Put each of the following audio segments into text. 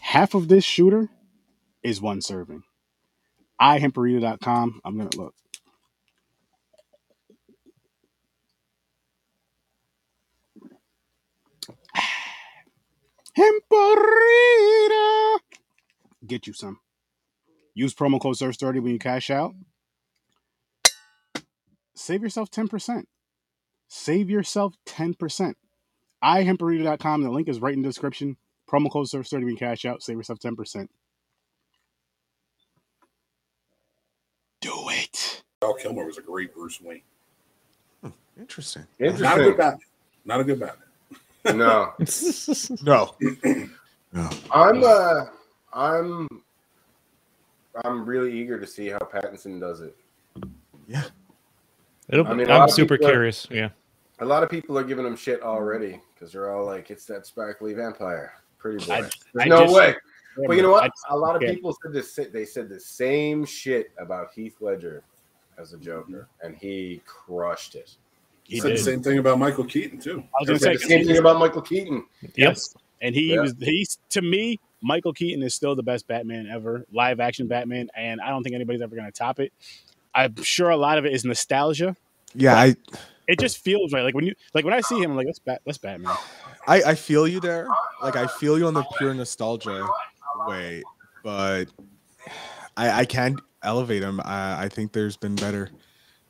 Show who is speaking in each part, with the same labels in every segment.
Speaker 1: Half of this shooter is one serving. ihemperita.com. I'm going to look. Hemperita! Get you some. Use promo code SURF30 when you cash out. Save yourself 10%. Save yourself 10%. ihemperita.com. The link is right in the description. Promo code SURF30 when you cash out. Save yourself 10%. Do it.
Speaker 2: Val Kilmer was a great Bruce Wayne.
Speaker 3: Interesting.
Speaker 2: Not a good
Speaker 4: Interesting.
Speaker 2: Batman. Not a good Batman.
Speaker 4: No,
Speaker 3: No. No.
Speaker 4: I'm. Uh, I'm. I'm really eager to see how Pattinson does it.
Speaker 3: Yeah.
Speaker 5: It'll,
Speaker 4: I mean, a lot
Speaker 5: I'm
Speaker 4: of
Speaker 5: super
Speaker 4: people are-
Speaker 5: curious. Yeah.
Speaker 4: A lot of people are giving him shit already because they're all like, "It's that sparkly vampire, pretty boy."
Speaker 1: I-
Speaker 4: There's
Speaker 1: I
Speaker 4: no
Speaker 1: just-
Speaker 4: way. But you know
Speaker 1: I
Speaker 4: what?
Speaker 1: just
Speaker 4: A lot of
Speaker 1: can't.
Speaker 4: people said this. They said the same shit about Heath Ledger as a Joker, and he crushed it.
Speaker 1: He
Speaker 2: said
Speaker 1: did.
Speaker 2: the same thing about Michael Keaton
Speaker 1: I
Speaker 2: too.
Speaker 1: was going
Speaker 4: They
Speaker 1: to say,
Speaker 4: said the
Speaker 1: 'cause
Speaker 4: same
Speaker 1: he-
Speaker 4: thing about Michael Keaton.
Speaker 5: Yes.
Speaker 1: And he
Speaker 4: Yeah.
Speaker 1: was he's to me, Michael Keaton is still the best Batman ever, live action Batman, and I don't think anybody's ever gonna top it. I'm sure a lot of it is nostalgia.
Speaker 3: Yeah, I,
Speaker 1: It just feels right. Like when you like when I see him, I'm like, that's bat that's Batman.
Speaker 3: I I feel you there. Like I feel you on the pure nostalgia way, but I I can't elevate him. I I think there's been better.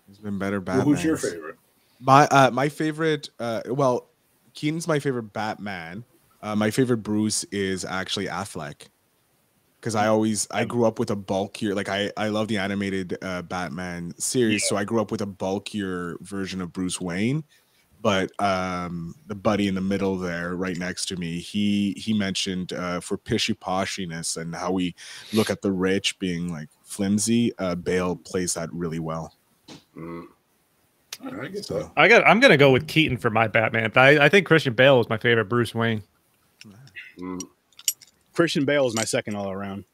Speaker 3: There's been better
Speaker 2: Well,
Speaker 3: Batman.
Speaker 2: who's your favorite?
Speaker 3: My uh, my favorite. Uh, well, Keaton's my favorite Batman. Uh, my favorite Bruce is actually Affleck, because I always I grew up with a bulkier. Like I I love the animated uh, Batman series, so I grew up with a bulkier version of Bruce Wayne. But um, the buddy in the middle there, right next to me, he he mentioned uh, for pishy poshiness and how we look at the rich being like flimsy. Uh, Bale plays that really well.
Speaker 4: Mm.
Speaker 2: All right, I get
Speaker 3: So.
Speaker 2: that.
Speaker 5: I got. I'm gonna go with Keaton for my Batman. I, I think Christian Bale is my favorite Bruce Wayne.
Speaker 4: Mm.
Speaker 1: Christian Bale is my second all around.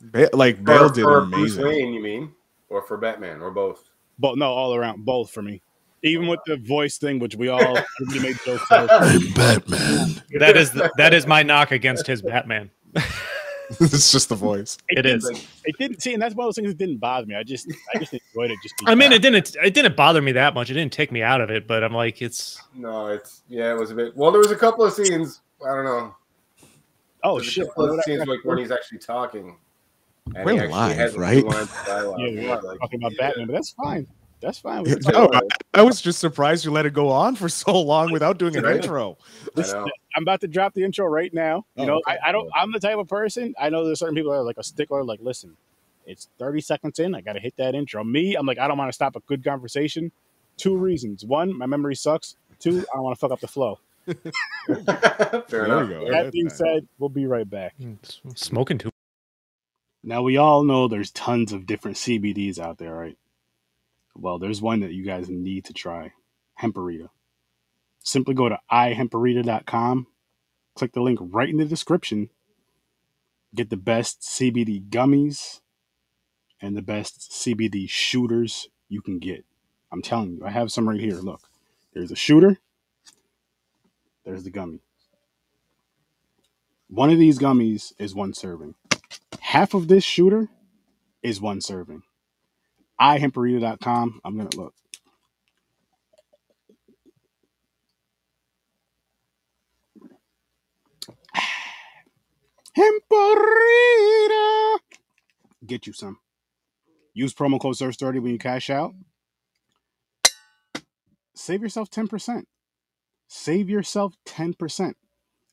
Speaker 3: Ba- like Bale
Speaker 4: For-
Speaker 3: did
Speaker 4: for Bruce
Speaker 3: amazing.
Speaker 4: Wayne, you mean, or for Batman, or both?
Speaker 1: But no, all around, both for me. Even with the voice thing, which we all everybody made jokes about.
Speaker 3: I'm Batman.
Speaker 5: That is the, that is my knock against his Batman.
Speaker 3: it's just the voice.
Speaker 5: It
Speaker 1: didn't-
Speaker 5: is.
Speaker 1: It didn't see, and that's one of those things that didn't bother me. I just I just enjoyed it just
Speaker 5: I mean, it didn't it didn't bother me that much. It didn't take me out of it, but I'm like, it's
Speaker 4: No, it's yeah, it was a bit. Well, there was a couple of scenes. I don't know.
Speaker 1: oh
Speaker 4: There's a
Speaker 1: shit.
Speaker 4: couple of scenes like when he's actually talking. And
Speaker 3: We're
Speaker 4: he actually
Speaker 3: live,
Speaker 4: has a few
Speaker 3: right?
Speaker 4: lines of dialogue.
Speaker 1: Yeah, we are
Speaker 4: Like,
Speaker 1: talking about
Speaker 4: yeah.
Speaker 1: Batman, but that's fine. That's fine. We can talk-
Speaker 3: No, Oh, I, I was just surprised you let it go on for so long without doing an
Speaker 4: Right.
Speaker 3: intro.
Speaker 4: I know.
Speaker 1: I'm about to drop the intro right now. You
Speaker 3: Oh,
Speaker 1: know,
Speaker 3: okay.
Speaker 1: I, I don't. I'm the type of person. I know there's certain people that are like a stickler. Like, listen, it's 30 seconds in. I got to hit that intro. Me, I'm like, I don't want to stop a good conversation. Two reasons: one, my memory sucks. Two, I don't want to fuck up the flow.
Speaker 4: Fair
Speaker 3: There
Speaker 4: enough.
Speaker 3: we go.
Speaker 1: That being said, we'll be right back.
Speaker 5: it's smoking too.
Speaker 1: Now we all know there's tons of different CBDs out there, right? Well, there's one that you guys need to try, Hemperita. Simply go to ihemperita.com, click the link right in the description, get the best CBD gummies and the best CBD shooters you can get. I'm telling you, I have some right here. Look, there's a shooter, there's the gummy. One of these gummies is one serving. Half of this shooter is one serving. ihemperita.com. I'm going to look. Hemperita! Get you some. Use promo code SURF30 when you cash out. Save yourself 10%. Save yourself 10%.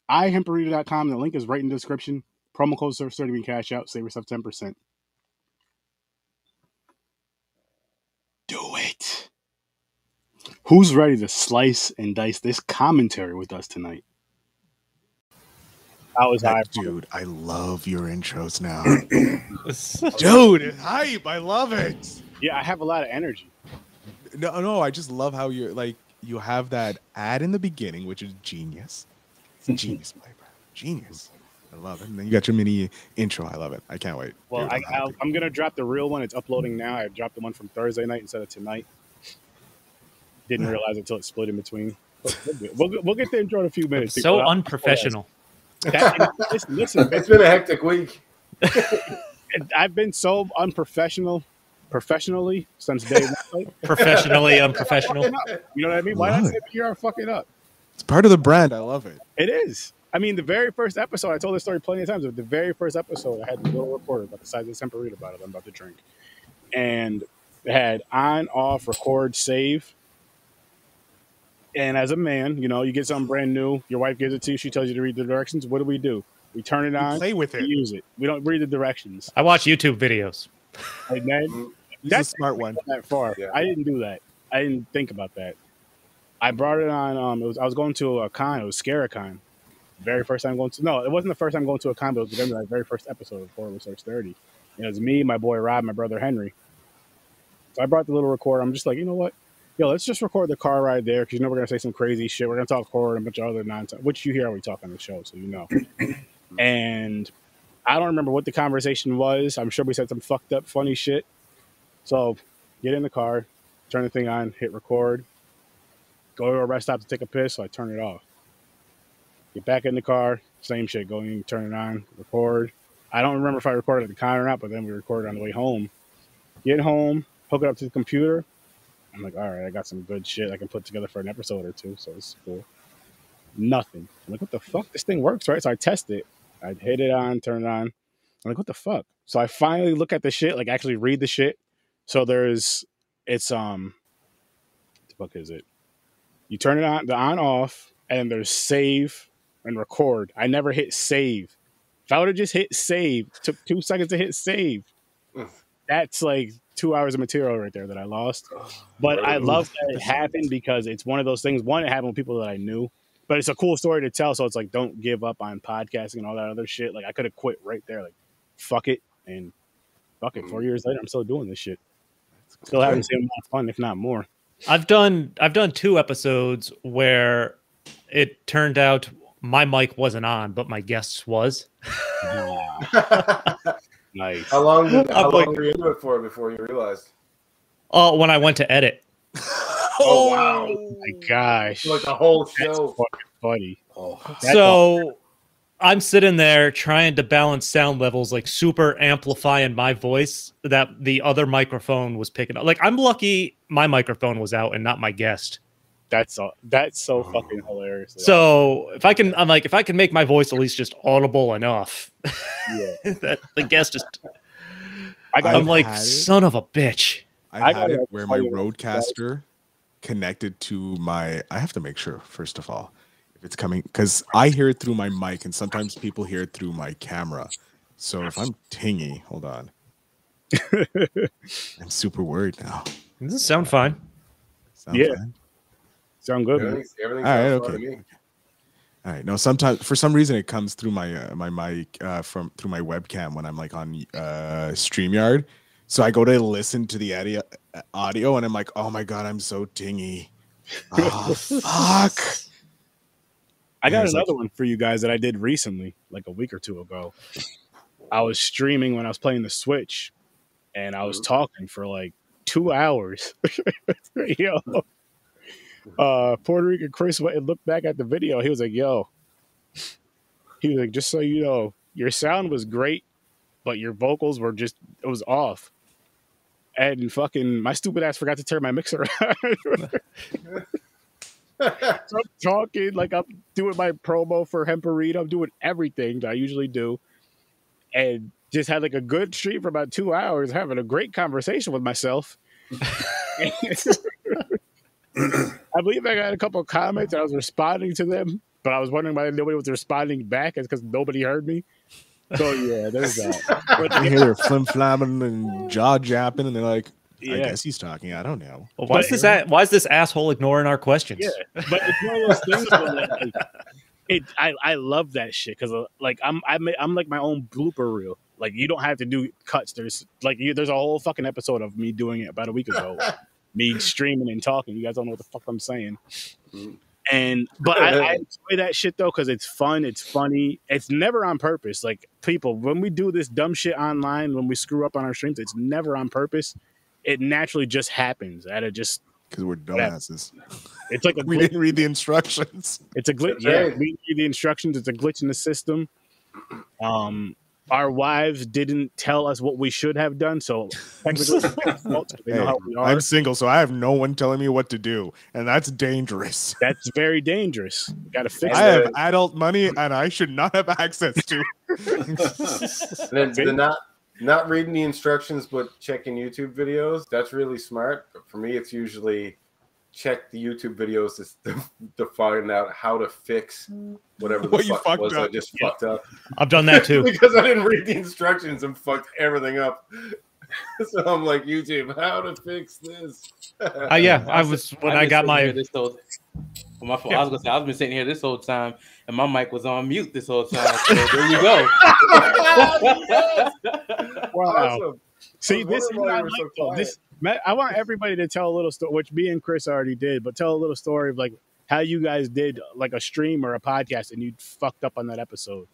Speaker 1: ihemperita.com. The link is right in the description. Promo code SURF30 when you cash out. Save yourself 10%. Do it. Who's ready to slice and dice this commentary with us tonight? That was I.
Speaker 3: dude, I love your intros now.
Speaker 5: It's-
Speaker 3: dude, it's hype. I love it.
Speaker 1: Yeah, I have a lot of energy.
Speaker 3: No, no, I just love how you're like you have that ad in the beginning, which is genius. It's genius, my bro. Genius. I love it. And then you got your mini intro. I love it. I can't wait.
Speaker 1: Well,
Speaker 3: Dude,
Speaker 1: I,
Speaker 3: I'm
Speaker 1: I'll,
Speaker 3: happy.
Speaker 1: I'm gonna drop the real one. It's uploading now. I dropped the one from Thursday night instead of tonight. Didn't realize until it split in between. But we'll get- We'll, get- we'll get the intro in a few minutes.
Speaker 5: so
Speaker 1: people.
Speaker 5: unprofessional.
Speaker 1: That- listen, listen,
Speaker 4: It's been a hectic week.
Speaker 1: I've been so unprofessional, professionally since day one. like,
Speaker 5: Professionally unprofessional.
Speaker 1: You know what I mean? Why
Speaker 3: Love
Speaker 1: not
Speaker 3: it.
Speaker 1: say you are fucking up?
Speaker 3: it's part of the brand. I love it.
Speaker 1: It is. I mean, the very first episode, I told this story plenty of times, but the very first episode, I had the little reporter about the size of the Semperita bottle I'm about to drink. And it had on, off, record, save. And as a man, you know, you get something brand new, your wife gives it to you, she tells you to read the directions. What do we do? We turn it on,
Speaker 3: Play with
Speaker 1: we
Speaker 3: it.
Speaker 1: use it. We don't read the directions.
Speaker 5: I watch YouTube videos.
Speaker 1: And then
Speaker 3: That's a smart one.
Speaker 1: that far.
Speaker 4: Yeah.
Speaker 1: I didn't do that. I didn't think about that. I brought it on. Um, it was I was going to a con. It was Scaricon. Very first time going to. No, it wasn't the first time going to a con, but it was remember that very first episode of Horrible Search Thirty. And it was me, my boy Rob, my brother Henry. So I brought the little recorder. I'm just like, you know what? Yo, let's just record the car ride there because you know we're gonna say some crazy shit. We're gonna talk horror and a bunch of other nonsense, which you hear when we talk on the show, so you know. and I don't remember what the conversation was. I'm sure we said some fucked up, funny shit. So get in the car, turn the thing on, hit record, go to a rest stop to take a piss, so I turn it off. Get back in the car, same shit, go in, turn it on, record. I don't remember if I recorded at the con or not, but then we recorded on the way home. Get home, hook it up to the computer. I'm like, all right, I got some good shit I can put together for an episode or two, so it's cool. Nothing. I'm like, what the fuck? This thing works, right? So I test it. I hit it on, turn it on. I'm like, what the fuck? So I finally look at the shit, like actually read the shit. So there's it's um what the fuck is it? You turn it on the on off and there's save and record. I never hit save. If I would have just hit save, took two seconds to hit save. That's like two hours of material right there that I lost. But I love that it happened because it's one of those things. One, it happened with people that I knew, but it's a cool story to tell. So it's like, don't give up on podcasting and all that other shit. Like I could have quit right there. Like, fuck it, and fuck it. Four years later, I'm still doing this shit. Still having the same amount of fun, if not more.
Speaker 5: I've done I've done two episodes where it turned out my mic wasn't on, but my guest's was.
Speaker 1: Nice.
Speaker 4: How long? How
Speaker 5: I'm
Speaker 4: long
Speaker 5: like-
Speaker 4: were you into it for before you realized?
Speaker 5: Oh, when I went to edit.
Speaker 1: Oh, wow. My gosh.
Speaker 4: Like the whole
Speaker 1: That's
Speaker 4: show.
Speaker 1: fucking funny.
Speaker 2: Oh,
Speaker 1: That's
Speaker 5: so I'm sitting there trying to balance sound levels, like super amplifying my voice that the other microphone was picking up. Like I'm lucky my microphone was out and not my guest.
Speaker 1: That's all. That's so fucking hilarious.
Speaker 5: Oh. So if I can, I'm like, if I can make my voice at least just audible enough
Speaker 1: Yeah.
Speaker 5: that the guest is,
Speaker 1: I got
Speaker 5: I'm
Speaker 3: I've
Speaker 5: like,
Speaker 3: had it.
Speaker 5: son of a bitch.
Speaker 1: I
Speaker 3: I had
Speaker 1: gotta
Speaker 3: it where my
Speaker 1: tell you guys-
Speaker 3: roadcaster connected to my. I have to make sure first of all if it's coming because I hear it through my mic, and sometimes people hear it through my camera. So if I'm tingy, hold on. I'm super worried now.
Speaker 5: Does this sound fine?
Speaker 3: Sound
Speaker 1: Yeah.
Speaker 3: fine?
Speaker 1: sound good. man.
Speaker 4: Everything's, everything's
Speaker 3: All right,
Speaker 4: sounds fun
Speaker 3: okay.
Speaker 4: to me.
Speaker 3: All right. No, sometimes for some reason it comes through my uh, my mic uh, from through my webcam when I'm like on uh, Streamyard. So I go to listen to the audio, audio and I'm like, oh my god, I'm so tingy. Oh fuck.
Speaker 1: I got
Speaker 3: There's, like-
Speaker 1: another one for you guys that I did recently, like a week or two ago. I was streaming when I was playing the Switch, and I was talking for like two hours. yo, uh, Puerto Rican Chris went and looked back at the video. He was like, "Yo," he was like, "Just so you know, your sound was great, but your vocals were just it was off." And fucking my stupid ass forgot to turn my mixer on. I'm talking like I'm doing my promo for Hemperito. I'm doing everything that I usually do, and just had like a good stream for about two hours, having a great conversation with myself. I believe I got a couple of comments. and I was responding to them, but I was wondering why nobody was responding back. It's because nobody heard me. So yeah, there's that.
Speaker 3: I
Speaker 1: But,
Speaker 3: hear they're flim flamming and jaw japping, and they're like, I
Speaker 1: Yeah.
Speaker 3: guess he's talking. I don't know.
Speaker 5: Well, Why is this? a- Why is this asshole ignoring our questions?
Speaker 1: yeah, but it's one of those things. Where, like, it I, I love that shit because like I'm I'm I'm like my own blooper reel. Like you don't have to do cuts. There's like you, there's a whole fucking episode of me doing it about a week ago. me streaming and talking. You guys don't know what the fuck I'm saying.
Speaker 4: Mm.
Speaker 1: And but I, I enjoy that shit though because it's fun. It's funny. It's never on purpose. Like people, when we do this dumb shit online, when we screw up on our streams, it's never on purpose. It naturally just happens. At a just,
Speaker 3: because we're dumbasses.
Speaker 1: it's like a
Speaker 3: We
Speaker 1: glitch.
Speaker 3: didn't read the instructions.
Speaker 1: It's a glitch.
Speaker 4: That's
Speaker 1: Yeah,
Speaker 4: right.
Speaker 1: we read the instructions. It's a glitch in the system. Um, our wives didn't tell us what we should have done, so technically, it's their fault. they know
Speaker 3: Hey,
Speaker 1: how we are.
Speaker 3: I'm single, so I have no one telling me what to do, and that's dangerous.
Speaker 1: That's very dangerous. Got to fix
Speaker 3: I
Speaker 1: that.
Speaker 3: have adult money, and I should not have access to.
Speaker 4: And then the not not reading the instructions but checking YouTube videos. That's really smart. But for me, it's usually check the YouTube videos to, s- to find out how to fix whatever the
Speaker 3: What you
Speaker 4: fuck
Speaker 3: fucked
Speaker 4: was I
Speaker 3: up.
Speaker 4: just
Speaker 5: Yeah.
Speaker 4: fucked up.
Speaker 5: I've done that too.
Speaker 4: because I didn't read the instructions and fucked everything up. so I'm like, YouTube, how to fix this?
Speaker 5: Uh, yeah, I was when I
Speaker 6: been
Speaker 5: got
Speaker 6: sitting
Speaker 5: my
Speaker 6: here This whole, well, my fault. I was gonna say I've been sitting here this whole time, and my mic was on mute this whole time. So there you go.
Speaker 1: Wow.
Speaker 4: Awesome.
Speaker 1: See,
Speaker 4: I was
Speaker 1: this is
Speaker 4: wondering
Speaker 1: what
Speaker 4: why
Speaker 1: I
Speaker 4: you were
Speaker 1: like
Speaker 4: so
Speaker 1: though.
Speaker 4: quiet.
Speaker 1: This, Matt, I want everybody to tell a little story, which me and Chris already did, but tell a little story of like how you guys did like a stream or a podcast and you fucked up on that episode.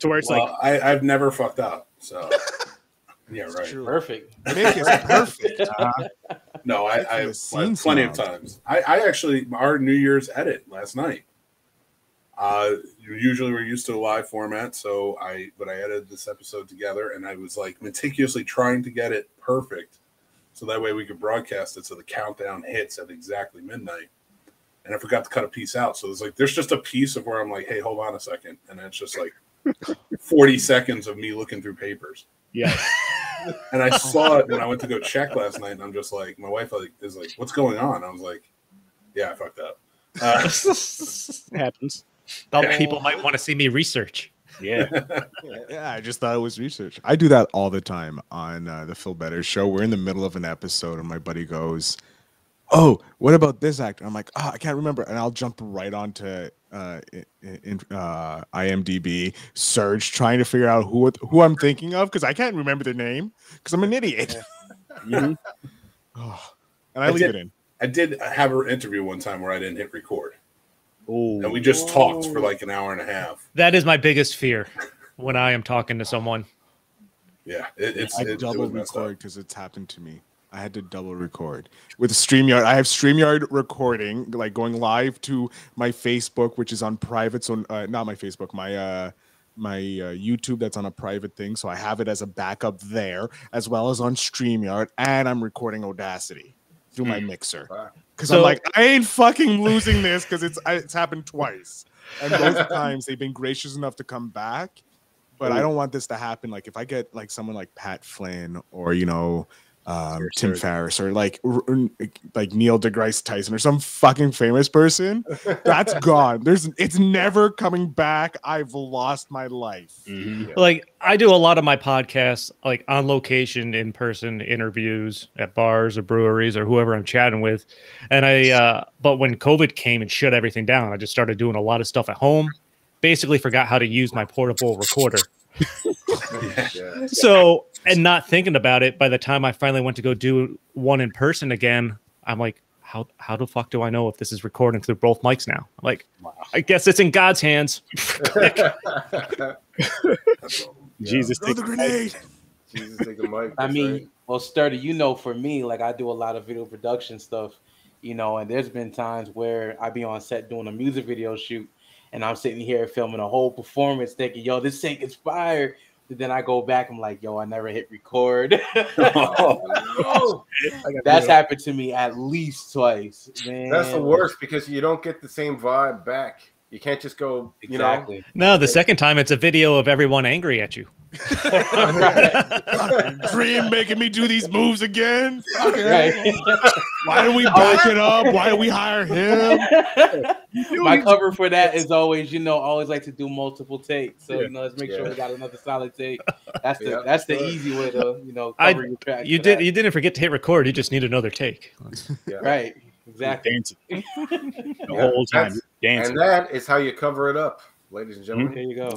Speaker 1: To where it's like,
Speaker 2: well, I, I've never fucked up. So, yeah, right.
Speaker 6: Perfect.
Speaker 3: Nick is perfect.
Speaker 2: No,
Speaker 3: Look at
Speaker 2: I, I
Speaker 3: the scenes
Speaker 2: plenty
Speaker 3: now.
Speaker 2: of times. I, I actually our New Year's edit last night. Uh, usually we're used to a live format, so I but I edited this episode together, and I was like meticulously trying to get it perfect, so that way we could broadcast it. So the countdown hits at exactly midnight, and I forgot to cut a piece out. So there's like there's just a piece of where I'm like, hey, hold on a second, and it's just like forty seconds of me looking through papers.
Speaker 1: yeah,
Speaker 2: And I saw it when I went to go check last night, and I'm just like, my wife like is like, "What's going on?" I was like, "Yeah, I fucked up." Uh,
Speaker 1: it happens.
Speaker 5: other people might want to see me research.
Speaker 1: Yeah.
Speaker 3: Yeah, I just thought it was research. I do that all the time on uh, the Phil Better show. We're in the middle of an episode, and my buddy goes, "Oh, what about this actor?" I'm like, "Ah, I can't remember," and I'll jump right onto uh, i- i- in, uh, IMDb search, trying to figure out who it- who I'm thinking of because I can't remember their name because I'm an idiot.
Speaker 1: Mhm.
Speaker 3: Oh, and I
Speaker 2: I
Speaker 3: leave
Speaker 2: did-
Speaker 3: it in.
Speaker 2: I did have an interview one time where I didn't hit record,
Speaker 1: Ooh.
Speaker 2: and we just talked for like an hour and a half.
Speaker 5: That is my biggest fear when I am talking to someone.
Speaker 2: Yeah, it, it's
Speaker 3: I
Speaker 2: it, it
Speaker 3: double
Speaker 2: was messed up.
Speaker 3: record because it's happened to me. I had to double record with StreamYard. I have StreamYard recording, like going live to my Facebook, which is on private. So uh, not my Facebook, my uh, my uh, YouTube that's on a private thing. So I have it as a backup there, as well as on StreamYard, and I'm recording Audacity through my mixer
Speaker 4: Wow.
Speaker 3: because
Speaker 5: So-
Speaker 3: I'm like, I ain't fucking losing this because it's I, it's happened twice, and both times they've been gracious enough to come back. But I don't want this to happen. Like if I get like someone like Pat Flynn or you know um,
Speaker 1: Sure,
Speaker 3: Tim
Speaker 1: sure.
Speaker 3: Ferriss or like r- r- like Neil deGrasse Tyson or some fucking famous person, that's gone. There's it's never coming back. I've lost my life.
Speaker 1: Mhm.
Speaker 5: Like I do a lot of my podcasts like on location in person interviews at bars or breweries or whoever I'm chatting with. And I uh but when COVID came and shut everything down, I just started doing a lot of stuff at home. Basically forgot how to use my portable recorder.
Speaker 4: Yeah.
Speaker 5: So, and not thinking about it, by the time I finally went to go do one in person again, I'm like, how how the fuck do I know if this is recording through both mics now? I'm like, I guess it's in God's hands.
Speaker 2: That's all.
Speaker 1: Jesus,
Speaker 3: Throw
Speaker 1: take
Speaker 3: the grenade.
Speaker 4: Jesus, take the mic.
Speaker 6: I
Speaker 4: that's
Speaker 6: mean,
Speaker 4: right.
Speaker 6: well, Sturdy, you know, for me, like I do a lot of video production stuff, you know, and there's been times where I be on set doing a music video shoot, and I'm sitting here filming a whole performance, thinking, "Yo, this thing is fire." But then I go back, I'm like, "Yo, I never hit record."
Speaker 4: Oh,
Speaker 6: That's happened to me at least twice. Man.
Speaker 4: that's the worst because you don't get the same vibe back. You can't just go, you
Speaker 6: Exactly.
Speaker 5: No, the second time it's a video of everyone angry at you.
Speaker 3: Dream making me do these moves again.
Speaker 6: Right.
Speaker 3: Why do we back it up? Why do we hire him?
Speaker 6: My cover for that is always, you know, I always like to do multiple takes. So you know, let's make sure
Speaker 4: Yeah.
Speaker 6: we got another solid take. That's the
Speaker 4: Yeah.
Speaker 6: that's the easy way to, you know,
Speaker 5: I-
Speaker 6: cover your track.
Speaker 5: You
Speaker 6: for
Speaker 5: did
Speaker 6: that.
Speaker 5: you didn't forget to hit record, you just need another take.
Speaker 4: know,
Speaker 6: right. Exactly.
Speaker 1: dancing the
Speaker 4: Yeah,
Speaker 1: whole time.
Speaker 4: that's-
Speaker 1: Dance.
Speaker 4: And that is how you cover it up, ladies and gentlemen.
Speaker 6: There you go.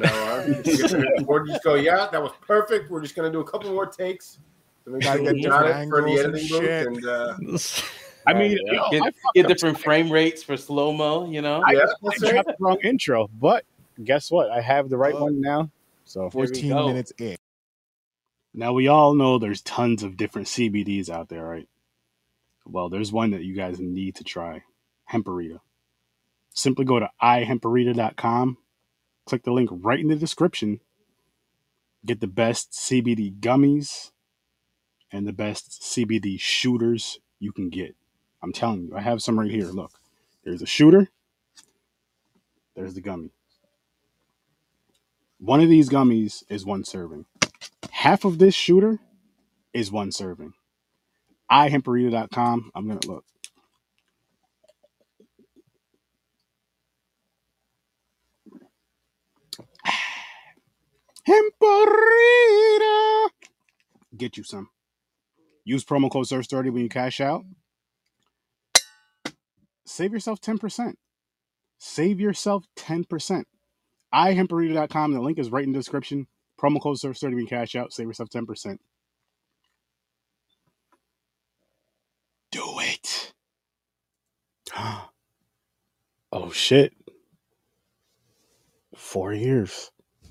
Speaker 4: We're just go, yeah, that was perfect. We're just gonna do a couple more takes to make sure
Speaker 3: Gotta
Speaker 4: we
Speaker 3: get
Speaker 4: got it
Speaker 3: different
Speaker 4: for the
Speaker 3: angles and
Speaker 4: editing booth.
Speaker 3: shit.
Speaker 4: And uh,
Speaker 7: I mean,
Speaker 6: Yeah.
Speaker 7: yo,
Speaker 6: get,
Speaker 7: I, fucked
Speaker 6: get
Speaker 7: up.
Speaker 6: different frame rates for slow mo. You know,
Speaker 4: yeah,
Speaker 7: I dropped the wrong intro, but guess what? I have the right
Speaker 3: Oh.
Speaker 7: one now. So
Speaker 6: we
Speaker 3: 14
Speaker 6: go.
Speaker 3: minutes in.
Speaker 1: Now we all know there's tons of different CBDs out there, right? Well, there's one that you guys need to try, Hemperita. Simply go to ihemperita.com, click the link right in the description, get the best CBD gummies and the best CBD shooters you can get. I'm telling you, I have some right here. Look, there's a shooter, there's the gummy. One of these gummies is one serving half of this shooter is one serving. iHemperita.com. I'm gonna look. Hemperita. Get you some. Use promo code SURF30 when you cash out. Save yourself 10%. Save yourself 10%. iHemperita.com. The link is right in the description. Promo code surf 30 when you cash out. Save yourself 10%. Do it. oh, shit. Four years.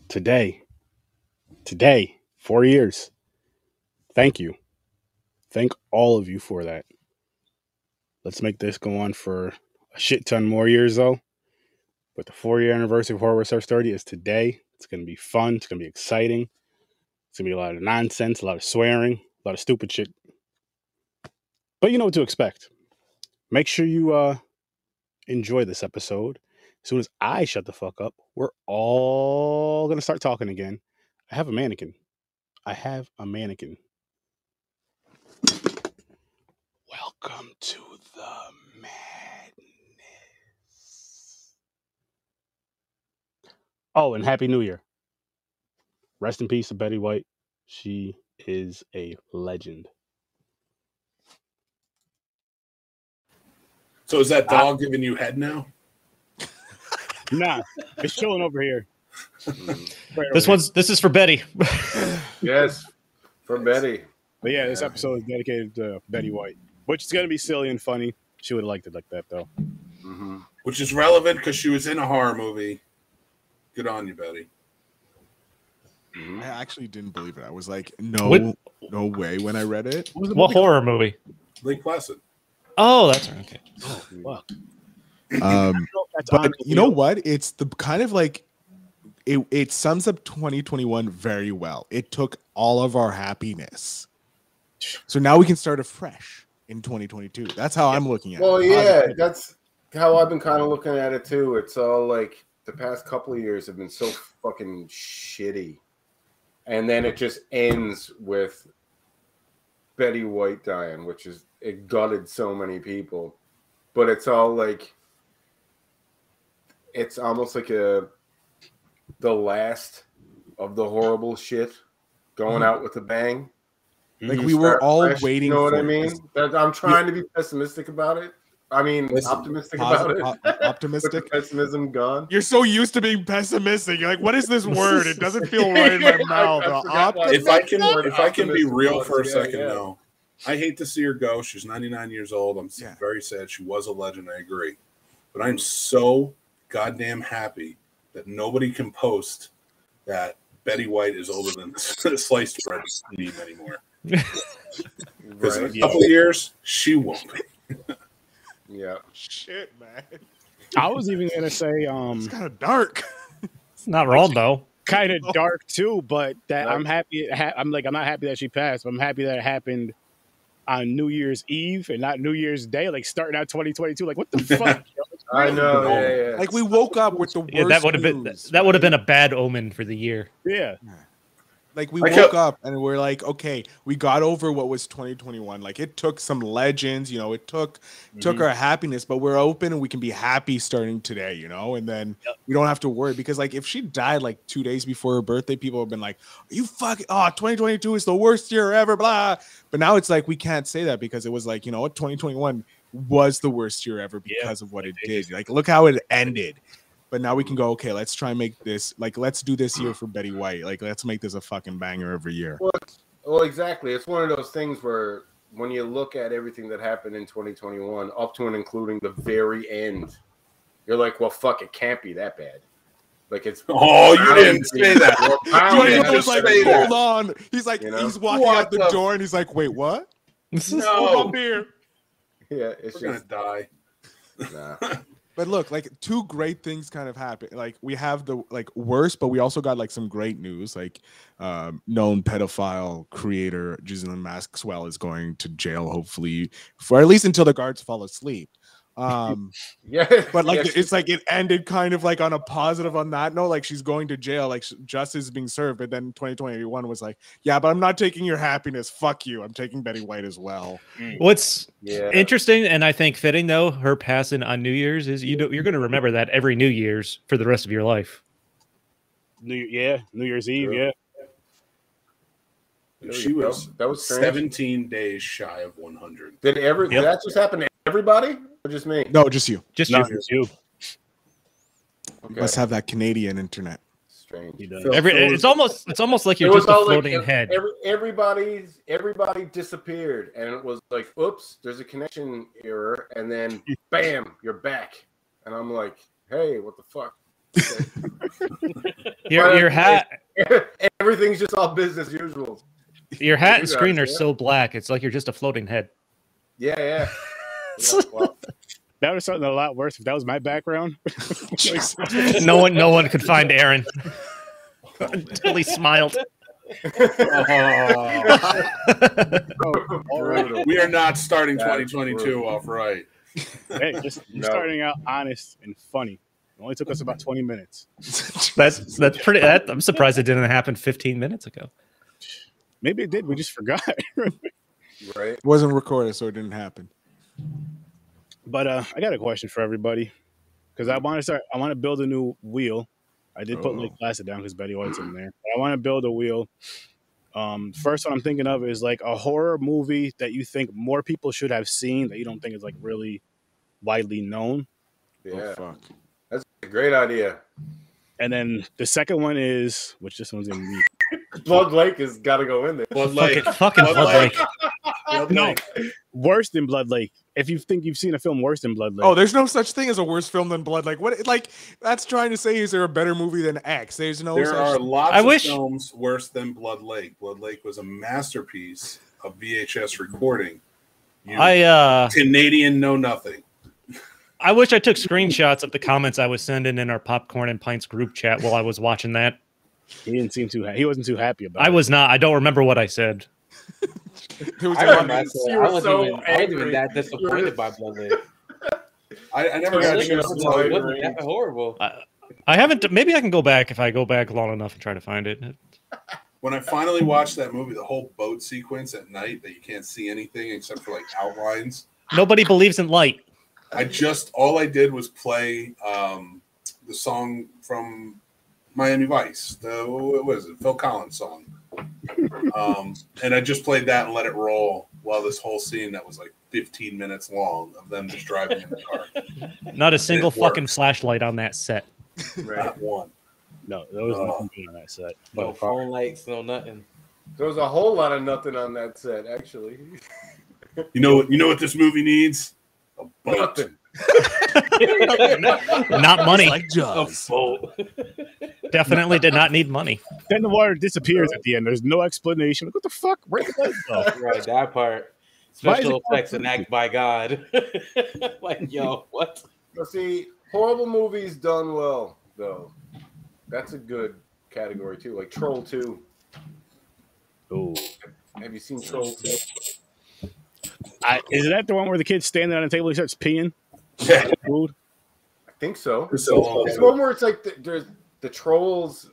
Speaker 1: Today. Today. Four years. Thank you. Thank all of you for that. Let's make this go on for a shit ton more years, though. But the four year anniversary of Horror Research 30 is today. It's going to be fun. It's going to be exciting. It's going to be a lot of nonsense, a lot of swearing, a lot of stupid shit. But you know what to expect. Make sure you uh, enjoy this episode. As soon as I shut the fuck up, we're all going to start talking again. I have a mannequin. I have a mannequin. Welcome to the madness. Oh, and Happy New Year. Rest in peace to Betty White. She is a legend.
Speaker 2: So is that dog giving you head now?
Speaker 1: Nah, it's chilling over here.
Speaker 7: Right over
Speaker 5: This
Speaker 7: here.
Speaker 5: one's this is for Betty.
Speaker 4: yes, for Betty.
Speaker 7: But yeah, this episode is dedicated to
Speaker 3: Mm-hmm.
Speaker 7: Betty White, which is going to be silly and funny. She would have liked it like that, though.
Speaker 4: hmm
Speaker 2: Which is relevant because she was in a horror movie. Good on you, Betty.
Speaker 4: hmm
Speaker 3: I actually didn't believe it. I was like, no,
Speaker 5: What-
Speaker 3: no way when I read it.
Speaker 5: what horror movie?
Speaker 2: Lake Placid.
Speaker 5: Oh, that's right. Okay.
Speaker 3: Um,
Speaker 7: That's
Speaker 3: Mm. but
Speaker 7: on
Speaker 3: you know what? It's the kind of like it, it sums up 2021 very well. It took all of our happiness. So now we can start afresh in 2022. That's how I'm looking at
Speaker 4: Well,
Speaker 3: it.
Speaker 4: yeah, that's how I've been kind of looking at it too. It's all like the past couple of years have been so fucking shitty, and then it just ends with Betty White dying, which is it gutted so many people. But it's all like it's almost like a the last of the horrible shit going out with a bang.
Speaker 3: Like
Speaker 1: Mhm.
Speaker 3: we were
Speaker 4: Mm-hmm. start
Speaker 3: all
Speaker 4: fresh,
Speaker 3: waiting.
Speaker 4: You know what
Speaker 3: for
Speaker 4: I mean?
Speaker 3: this.
Speaker 4: That- I'm trying to be pessimistic about it. I mean,
Speaker 2: Listen,
Speaker 4: optimistic
Speaker 3: Posi-
Speaker 4: about
Speaker 3: po-
Speaker 4: it. With the
Speaker 3: optimistic.
Speaker 4: pessimism gone.
Speaker 3: You're so used to being pessimistic. You're like, what is this word? It doesn't feel right in my
Speaker 4: I- I
Speaker 3: mouth.
Speaker 4: forgot why-
Speaker 2: If I can, if I can be
Speaker 4: Optimistic
Speaker 2: real
Speaker 4: was,
Speaker 2: for a
Speaker 4: yeah,
Speaker 2: second,
Speaker 4: yeah.
Speaker 2: though, I hate to see her go. She's 99 years old. I'm
Speaker 3: Yeah.
Speaker 2: very sad. She was a legend. I agree, but
Speaker 4: Mm-hmm.
Speaker 2: I'm so goddamn happy that nobody can post that Betty White is older than sliced bread meme anymore. Because
Speaker 4: Right.
Speaker 2: in a couple of years, she won't. be.
Speaker 4: Yeah.
Speaker 3: Shit, man.
Speaker 7: I was even going to say,
Speaker 3: It's
Speaker 7: um,
Speaker 3: kind of dark.
Speaker 5: It's not wrong though.
Speaker 7: kind of dark too, but that
Speaker 4: Right.
Speaker 7: I'm happy. it Ha- I'm like, I'm not happy that she passed, but I'm happy that it happened on New Year's Eve and not New Year's Day. Like starting out 2022, like what the fuck?
Speaker 4: I know.
Speaker 2: No.
Speaker 4: Yeah, yeah.
Speaker 3: Like we woke up with the worst.
Speaker 5: Yeah, that would have been
Speaker 3: news,
Speaker 5: that would have
Speaker 3: right?
Speaker 5: been a bad omen for the year.
Speaker 7: yeah,
Speaker 3: Like we
Speaker 2: Like
Speaker 3: woke
Speaker 2: a-
Speaker 3: up and we're like, okay, we got over what was 2021. Like it took some legends, you know, it took took our happiness, but we're open and we can be happy starting today, you know, and then we don't have to worry because like if she died like two days before her birthday, people have been like, Are you fucking oh 2022 is the worst year ever, blah. But now it's like we can't say that because it was like, you know what, 2021 was the worst year ever because of what it did. Like, look how it ended. But now we can go, okay, let's try and make this, like, let's do this year for Betty White. Like, let's make this a fucking banger every year.
Speaker 4: Well, it's- well, exactly. It's one of those things where when you look at everything that happened in 2021, up to and including the very end, you're like, well, fuck, it can't be that bad. Like it's
Speaker 2: Oh, you didn't say that.
Speaker 4: Well,
Speaker 3: You
Speaker 4: pound
Speaker 3: wanna
Speaker 4: it.
Speaker 3: know what's
Speaker 2: just
Speaker 3: like,
Speaker 2: say that.
Speaker 3: hold on. He's like,
Speaker 4: You know?
Speaker 3: he's walking
Speaker 2: What
Speaker 3: out the,
Speaker 2: the-
Speaker 3: door and he's like, wait, what?
Speaker 2: No.
Speaker 3: beer.
Speaker 4: Yeah, it's
Speaker 2: We're gonna
Speaker 4: just
Speaker 2: die.
Speaker 4: nah.
Speaker 3: But look, like two great things kind of happened. Like we have the like worst, but we also got like some great news. Like um, known pedophile creator Ghislaine Maxwell is going to jail, hopefully, for at least until the guards fall asleep. Um,
Speaker 4: Yeah,
Speaker 3: but like
Speaker 4: yes.
Speaker 3: it's like it ended kind of like on a positive on that note. Like she's going to jail, like sh- justice is being served. But then 2021 was like, yeah, but I'm not taking your happiness. Fuck you. I'm taking Betty White as well.
Speaker 5: What's
Speaker 4: yeah.
Speaker 5: interesting and I think fitting though, her passing on New Year's is you know you're going to remember that every New Year's for the rest of your life.
Speaker 8: New yeah, New Year's Eve,
Speaker 4: True.
Speaker 8: yeah.
Speaker 4: There
Speaker 2: She
Speaker 4: you go.
Speaker 2: was
Speaker 4: that was strange.
Speaker 2: 17 days shy of 100.
Speaker 4: Did ever did
Speaker 5: Yep.
Speaker 4: that just happen to everybody or just me?
Speaker 3: No, just you.
Speaker 5: Just
Speaker 8: No,
Speaker 5: you.
Speaker 8: it's you.
Speaker 3: You must have that Canadian internet.
Speaker 4: strange.
Speaker 8: He does.
Speaker 2: Phil-
Speaker 5: Every
Speaker 2: Phil was-
Speaker 5: it's almost it's almost like
Speaker 4: It
Speaker 5: you're
Speaker 4: was
Speaker 5: just a
Speaker 4: all like
Speaker 5: floating
Speaker 4: ev-
Speaker 5: head.
Speaker 4: Every, everybody's everybody disappeared, and it was like, oops, there's a connection error, and then bam, you're back, and I'm like, hey, what the fuck?
Speaker 5: Your your hat
Speaker 4: Everything's just all business as usual.
Speaker 5: your hat and
Speaker 4: You got
Speaker 5: screen
Speaker 4: it,
Speaker 5: are
Speaker 4: yeah.
Speaker 5: so black. It's like you're just a floating head.
Speaker 4: Yeah, yeah. Yeah, well,
Speaker 1: That would have something a lot worse if that was my background.
Speaker 3: Jesus.
Speaker 5: No one no one could find Aaron. Until he smiled.
Speaker 4: brutal.
Speaker 2: We are not starting
Speaker 4: That is
Speaker 2: 2022
Speaker 4: brutal.
Speaker 2: off right.
Speaker 1: hey, just
Speaker 4: No.
Speaker 1: starting out honest and funny. It only took us about 20 minutes.
Speaker 5: That's that's pretty that I'm surprised it didn't happen 15 minutes ago.
Speaker 1: Maybe it did. We just forgot.
Speaker 4: right?
Speaker 3: It wasn't recorded, so it didn't happen.
Speaker 1: But uh, I got a question for everybody because I want to start. I want to build a new wheel. I did put
Speaker 3: Oh.
Speaker 1: Lake Placid down because Betty White's in there. But I want to build a wheel. Um, first one I'm thinking of is like a horror movie that you think more people should have seen that you don't think is like really widely known.
Speaker 4: Yeah,
Speaker 3: Oh, fuck.
Speaker 4: that's a great idea.
Speaker 1: And then the second one is which this one's gonna be.
Speaker 4: Blood Lake has got to go in there.
Speaker 2: Blood Lake.
Speaker 5: Fucking fucking
Speaker 2: Blood
Speaker 5: Blood
Speaker 2: Lake.
Speaker 5: Lake.
Speaker 2: Blood
Speaker 1: No.
Speaker 2: Lake.
Speaker 1: worse than Blood Lake. If you think you've seen a film worse than Blood Lake,
Speaker 3: Oh, there's no such thing as a worse film than Blood. Like what? Like that's trying to say is there a better movie than X? There's no.
Speaker 2: There are
Speaker 3: such
Speaker 2: lots
Speaker 5: I
Speaker 2: of
Speaker 5: wish-
Speaker 2: films worse than Blood Lake. Blood Lake was a masterpiece of VHS recording. You
Speaker 5: I uh
Speaker 2: Canadian know nothing.
Speaker 5: I wish I took screenshots of the comments I was sending in our popcorn and pints group chat while I was watching that.
Speaker 1: he didn't seem too. Ha- he wasn't too happy about.
Speaker 5: I
Speaker 1: it.
Speaker 5: was not. I don't remember what I said.
Speaker 3: There was
Speaker 4: I
Speaker 3: that
Speaker 4: don't
Speaker 3: one-
Speaker 4: know.
Speaker 6: I
Speaker 4: You were
Speaker 6: wasn't
Speaker 4: so
Speaker 6: even, I wasn't even
Speaker 4: angry.
Speaker 6: that
Speaker 4: You were-
Speaker 6: disappointed by Blood Lake.
Speaker 2: I, I never got a
Speaker 4: Listen,
Speaker 2: chance
Speaker 4: it's
Speaker 2: to
Speaker 4: like-
Speaker 2: tell
Speaker 6: It
Speaker 2: you.
Speaker 6: wasn't that horrible.
Speaker 5: I haven't. Maybe I can go back if I go back long enough and try to find it.
Speaker 2: When I finally watched that movie, the whole boat sequence at night that you can't see anything except for like outlines.
Speaker 5: Nobody believes in light.
Speaker 2: I just all I did was play um, the song from Miami Vice. The what was it? Phil Collins song. Um, and I just played that and let it roll while this whole scene that was like 15 minutes long of them just driving in the car.
Speaker 5: Not a single
Speaker 2: It works.
Speaker 5: fucking flashlight on that set.
Speaker 4: Right.
Speaker 2: Not one.
Speaker 1: no. There was
Speaker 2: Oh.
Speaker 1: nothing good on that set.
Speaker 6: No phone lights, no nothing.
Speaker 4: There was a whole lot of nothing on that set, actually.
Speaker 2: You know what? You know what this movie needs? A boat.
Speaker 4: Nothing.
Speaker 5: Not money.
Speaker 3: Jaws.
Speaker 5: Definitely did not need money.
Speaker 1: Then the water disappears at the end. There's no explanation. Like, what the fuck? Where did that go?
Speaker 6: Right, that part.
Speaker 1: Why is it
Speaker 6: Special
Speaker 1: called
Speaker 6: effects and act by God. like, yo, what?
Speaker 4: But see, horrible movies done well, though. That's a good category, too. Like Troll 2.
Speaker 1: Ooh.
Speaker 4: Have you seen Troll 2?
Speaker 1: I, is that the one where the kid's standing on a table? He starts peeing.
Speaker 2: Yeah.
Speaker 1: Food.
Speaker 4: I think so.
Speaker 2: It's so long
Speaker 4: It's
Speaker 2: ago.
Speaker 4: one where it's like the, there's the trolls,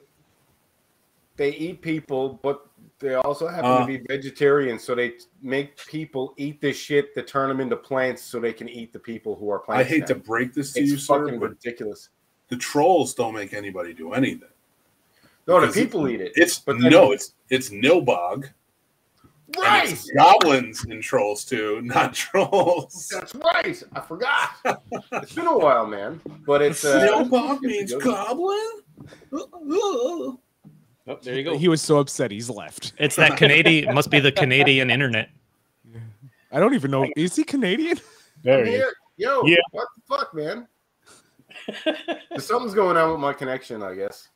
Speaker 4: they eat people, but they also happen
Speaker 2: Uh.
Speaker 4: to be vegetarians, so they make people eat this shit to turn them into plants so they can eat the people who are
Speaker 2: I
Speaker 4: plants.
Speaker 2: hate to
Speaker 4: now.
Speaker 2: break this to
Speaker 4: It's
Speaker 2: you,
Speaker 4: fucking
Speaker 2: sir, but
Speaker 4: ridiculous.
Speaker 2: the trolls don't make anybody do anything.
Speaker 4: No, the
Speaker 2: Because it-
Speaker 4: people eat it.
Speaker 2: It's
Speaker 4: But then-
Speaker 2: no, it's it's Nilbog. And
Speaker 4: right.
Speaker 2: it's goblins in trolls too, not trolls.
Speaker 4: That's right. I forgot. it's been a while, man. But it's uh,
Speaker 2: Snowball means
Speaker 4: it's a good one.
Speaker 2: goblin. Ooh, ooh.
Speaker 6: Oh, there you go.
Speaker 3: He was so upset he's left.
Speaker 5: It's that Canadian. must be the Canadian internet.
Speaker 3: I don't even know. Is he Canadian?
Speaker 8: There you
Speaker 4: Here, yo,
Speaker 1: Yeah.
Speaker 4: what the fuck, man? Something's going on with my connection, I guess.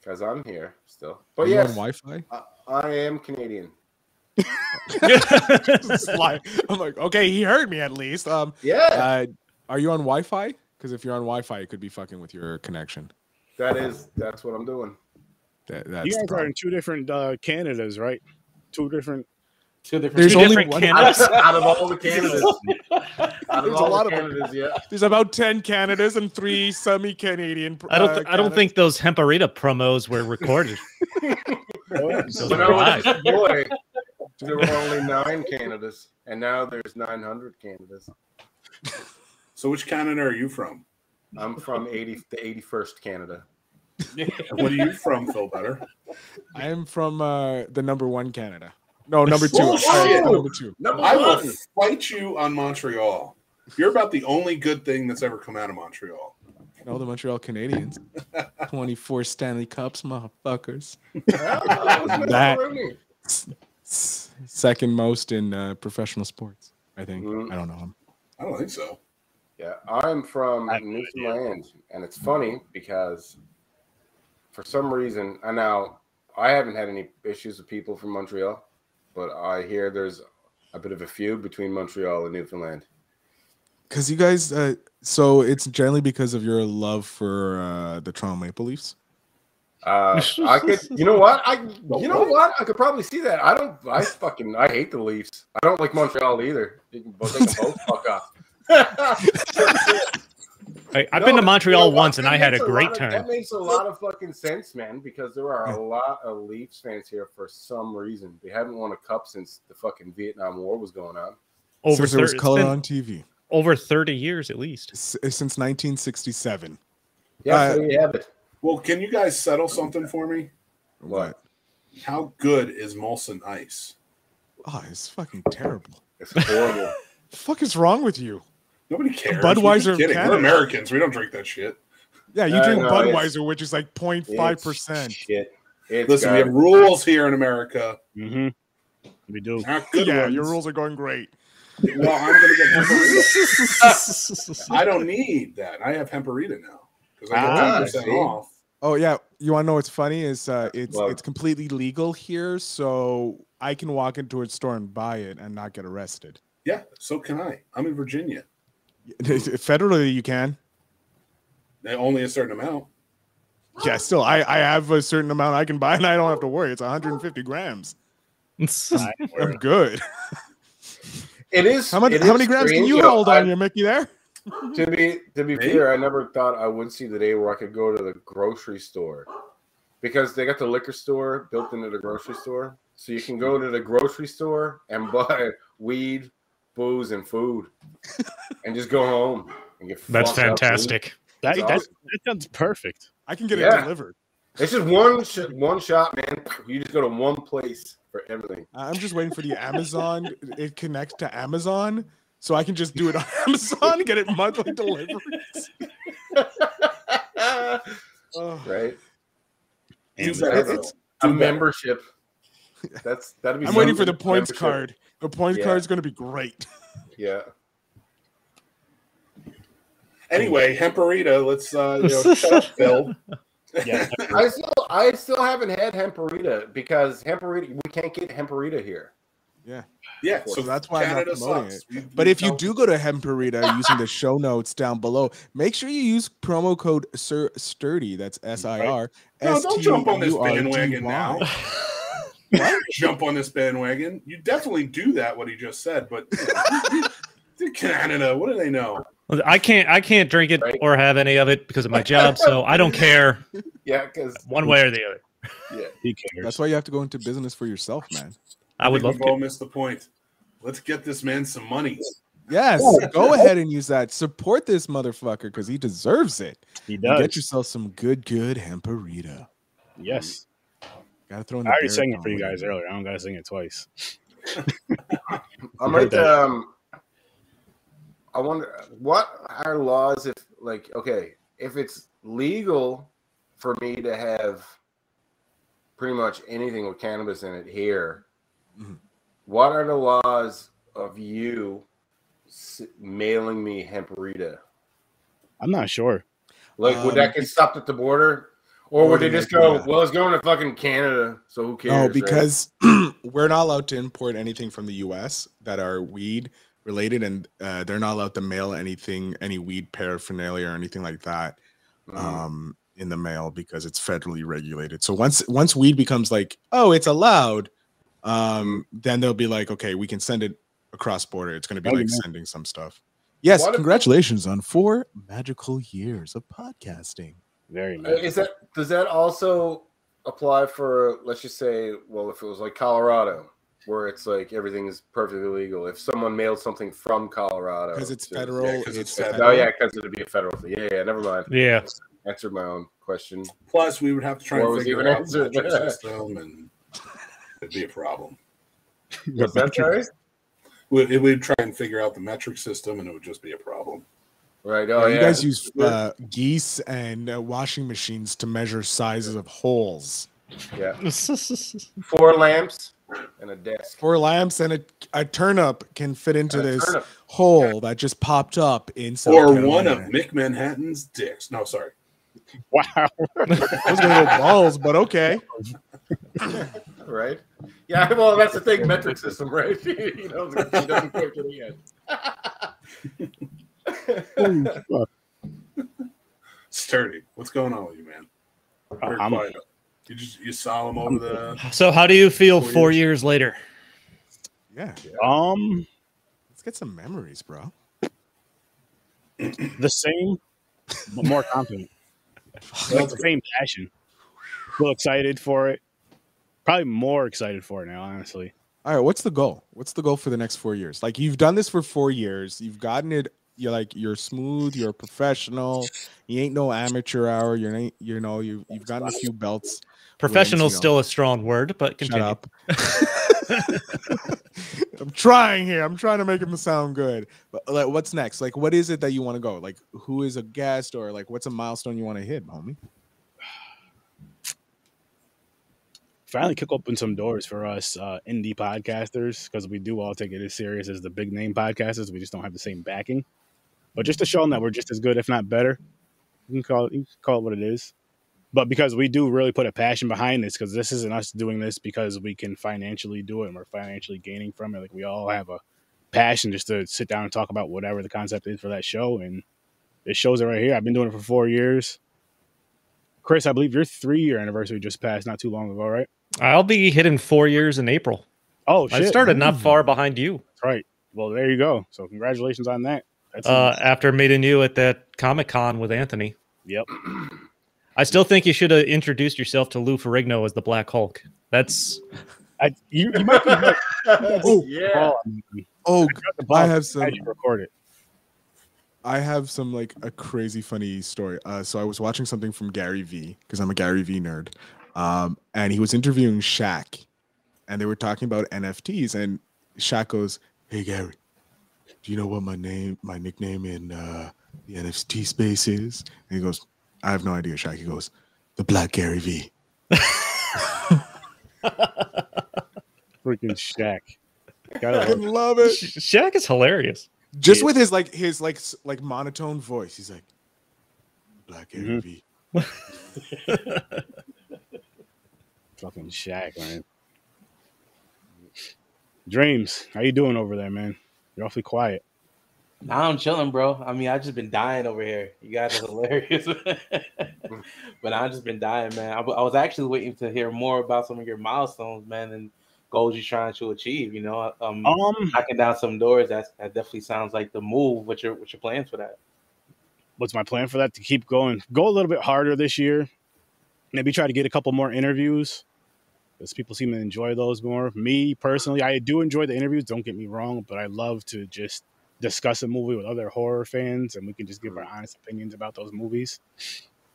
Speaker 4: Because I'm here still. But
Speaker 3: Are you
Speaker 4: yes,
Speaker 3: on Wi-Fi.
Speaker 4: I, I am Canadian.
Speaker 3: It's like- I'm like, okay, he heard me at least. Um,
Speaker 4: Yeah.
Speaker 3: uh, are you on Wi-Fi? Because if you're on Wi-Fi, it could be fucking with your connection.
Speaker 4: that is that's what I'm doing.
Speaker 3: That, that's
Speaker 1: you
Speaker 3: the
Speaker 1: guys are
Speaker 3: problem.
Speaker 1: in two different uh, Canadas, right? Two different.
Speaker 6: Two different.
Speaker 3: There's
Speaker 5: Two
Speaker 3: only
Speaker 5: different
Speaker 3: one-
Speaker 4: Out
Speaker 5: Canadas.
Speaker 4: of, out of all the Canada's. Out of
Speaker 3: There's a
Speaker 4: all
Speaker 3: lot
Speaker 4: the
Speaker 3: of-
Speaker 4: Canada's, yeah.
Speaker 3: There's about ten Canadas and three semi-Canadian.
Speaker 5: I don't.
Speaker 3: uh,
Speaker 5: I don't
Speaker 3: Canadas.
Speaker 5: think those Hemperita promos were recorded.
Speaker 1: Those
Speaker 5: Those
Speaker 1: are
Speaker 4: When I was
Speaker 5: live.
Speaker 4: a boy, there were only nine Canada's, and now there's 900 Canada's.
Speaker 2: So which Canada are you from?
Speaker 4: I'm from 80 the 81st Canada.
Speaker 2: And what are you from, Phil Better?
Speaker 3: I'm from uh, the number one Canada. No, number two.
Speaker 2: Bullshit.
Speaker 3: Sorry, number two.
Speaker 4: Number
Speaker 2: I will
Speaker 4: one.
Speaker 2: fight you on Montreal. You're about the only good thing that's ever come out of Montreal.
Speaker 3: No, the Montreal Canadiens. 24 Stanley Cups, motherfuckers.
Speaker 4: Oh, it's
Speaker 3: That-
Speaker 4: macaroni.
Speaker 3: S- Second most in uh, professional sports, I think.
Speaker 1: Mm.
Speaker 3: I don't know.
Speaker 2: I don't think so.
Speaker 4: Yeah, I'm from
Speaker 8: I have no
Speaker 4: New
Speaker 8: idea.
Speaker 4: Zealand, and it's funny because for some reason, I now I haven't had any issues with people from Montreal, but I hear there's a bit of a feud between Montreal and Newfoundland.
Speaker 3: Because you guys, uh, so it's generally because of your love for uh, the Toronto Maple Leafs.
Speaker 4: Uh, I could, you know what? I, you know what? I could probably see that. I don't. I fucking. I hate the Leafs. I don't like Montreal either. They can both, they can both fuck off.
Speaker 5: I, I've
Speaker 4: No,
Speaker 5: been to
Speaker 4: but
Speaker 5: Montreal
Speaker 4: you know what?
Speaker 5: once, and
Speaker 4: That
Speaker 5: I had a
Speaker 4: makes
Speaker 5: great
Speaker 4: lot of-
Speaker 5: time.
Speaker 4: That makes a lot of fucking sense, man, because there are a lot of Leafs fans here for some reason. They haven't won a cup since the fucking Vietnam War was going on.
Speaker 5: Over
Speaker 3: since there was
Speaker 5: thirty,
Speaker 3: color on TV.
Speaker 5: over thirty years at least.
Speaker 3: S- uh, since 1967.
Speaker 4: Yeah,
Speaker 3: Uh,
Speaker 4: so there you have it.
Speaker 2: Well, can you guys settle something for me?
Speaker 4: What?
Speaker 2: How good is Molson Ice?
Speaker 3: Oh, it's fucking terrible.
Speaker 4: It's horrible.
Speaker 3: The fuck is wrong with you?
Speaker 2: Nobody cares.
Speaker 3: Budweiser
Speaker 2: We're, just kidding.
Speaker 3: Canada.
Speaker 2: We're Americans. We don't drink that shit.
Speaker 3: Yeah, you
Speaker 4: Uh,
Speaker 3: drink
Speaker 4: no, it's-
Speaker 3: Budweiser, which is like
Speaker 4: It's
Speaker 3: 0.5%.
Speaker 4: Shit. It's
Speaker 2: Listen, we have
Speaker 4: garbage.
Speaker 2: rules here in America.
Speaker 1: hmm We do.
Speaker 2: Not good
Speaker 3: Yeah,
Speaker 2: ones.
Speaker 3: your rules are going great.
Speaker 2: Well, I'm gonna get Hemperita. I don't need that. I have Hemperita now because I get
Speaker 1: Ah,
Speaker 2: ten percent
Speaker 4: see.
Speaker 2: off.
Speaker 3: Oh yeah, you want to know what's funny is uh, it's
Speaker 4: Well-
Speaker 3: it's completely legal here, so I can walk into a store and buy it and not get arrested.
Speaker 2: Yeah, so can I. I'm in Virginia.
Speaker 3: Federally, you can.
Speaker 2: They- Only a certain amount.
Speaker 3: Yeah, still, I I have a certain amount I can buy and I don't have to worry. It's 150 grams. I'm good.
Speaker 4: It is.
Speaker 3: How many
Speaker 4: it
Speaker 3: how
Speaker 4: is
Speaker 3: many grams can
Speaker 4: strange,
Speaker 3: you
Speaker 4: though.
Speaker 3: hold
Speaker 4: I-
Speaker 3: on your Mickey there?
Speaker 4: to be to
Speaker 2: Me?
Speaker 4: be fair, I never thought I would see the day where I could go to the grocery store because they got the liquor store built into the grocery store, so you can go to the grocery store and buy weed, booze, and food, and just go home and get.
Speaker 5: That's
Speaker 4: fucked up, dude.
Speaker 5: fantastic.
Speaker 1: That,
Speaker 4: It's
Speaker 1: that,
Speaker 4: awesome.
Speaker 1: that sounds perfect.
Speaker 3: I can get it
Speaker 4: Yeah.
Speaker 3: delivered.
Speaker 4: It's just one sh- one shot, man. You just go to one place for everything.
Speaker 3: I- I'm just waiting for the Amazon. it connects to Amazon, so I can just do it on Amazon and get it monthly deliveries. Oh.
Speaker 4: right?
Speaker 2: You
Speaker 1: Amazon.
Speaker 2: better.
Speaker 4: It's- A membership. That's that'd be.
Speaker 3: I'm waiting for the
Speaker 4: something.
Speaker 3: points
Speaker 4: Membership.
Speaker 3: card. The points
Speaker 4: Yeah.
Speaker 3: card's going to be great.
Speaker 4: Yeah.
Speaker 2: Anyway, Hemperita. Let's uh, you know, shut up, Phil.
Speaker 1: Yeah.
Speaker 4: I still, I still haven't had hemperita because hemperita, we can't get hemperita here.
Speaker 2: Yeah,
Speaker 3: So that's why I'm not promoting
Speaker 2: sucks. We-
Speaker 3: But
Speaker 2: we
Speaker 3: if you
Speaker 2: don't-
Speaker 3: do go to Hemperita using the show notes down below, make sure you use promo code Sir Sturdy. That's S I R.
Speaker 2: no, don't jump on this
Speaker 3: S T U R D Y.
Speaker 2: bandwagon now. Why jump on this bandwagon? You definitely do that. What he just said, but you know, Canada. What do they know?
Speaker 5: I can't. I can't drink it
Speaker 4: Right.
Speaker 5: or have any of it because of my job. So I don't care
Speaker 4: Yeah, because
Speaker 5: one way or the other.
Speaker 1: He cares.
Speaker 3: That's why you have to go into business for yourself, man.
Speaker 5: I would love
Speaker 2: We've all
Speaker 5: to.
Speaker 2: missed the point. Let's get this man some money.
Speaker 3: Yes, go ahead and use that. Support this motherfucker because he deserves it.
Speaker 1: he
Speaker 3: And
Speaker 1: does.
Speaker 3: Get yourself some good, good Hemperita.
Speaker 1: yes.
Speaker 3: Gotta throw in
Speaker 8: I
Speaker 3: the
Speaker 8: already
Speaker 3: Barrett
Speaker 8: sang it for you
Speaker 3: combo.
Speaker 8: guys earlier. I don't gotta sing it twice.
Speaker 4: I
Speaker 8: You
Speaker 4: might.
Speaker 8: heard that.
Speaker 4: Um, I wonder what are laws if, like, okay, if it's legal for me to have pretty much anything with cannabis in it here,
Speaker 8: Mm-hmm.
Speaker 3: Mhm.
Speaker 4: what are the laws of you s- mailing me hemperita?
Speaker 8: I'm not sure.
Speaker 4: Like, would that
Speaker 3: Um,
Speaker 4: get stopped at the border, or would they
Speaker 3: Border,
Speaker 4: just go,
Speaker 3: yeah.
Speaker 4: "Well, it's going to fucking Canada, so who cares?"
Speaker 3: No,
Speaker 4: right?
Speaker 3: because we're not allowed to import anything from the U.S. that are weed related, and uh, they're not allowed to mail anything, any weed paraphernalia or anything like that,
Speaker 8: Mm.
Speaker 4: Mhm.
Speaker 3: um, in the mail because it's federally regulated. So once once weed becomes like, oh, it's allowed, um, then they'll be like, okay, we can send it across border. It's going to be
Speaker 8: Oh, you
Speaker 3: like
Speaker 8: mean-
Speaker 3: sending some stuff. Yes,
Speaker 4: What if-
Speaker 3: congratulations on four magical years of podcasting.
Speaker 8: Very much.
Speaker 4: Uh, Is that does that also apply for let's just say, well, if it was like Colorado, where it's like everything is perfectly legal. If someone mailed something from Colorado,
Speaker 3: Because it's
Speaker 4: to-
Speaker 3: federal,
Speaker 2: 'cause
Speaker 3: it's
Speaker 2: it's
Speaker 3: federal.
Speaker 2: federal.
Speaker 4: Oh yeah, because it'd be a federal thing. Yeah, yeah. Never mind.
Speaker 5: Yeah.
Speaker 4: Answered my own question.
Speaker 2: Plus, we would have to try
Speaker 4: Or
Speaker 2: and
Speaker 4: was
Speaker 2: figure
Speaker 4: even
Speaker 2: out the
Speaker 4: answered
Speaker 2: metric
Speaker 4: that.
Speaker 2: system, and it'd be a problem.
Speaker 4: Is that right?
Speaker 2: We'd, it would try and figure out the metric system, and it would just be a problem.
Speaker 4: Right. Oh yeah.
Speaker 3: you guys use
Speaker 4: Yeah.
Speaker 3: uh, geese and uh, washing machines to measure sizes of holes.
Speaker 4: yeah.
Speaker 5: That's
Speaker 4: Four lamps and a desk.
Speaker 3: Four lamps and a, a turnip can fit into
Speaker 4: And a
Speaker 3: this
Speaker 4: turnip.
Speaker 3: hole that just popped up in South
Speaker 2: or one of
Speaker 3: Carolina.
Speaker 2: Mick Manhattan's dicks. No, sorry.
Speaker 1: Wow.
Speaker 3: I was gonna go balls, but okay.
Speaker 4: Right. Yeah. Well, that's the thing. Metric system, right? you know, it doesn't work in the end.
Speaker 2: Sturdy, what's going on with you, man? Very
Speaker 8: I'm-
Speaker 2: quiet. You just you solemn over the.
Speaker 5: so how do you feel
Speaker 2: Four
Speaker 5: four years later?
Speaker 3: Yeah,
Speaker 1: Um,
Speaker 3: let's get some memories, bro.
Speaker 1: the same, but more confident. like the same passion. Still excited for it. Probably more excited for it now, honestly.
Speaker 3: All right, what's the goal? What's the goal for the next four years? Like you've done this for four years, you've gotten it. You're like you're smooth, you're professional. You ain't no amateur hour. You're ain't, you know you you've gotten a few belts.
Speaker 5: Professional's
Speaker 3: you know.
Speaker 5: still a strong word, but
Speaker 3: Shut
Speaker 5: continue.
Speaker 3: up. I'm trying here. I'm trying to make him sound good. But like, what's next? Like, what is it that you want to go? Like, who is a guest, or like, what's a milestone you want to hit, homie?
Speaker 1: Finally, kick open some doors for us uh, indie podcasters because we do all take it as serious as the big name podcasters. We just don't have the same backing. But just to show them that we're just as good, if not better, you can call it, you can call it what it is. But because we do really put a passion behind this, because this isn't us doing this because we can financially do it and we're financially gaining from it. Like we all have a passion just to sit down and talk about whatever the concept is for that show. And it shows it right here. I've been doing it for four years. Chris, I believe your three year anniversary just passed not too long ago, right?
Speaker 5: I'll be hitting four years in April.
Speaker 1: Oh, shit.
Speaker 5: I started not far behind you
Speaker 1: That's right. Well, there you go. So congratulations on that. That's
Speaker 5: uh, after meeting you at that Comic Con with Anthony.
Speaker 1: Yep.
Speaker 5: I still think you should have introduced yourself to Lou Ferrigno as the Black Hulk. That's
Speaker 1: I, you, you might be right.
Speaker 4: yeah.
Speaker 1: Oh, I'm-
Speaker 3: Oh,
Speaker 1: the
Speaker 3: I
Speaker 1: boss
Speaker 3: have some.
Speaker 1: had you record it.
Speaker 3: I have some like a crazy funny story. Uh, so I was watching something from Gary Vee because I'm a Gary Vee nerd. Um, and he was interviewing Shaq and they were talking about NFTs. And Shaq goes, Hey, Gary, do you know what my name, my nickname in uh, the NFT space is? And he goes, I have no idea, Shaq. He goes, The Black Gary Vee.
Speaker 1: Freaking Shaq. Gotta
Speaker 3: I
Speaker 1: love it.
Speaker 3: love it.
Speaker 5: Sh- Shaq is hilarious.
Speaker 3: Just
Speaker 1: Yeah.
Speaker 3: with his like, his like, s- like monotone voice, he's like, Black Gary
Speaker 1: Mhm.
Speaker 3: Vee.
Speaker 1: Fucking Shaq, man. Dreams, how you doing over there, man? You're awfully quiet.
Speaker 6: Nah, I'm chilling, bro. I mean, I've just been dying over here. You guys are hilarious. but I've just been dying, man. I, w- I was actually waiting to hear more about some of your milestones, man, and goals you're trying to achieve. You know, um,
Speaker 1: Um,
Speaker 6: knocking down some doors. That's, that definitely sounds like the move. What's your what's your plans for that?
Speaker 1: what's my plan for that? To keep going, go a little bit harder this year. Maybe try to get a couple more interviews because people seem to enjoy those more. Me personally, I do enjoy the interviews. Don't get me wrong, but I love to just discuss a movie with other horror fans, and we can just give our honest opinions about those movies.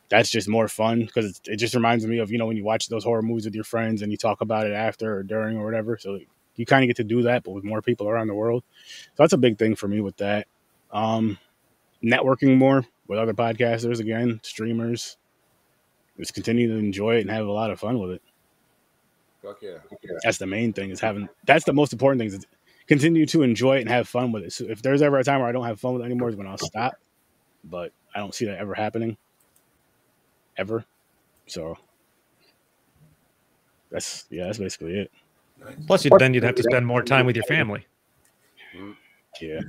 Speaker 8: that's just more fun because it just reminds me of you know when you watch those horror movies with your friends and you talk about it after or during or whatever. So you kind of get to do that, but with more people around the world. So that's a big thing for me with that. Um, networking more with other podcasters again, streamers. Just continue to enjoy it and have a lot of fun with it.
Speaker 4: Fuck yeah.
Speaker 8: That's the main thing is having. That's the most important thing is continue to enjoy it and have fun with it. So if there's ever a time where I don't have fun with it anymore, is when I'll stop. But I don't see that ever happening ever. So that's yeah, that's basically it.
Speaker 5: Plus, you'd, then you'd have to spend more time with your family.
Speaker 8: Yeah,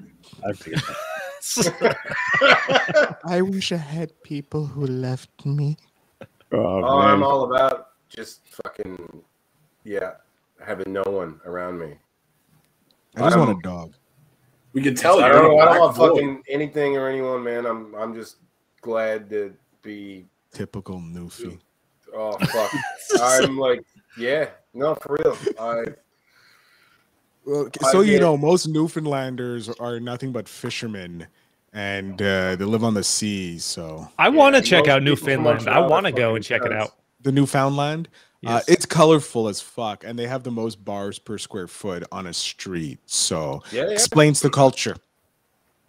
Speaker 8: I figured that.
Speaker 9: I wish I had people who left me.
Speaker 8: Oh,
Speaker 4: Oh, I'm
Speaker 8: man.
Speaker 4: all about just fucking, yeah, having no one around me.
Speaker 3: I just
Speaker 4: I'm-
Speaker 3: want a dog.
Speaker 2: We can tell you.
Speaker 4: I don't know. I
Speaker 2: I'm
Speaker 4: don't want
Speaker 2: full.
Speaker 4: fucking anything or anyone, man. I'm I'm just glad to be.
Speaker 3: Typical newfie.
Speaker 4: Oh fuck. I'm like, yeah, no, for real. I
Speaker 3: Well,
Speaker 4: I
Speaker 3: so you
Speaker 4: did.
Speaker 3: know, most Newfoundlanders are nothing but fishermen, and uh, they live on the sea. So
Speaker 5: I want to
Speaker 4: Yeah,
Speaker 5: check
Speaker 4: most
Speaker 5: out New
Speaker 4: people from
Speaker 5: Finland. I
Speaker 4: Montreal are
Speaker 5: want to go
Speaker 4: fucking
Speaker 5: and check it
Speaker 4: cunts.
Speaker 5: out.
Speaker 3: the Newfoundland,
Speaker 5: Yes.
Speaker 3: uh, it's colorful as fuck, and they have the most bars per square foot on a street. So
Speaker 4: yeah, yeah.
Speaker 3: explains the culture.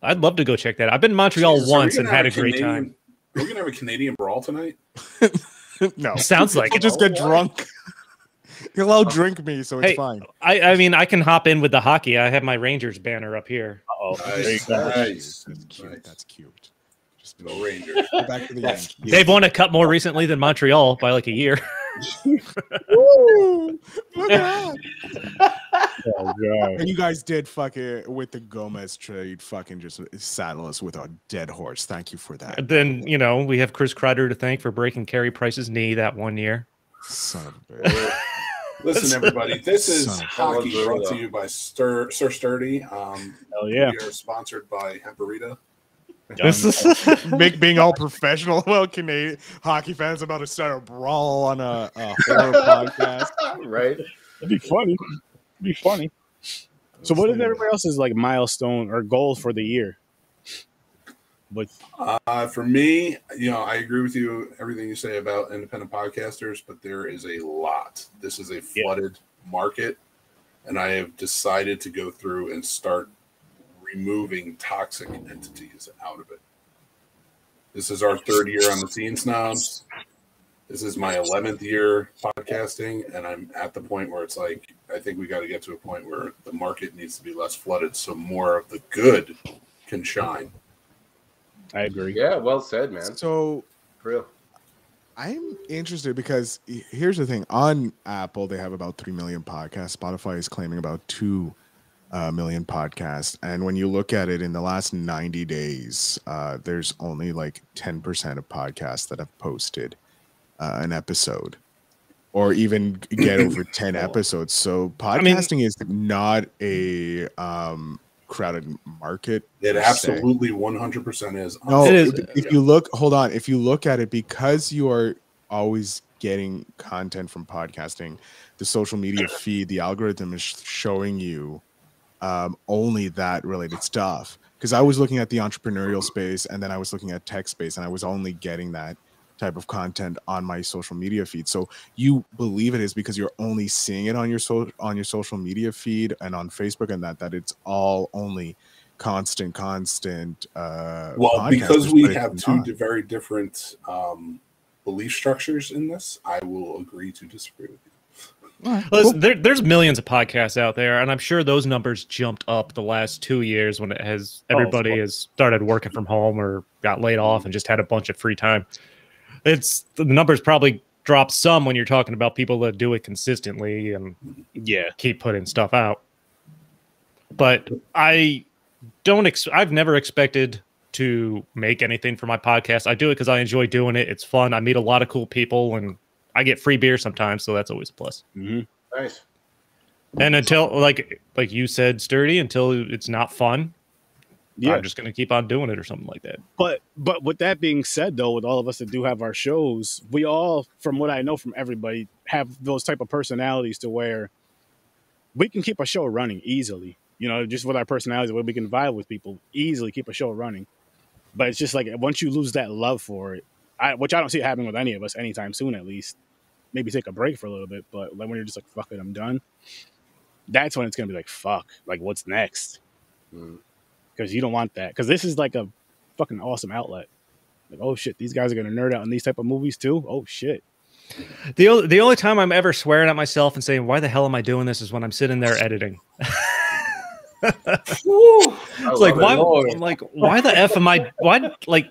Speaker 5: I'd love to go check that. out. I've been to Montreal
Speaker 2: Jesus, are we
Speaker 5: once and
Speaker 2: gonna
Speaker 5: had a
Speaker 2: have
Speaker 5: great
Speaker 2: Canadian-
Speaker 5: time.
Speaker 2: We're gonna have a Canadian brawl tonight.
Speaker 3: no,
Speaker 5: Sounds like
Speaker 3: I'll
Speaker 5: it. Oh.
Speaker 3: just get
Speaker 4: Oh,
Speaker 3: drunk. You'll all drink me, so it's
Speaker 5: Hey,
Speaker 3: fine.
Speaker 5: I, I mean, I can hop in with the hockey. I have my Rangers banner up here.
Speaker 8: Oh, there you
Speaker 2: Nice.
Speaker 8: go.
Speaker 2: Nice.
Speaker 3: That's cute.
Speaker 2: Nice.
Speaker 3: That's cute. Just
Speaker 2: Go Rangers.
Speaker 3: go back to the
Speaker 6: That's-
Speaker 3: Yankees.
Speaker 5: They've won a cup more recently than Montreal by like a year.
Speaker 3: Woo! Look at that.
Speaker 8: Oh, God.
Speaker 3: And you guys did fucking with the Gomez trade, fucking just saddle us with a dead horse. Thank you for that,
Speaker 5: then you know we have Chris Kreider to thank for breaking Carey Price's knee that one year.
Speaker 3: son of a bitch.
Speaker 2: Listen, everybody, this is
Speaker 3: Son of a-
Speaker 2: hockey
Speaker 4: That was
Speaker 2: brought
Speaker 4: brutal.
Speaker 2: to you by Stir, Sir Sturdy. Um,
Speaker 8: Hell yeah.
Speaker 2: We are sponsored by Hemperita.
Speaker 3: Make being all professional, well, Canadian hockey fans about to start a brawl on a, a horror podcast.
Speaker 4: right.
Speaker 8: It'd be funny. It'd be funny. So what is everybody else's like milestone or goal for the year? But
Speaker 2: Uh, for me, you know, I agree with you everything you say about independent podcasters, but there is a lot. This is a flooded market, and I have decided to go through and start removing toxic entities out of it. This is our third year on the Teen Snobs. This is my eleventh year podcasting, and I'm at the point where it's like I think we got to get to a point where the market needs to be less flooded, so more of the good can shine.
Speaker 8: I agree.
Speaker 4: Yeah, well said, man.
Speaker 3: So
Speaker 4: For real.
Speaker 3: I'm interested because he- here's the thing: on Apple, they have about three million podcasts. Spotify is claiming about two uh, million podcasts, and when you look at it in the last 90 days, uh, there's only like 10 percent of podcasts that have posted uh, an episode, or even get over 10 episodes. So
Speaker 5: mean-
Speaker 3: podcasting is not a um, crowded market.
Speaker 2: It
Speaker 3: per se.
Speaker 2: absolutely 100% is. Um,
Speaker 3: No,
Speaker 5: It is-
Speaker 3: if, if you look, hold on. If you look at it, because you are always getting content from podcasting, the social media feed, the algorithm is showing you um, only that related stuff. Because I was looking at the entrepreneurial space, and then I was looking at tech space, and I was only getting that type of content on my social media feed. So you believe it is because you're only seeing it on your so on your social media feed and on Facebook and that that it's all only constant constant uh
Speaker 2: Well,
Speaker 3: podcasters,
Speaker 2: because we
Speaker 3: but it's
Speaker 2: have two
Speaker 3: not.
Speaker 2: di- very different um, belief structures in this, I will agree to disagree with you.
Speaker 5: Listen, there, there's millions of podcasts out there, and I'm sure those numbers jumped up the last two years when it has
Speaker 8: of
Speaker 5: everybody
Speaker 8: course.
Speaker 5: has started working from home or got laid off and just had a bunch of free time. It's the numbers probably drop some when you're talking about people that do it consistently and
Speaker 8: Yeah.
Speaker 5: keep putting stuff out. But I don't. Ex- I've never expected to make anything for my podcast. I do it because I enjoy doing it. It's fun. I meet a lot of cool people, and I get free beer sometimes, so that's always a plus.
Speaker 8: hmm
Speaker 4: Nice.
Speaker 5: And until like like you said, sturdy until it's not fun.
Speaker 8: Yeah.
Speaker 5: I'm just gonna keep on doing it or something like that.
Speaker 1: But but with that being said, though, with all of us that do have our shows, we all, from what I know from everybody, have those type of personalities to where we can keep a show running easily. You know, just with our personalities, where we can vibe with people easily, keep a show running. But it's just like once you lose that love for it, I, which I don't see it happening with any of us anytime soon, at least. Maybe take a break for a little bit, but like when you're just like, fuck it, I'm done. That's when it's gonna be like, fuck, like what's next?
Speaker 4: Mm.
Speaker 1: Because you don't want that. Because this is like a fucking awesome outlet. Like, oh shit, these guys are gonna nerd out in these type of movies too. Oh shit.
Speaker 5: The only the only time I'm ever swearing at myself and saying why the hell am I doing this is when I'm sitting there editing. It's like why I'm like why the f am I why like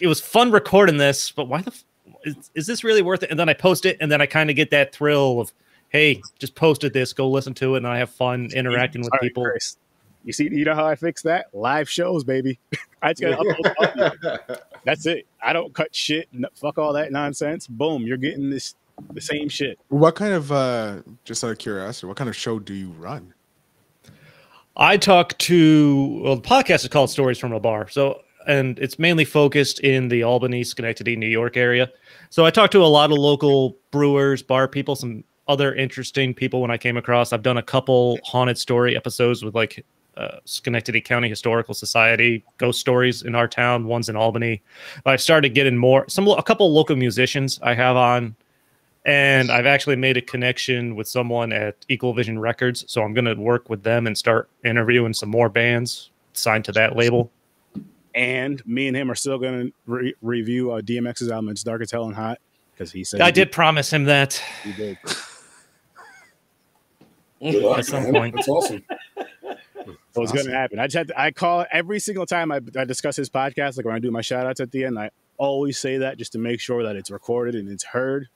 Speaker 5: it was fun recording this, but why the f- is, is this really worth it? And then I post it, and then I kind of get that thrill of hey, just posted this, go listen to it, and I have fun interacting with
Speaker 1: All right,
Speaker 5: people.
Speaker 1: Chris. You see, you know how I fix that? Live shows, baby. I just gotta upload. That's it. I don't cut shit. N- fuck all that nonsense. Boom, you're getting this the same shit.
Speaker 3: What kind of uh just out of curiosity, what kind of show do you run?
Speaker 5: I talk to well, the podcast is called Stories from a Bar, so and it's mainly focused in the Albany, Schenectady, New York area. So I talk to a lot of local brewers, bar people, some other interesting people when I came across. I've done a couple haunted story episodes with like uh, Schenectady County Historical Society, ghost stories in our town, ones in Albany. I've started getting more some a couple local musicians I have on and I've actually made a connection with someone at Equal Vision Records, so I'm going to work with them and start interviewing some more bands signed to that label.
Speaker 1: And me and him are still gonna re- review uh, DMX's album. It's dark as hell and hot because he said
Speaker 5: I
Speaker 1: he
Speaker 5: did promise him that.
Speaker 1: He did.
Speaker 2: Good luck,
Speaker 5: At some
Speaker 2: man.
Speaker 5: point.
Speaker 2: That's awesome.
Speaker 1: So it's
Speaker 3: Awesome.
Speaker 1: gonna happen. I just had to, I call every single time I, I discuss his podcast, like when I do my shout outs at the end, I always say that just to make sure that it's recorded and it's heard.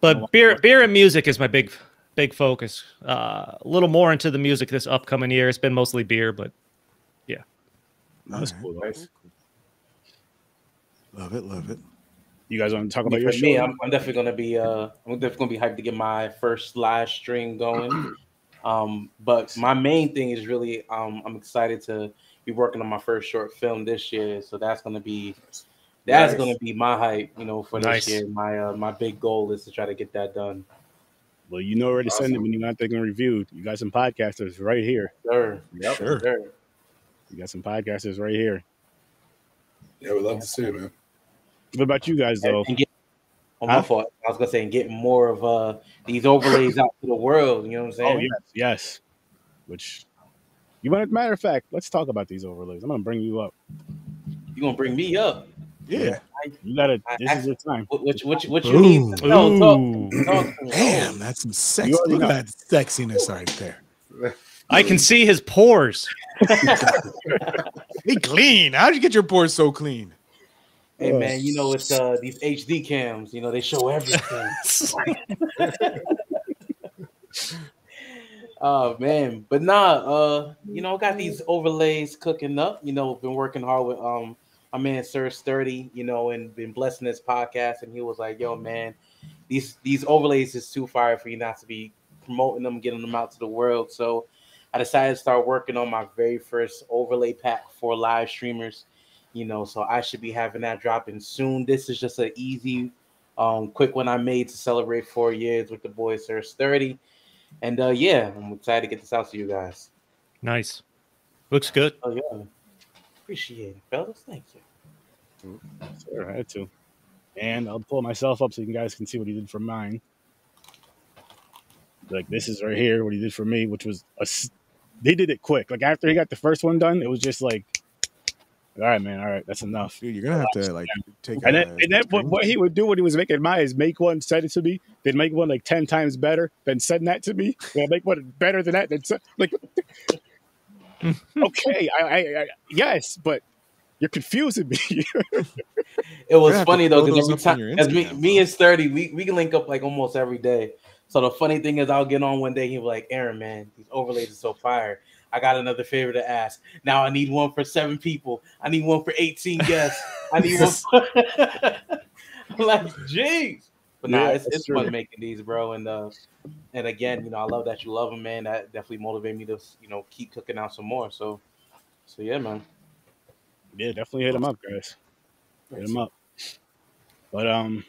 Speaker 5: But beer, beer and music is my big, big focus. Uh, a little more into the music this upcoming year. It's been mostly beer, but
Speaker 1: That's cool. though.
Speaker 4: Nice.
Speaker 3: Love it, love it.
Speaker 1: You guys want to talk
Speaker 6: I
Speaker 1: about
Speaker 6: mean,
Speaker 1: your
Speaker 6: for
Speaker 1: show?
Speaker 6: me, I'm, I'm definitely gonna be uh, I'm definitely gonna be hyped to get my first live stream going. Um, but my main thing is really um, I'm excited to be working on my first short film this year, so that's gonna be that's
Speaker 2: Nice.
Speaker 6: gonna be my hype, you know, for
Speaker 5: Nice.
Speaker 6: this year. My uh, my big goal is to try to get that done.
Speaker 1: well, you know where to send
Speaker 4: Awesome.
Speaker 1: them and you got them reviewed. You got some podcasters right here.
Speaker 6: Sure,
Speaker 4: Yep.
Speaker 3: Sure.
Speaker 6: sure.
Speaker 1: You got some podcasters right here.
Speaker 2: Yeah, we'd love to see it, man.
Speaker 1: What about you guys though?
Speaker 6: And, and get, oh, my
Speaker 1: Huh?
Speaker 6: fault. I was gonna say and getting more of uh, these overlays out to the world. You know what I'm saying?
Speaker 1: Oh yes, yes. Which you want? Matter of fact, let's talk about these overlays. I'm gonna bring you up.
Speaker 6: You gonna bring me up?
Speaker 3: Yeah.
Speaker 1: You gotta.
Speaker 6: I-
Speaker 1: This is your time.
Speaker 6: What what what, what you need?
Speaker 3: Ooh.
Speaker 6: No,
Speaker 5: Ooh.
Speaker 6: talk, to me, talk to me.
Speaker 3: Damn, that's some sex.
Speaker 1: You already
Speaker 3: Look at
Speaker 1: know.
Speaker 3: that sexiness right there.
Speaker 5: I can see his pores.
Speaker 3: They clean. How'd you get your board so clean?
Speaker 6: Hey man, you know it's uh these HD cams. You know they show everything. oh man, but nah, uh, you know I got these overlays cooking up. You know, been working hard with um my man Sir Sturdy. You know, and been blessing this podcast. And he was like, "Yo, man, these these overlays is too fire for you not to be promoting them, getting them out to the world." So I decided to start working on my very first overlay pack for live streamers you know so i should be having that dropping soon this is just an easy um quick one i made to celebrate four years with the boys sir 30 and uh yeah i'm excited to get this out to you guys
Speaker 5: nice, looks good.
Speaker 6: oh yeah appreciate it fellas thank you
Speaker 1: Sure, I had to. And I'll pull myself up so you guys can see what he did for mine. Like this is right here what he did for me, which was a. s- They did it quick. Like after he got the first one done, it was just like, all right, man, all right, that's enough.
Speaker 3: Dude, you're gonna have to like take
Speaker 1: And then,
Speaker 3: a-
Speaker 1: and then what, what he would do when he was making mine is make one, send it to me, then make one like ten times better, then send that to me, then make one better than that, then send, like, okay, I, I, I, yes, but you're confusing me.
Speaker 6: it was
Speaker 3: You're gonna have
Speaker 6: funny
Speaker 3: to
Speaker 6: though
Speaker 3: throw
Speaker 6: because
Speaker 3: those
Speaker 6: every
Speaker 3: up on your
Speaker 6: time as me,
Speaker 3: Instagram,
Speaker 6: me
Speaker 3: bro.
Speaker 6: and Sturdy, we, we can link up like almost every day. So the funny thing is, I'll get on one day. He'll be like, "Aaron, man, these overlays are so fire. I got another favor to ask. Now I need one for seven people. I need one for eighteen guests. I need one." For... I'm like, "Jeez." But nah,
Speaker 1: Yeah,
Speaker 6: it's,
Speaker 1: that's
Speaker 6: it's fun
Speaker 1: true.
Speaker 6: making these, bro. And uh, and again, you know, I love that you love them, man. That definitely motivated me to, you know, keep cooking out some more. So, so yeah, man.
Speaker 1: yeah, definitely hit him up, guys. Hit him up. But um,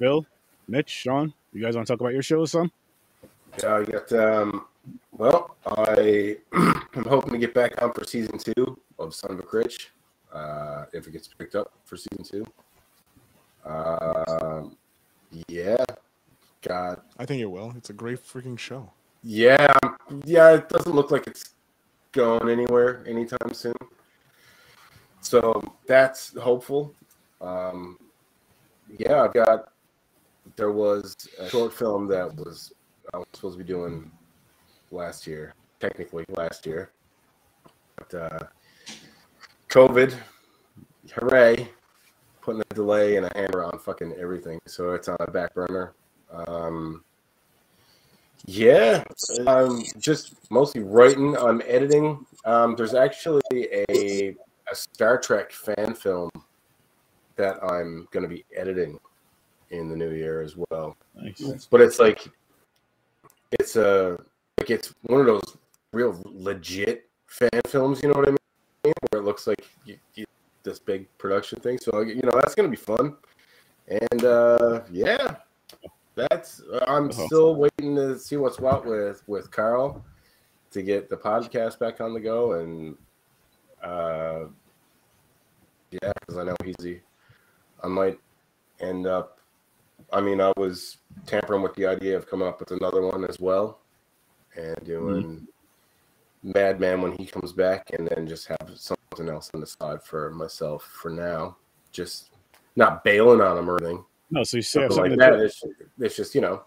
Speaker 1: Bill, Mitch, Sean, you guys want to talk about your show some?
Speaker 4: Yeah, I got. Um, well, I am hoping to get back on for season two of Son of a Critch. uh, if it gets picked up for season two. Um, yeah, God,
Speaker 3: I think it will. It's a great freaking show.
Speaker 4: yeah, yeah. It doesn't look like it's going anywhere anytime soon. So that's hopeful. Um, yeah, I got. There was a short film that was I was supposed to be doing last year, technically last year, but uh, COVID, hooray, putting a delay and a hammer on fucking everything, so it's on a back burner. Um, yeah, I'm Um, just mostly writing. I'm editing. Um, there's actually a a Star Trek fan film that I'm going to be editing in the new year as well.
Speaker 8: Nice.
Speaker 4: But it's like it's a like it's one of those real legit fan films. You know what I mean? Where it looks like you, you, this big production thing. So you know that's gonna be fun. And uh, yeah, that's I'm
Speaker 8: That's awesome.
Speaker 4: still waiting to see what's what with with Carl to get the podcast back on the go and uh, yeah, because I know he's the I might end up. I mean, I was tampering with the idea of coming up with another one as well, and doing Madman when he comes back, and then just have something else on the side for myself for now. Just not bailing on him or anything.
Speaker 1: No, so you still have
Speaker 4: Something
Speaker 1: something
Speaker 4: like
Speaker 1: to Ah,
Speaker 4: that.
Speaker 1: do.
Speaker 4: It's, it's just you know.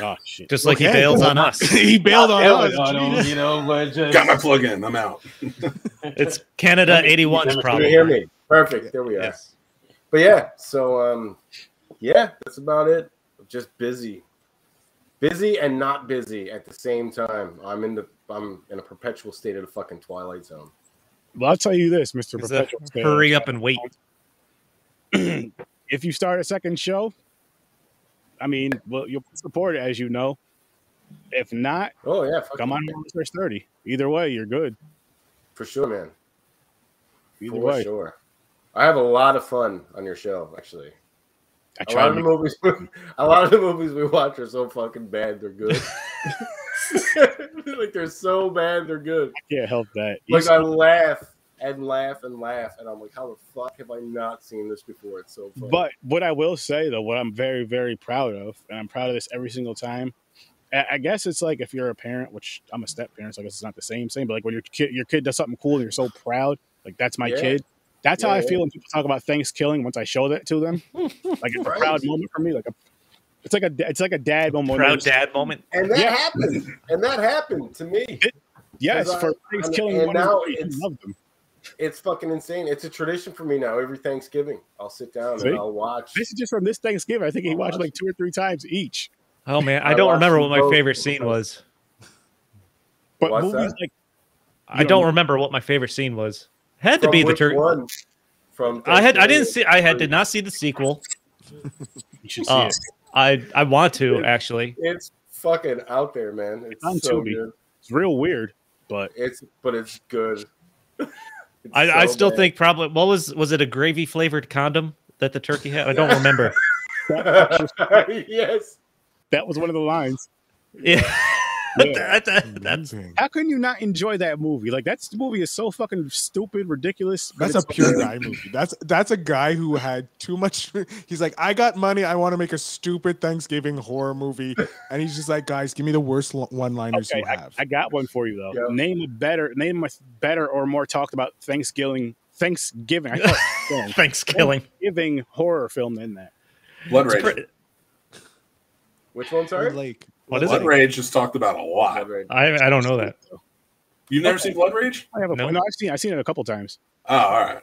Speaker 8: Oh shit.
Speaker 5: Just like he
Speaker 3: Okay.
Speaker 5: bails on us.
Speaker 3: he bailed on
Speaker 6: Hell,
Speaker 3: us.
Speaker 6: I don't, you know, but just
Speaker 2: Got my plug in. I'm out.
Speaker 5: It's Canada 81's
Speaker 4: Can
Speaker 5: problem.
Speaker 4: you hear me? Perfect. There we are.
Speaker 5: Yes.
Speaker 4: But yeah, so um, yeah, that's about it. Just busy, busy and not busy at the same time. I'm in the I'm in a perpetual state of the fucking twilight zone.
Speaker 1: Well, I'll tell you this, Mr.
Speaker 5: It's a
Speaker 1: Perpetual. Stare.
Speaker 5: Hurry up and wait.
Speaker 1: If you start a second show, I mean, well, you'll support it as you know. If not,
Speaker 4: Oh yeah, fuck
Speaker 1: come
Speaker 4: yeah.
Speaker 1: on over to first 30. Either way, you're good.
Speaker 4: for sure, man,
Speaker 1: Either
Speaker 4: for
Speaker 1: way.
Speaker 4: sure. I have a lot of fun on your show, actually.
Speaker 1: I
Speaker 4: A
Speaker 1: try to
Speaker 4: lot of the
Speaker 1: make
Speaker 4: movies, a lot of the movies we watch are so fucking bad they're good. like they're so bad they're good.
Speaker 1: can't help that. You
Speaker 4: Like I laugh and laugh and laugh, and I'm like, how the fuck have I not seen this before? It's so funny.
Speaker 1: But what I will say though, what I'm very, very proud of, and I'm proud of this every single time. I I guess it's like if you're a parent, which I'm a step parent, so I guess it's not the same thing. But like when your kid, your kid does something cool, and you're so proud, like that's my
Speaker 4: Yeah.
Speaker 1: kid. That's how
Speaker 4: Yeah,
Speaker 1: I
Speaker 4: yeah.
Speaker 1: feel when people talk about Thanksgiving. Once I show that to them, like it's a
Speaker 4: Right.
Speaker 1: proud moment for me. Like a, it's like a, da- it's like a dad moment.
Speaker 5: Proud dad moment.
Speaker 4: and that
Speaker 1: Yeah.
Speaker 4: happened, and that happened to me.
Speaker 1: Yes,
Speaker 4: 'Cause I-
Speaker 1: for
Speaker 4: and-
Speaker 1: Thanksgiving.
Speaker 4: and
Speaker 1: one is-
Speaker 4: now
Speaker 1: I
Speaker 4: it's-
Speaker 1: love them.
Speaker 4: It's fucking insane. It's a tradition for me now. Every Thanksgiving, I'll sit down
Speaker 1: See?
Speaker 4: and I'll watch.
Speaker 1: This is just from this Thanksgiving. I think he
Speaker 4: I'll
Speaker 1: watched
Speaker 4: watch
Speaker 1: like two or three times each.
Speaker 5: Oh man, I
Speaker 4: I
Speaker 5: don't
Speaker 4: watched
Speaker 5: remember what
Speaker 4: them
Speaker 5: my
Speaker 4: both.
Speaker 5: favorite scene was.
Speaker 1: But
Speaker 4: What's
Speaker 1: movies
Speaker 4: that?
Speaker 1: like
Speaker 5: I
Speaker 1: don't-
Speaker 5: don't remember what my favorite scene was. Had to
Speaker 4: From
Speaker 5: be the
Speaker 4: which
Speaker 5: turkey.
Speaker 4: One from
Speaker 5: I had I didn't
Speaker 4: Thanksgiving.
Speaker 5: see I had did not see the sequel.
Speaker 1: you should see
Speaker 5: Uh,
Speaker 1: it.
Speaker 5: I I want to actually.
Speaker 4: It's fucking out there, man. It's
Speaker 1: on
Speaker 4: so
Speaker 1: Tubi.
Speaker 4: good.
Speaker 1: It's real weird, but
Speaker 4: It's but it's good. It's
Speaker 5: I, I
Speaker 4: so
Speaker 5: still
Speaker 4: bad.
Speaker 5: think probably what was was it a gravy flavored condom that the turkey had? I don't remember.
Speaker 4: yes.
Speaker 1: that was one of the lines.
Speaker 5: Yeah.
Speaker 1: Yeah.
Speaker 5: That- that- that's
Speaker 3: Amazing.
Speaker 1: How can you not enjoy that movie? Like that movie is so fucking stupid, ridiculous. but
Speaker 3: That's a
Speaker 1: it's-
Speaker 3: pure guy movie. That's that's a guy who had too much. He's like, I got money. I want to make a stupid Thanksgiving horror movie, and he's just like, guys, give me the worst one liners
Speaker 1: Okay,
Speaker 3: you have.
Speaker 1: I got one for you though.
Speaker 4: Yeah.
Speaker 1: Name a better, name a better or more talked about Thanksgiving, Thanksgiving, I thought Thanksgiving
Speaker 5: thanks killing.
Speaker 1: Thanksgiving horror film than that.
Speaker 2: Blood Rage.
Speaker 5: Pre-
Speaker 4: Which one,
Speaker 3: Red
Speaker 4: sorry?
Speaker 3: Lake.
Speaker 5: What is
Speaker 2: Blood
Speaker 5: it?
Speaker 2: Rage is talked about a lot.
Speaker 4: Blood Rage.
Speaker 5: I I don't know that.
Speaker 2: You've never seen Blood Rage?
Speaker 1: I have a
Speaker 5: No.
Speaker 1: no. I've seen, I've seen it a couple times.
Speaker 2: Oh, all right.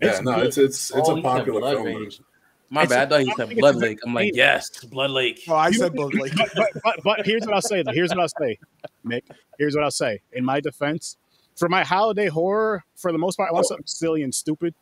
Speaker 2: Yeah,
Speaker 1: It's
Speaker 2: no,
Speaker 1: good.
Speaker 2: it's it's it's
Speaker 6: Oh,
Speaker 2: a
Speaker 6: he said
Speaker 2: popular
Speaker 6: Blood
Speaker 2: film.
Speaker 6: Rage.
Speaker 2: version.
Speaker 6: My
Speaker 1: It's
Speaker 6: bad. I thought you
Speaker 1: I
Speaker 6: said
Speaker 1: think it's
Speaker 6: Blood
Speaker 1: a
Speaker 6: Lake. I'm like,
Speaker 1: name.
Speaker 6: yes, Blood Lake.
Speaker 3: Oh, I said Blood Lake.
Speaker 1: But, but, but, but here's what I'll say. Though. Here's what I'll say, Mick. Here's what I'll say. In my defense, for my holiday horror, for the most part, I want something silly and stupid.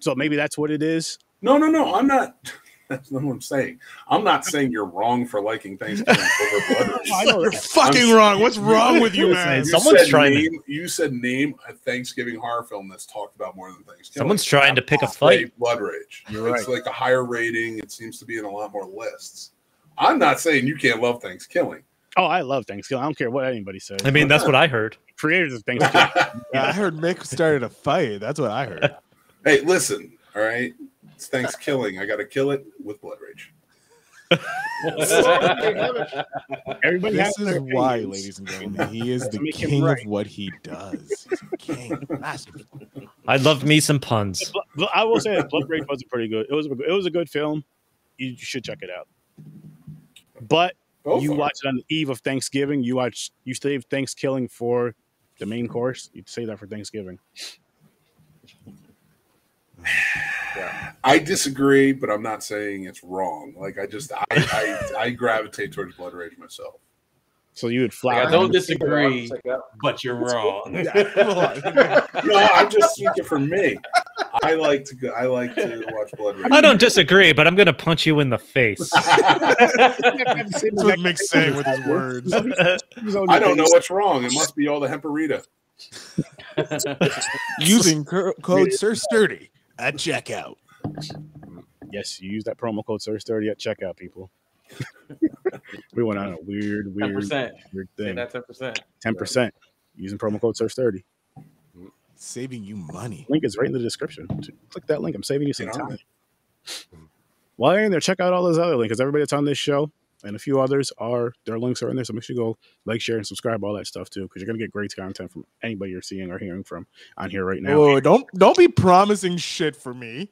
Speaker 1: So maybe that's what it is.
Speaker 2: No, no, no. I'm not. That's not what I'm saying. I'm not saying you're wrong for liking Thanksgiving over Blood Rage.
Speaker 1: Oh, I know
Speaker 3: You're
Speaker 1: that.
Speaker 3: fucking
Speaker 2: I'm-
Speaker 3: wrong. What's wrong with you, man?
Speaker 5: Listen, someone's
Speaker 2: said
Speaker 5: trying to-
Speaker 2: name, You said name a Thanksgiving horror film that's talked about more than Thanksgiving.
Speaker 5: Someone's trying to pick a
Speaker 2: Play
Speaker 5: fight.
Speaker 2: Blood Rage.
Speaker 1: You're
Speaker 2: It's like a higher rating. It seems to be in a lot more lists. I'm not saying you can't love Thanksgiving.
Speaker 1: Oh, I love Thanksgiving. I don't care what anybody says.
Speaker 5: I mean, that's what I heard.
Speaker 1: creators of Thanksgiving.
Speaker 3: I heard Mick started a fight. That's what I heard.
Speaker 2: Hey, listen, all right. It's Thanksgiving. I got to kill it with blood rage.
Speaker 1: Everybody has
Speaker 3: This is
Speaker 1: their
Speaker 3: why,
Speaker 1: opinions.
Speaker 3: ladies and gentlemen, he is the
Speaker 1: Make him
Speaker 3: king of
Speaker 1: right.
Speaker 3: what he does. He's a king, master.
Speaker 5: I love me some puns.
Speaker 1: Bl- bl- I will say that Blood Rage was a pretty good. It was a, it was a good film. You should check it out. But
Speaker 2: Both
Speaker 1: you
Speaker 2: are.
Speaker 1: watch it on the eve of Thanksgiving. You watch you save Thanksgiving for the main course. You save that for Thanksgiving.
Speaker 2: I disagree, but I'm not saying it's wrong. Like I just I I, I gravitate towards blood rage myself.
Speaker 1: So you would fly.
Speaker 6: Like, I don't disagree,
Speaker 4: Check out.
Speaker 6: but you're wrong.
Speaker 2: No, I'm just speaking for me. I like to go, I like to watch blood rage.
Speaker 5: I don't disagree, but I'm gonna punch you in the face.
Speaker 3: That's what Mick's saying with his words.
Speaker 2: I don't know what's wrong. It must be all the hemperita.
Speaker 3: Using cur- code Sir Sturdy at checkout.
Speaker 1: Yes, you use that promo code Sir Thirty at checkout, people. we went on a weird,
Speaker 6: Ten
Speaker 1: weird,
Speaker 6: percent.
Speaker 1: weird
Speaker 6: Say
Speaker 1: thing.
Speaker 6: that ten percent.
Speaker 1: Ten percent using promo code Sir Thirty.
Speaker 3: Saving you money.
Speaker 1: Link is right in the description. T- Click that link. I'm saving you some
Speaker 2: Yeah.
Speaker 1: time. While you're in there, check out all those other links because everybody that's on this show and a few others are their links are in there. So make sure you go like, share, and subscribe, all that stuff too, because you're gonna get great content from anybody you're seeing or hearing from on here right now.
Speaker 3: Oh, don't don't be promising shit for me.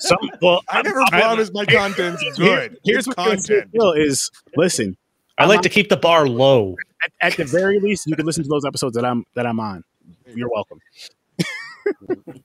Speaker 1: Some well,
Speaker 3: I never
Speaker 1: I-
Speaker 3: promise my content's
Speaker 1: here-
Speaker 3: good.
Speaker 1: here's
Speaker 3: It's
Speaker 1: what content will is listen
Speaker 5: I like to keep the bar low.
Speaker 1: at, at the very least you can listen to those episodes that I'm that I'm on. You're welcome. you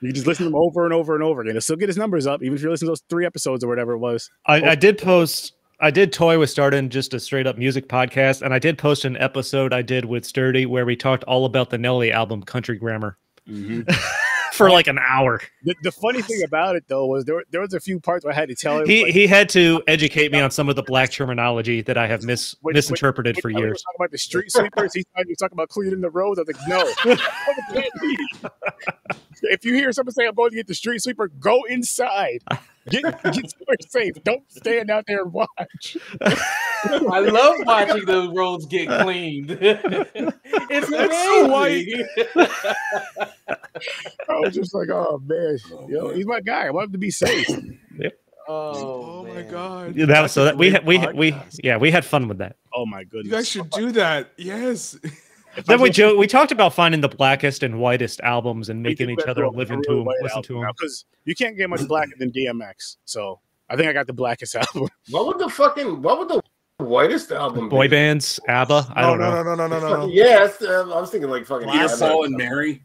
Speaker 1: can just listen to them over and over and over again. It'll still get his numbers up, even if you're listening to those three episodes or whatever it was.
Speaker 5: I, I did post. I did toy with starting just a straight up music podcast, and I did post an episode I did with Sturdy where we talked all about the Nelly album Country Grammar
Speaker 1: Mm-hmm.
Speaker 5: for like an hour.
Speaker 1: The, the funny thing about it though was there there was a few parts where I had to tell him.
Speaker 5: He
Speaker 1: like,
Speaker 5: he had to educate me on some of the black terminology that I have mis-
Speaker 1: Wait, wait,
Speaker 5: misinterpreted
Speaker 1: when
Speaker 5: for
Speaker 1: I was
Speaker 5: years.
Speaker 1: Talking about the street sweepers, he thought you were talking about cleaning the roads. I was like, no. if you hear someone say I'm going to get the street sweeper, go inside. Get, get somewhere safe. Don't stand out there and watch.
Speaker 6: I love watching the roads get cleaned. it's amazing.
Speaker 1: I was just like, oh man, yo, he's my guy. I want him to be safe.
Speaker 6: Oh,
Speaker 3: my
Speaker 6: man.
Speaker 3: god.
Speaker 5: Yeah, That was so that we had- we
Speaker 3: Podcast.
Speaker 5: we yeah we had fun with that.
Speaker 1: Oh my
Speaker 3: You
Speaker 1: goodness.
Speaker 3: guys should do that. Yes.
Speaker 5: Then we jo- we talked about finding the blackest and whitest albums and
Speaker 1: We
Speaker 5: making
Speaker 1: did
Speaker 5: each
Speaker 1: that
Speaker 5: other
Speaker 1: real-
Speaker 5: live
Speaker 1: a
Speaker 5: into
Speaker 1: real
Speaker 5: them,
Speaker 1: white
Speaker 5: listen
Speaker 1: album
Speaker 5: to them.
Speaker 1: now, Cause you can't get much blacker than DMX. So I think I got the blackest album.
Speaker 4: What would the fucking what would the whitest album?
Speaker 5: Boy
Speaker 4: be?
Speaker 5: bands, ABBA. I don't
Speaker 3: no,
Speaker 5: know.
Speaker 3: no, no, no, no, no,
Speaker 4: Fucking-
Speaker 3: no.
Speaker 4: Yeah, it's, uh, I was thinking like fucking.
Speaker 2: Dear
Speaker 4: Adam.
Speaker 2: Fallen Mary,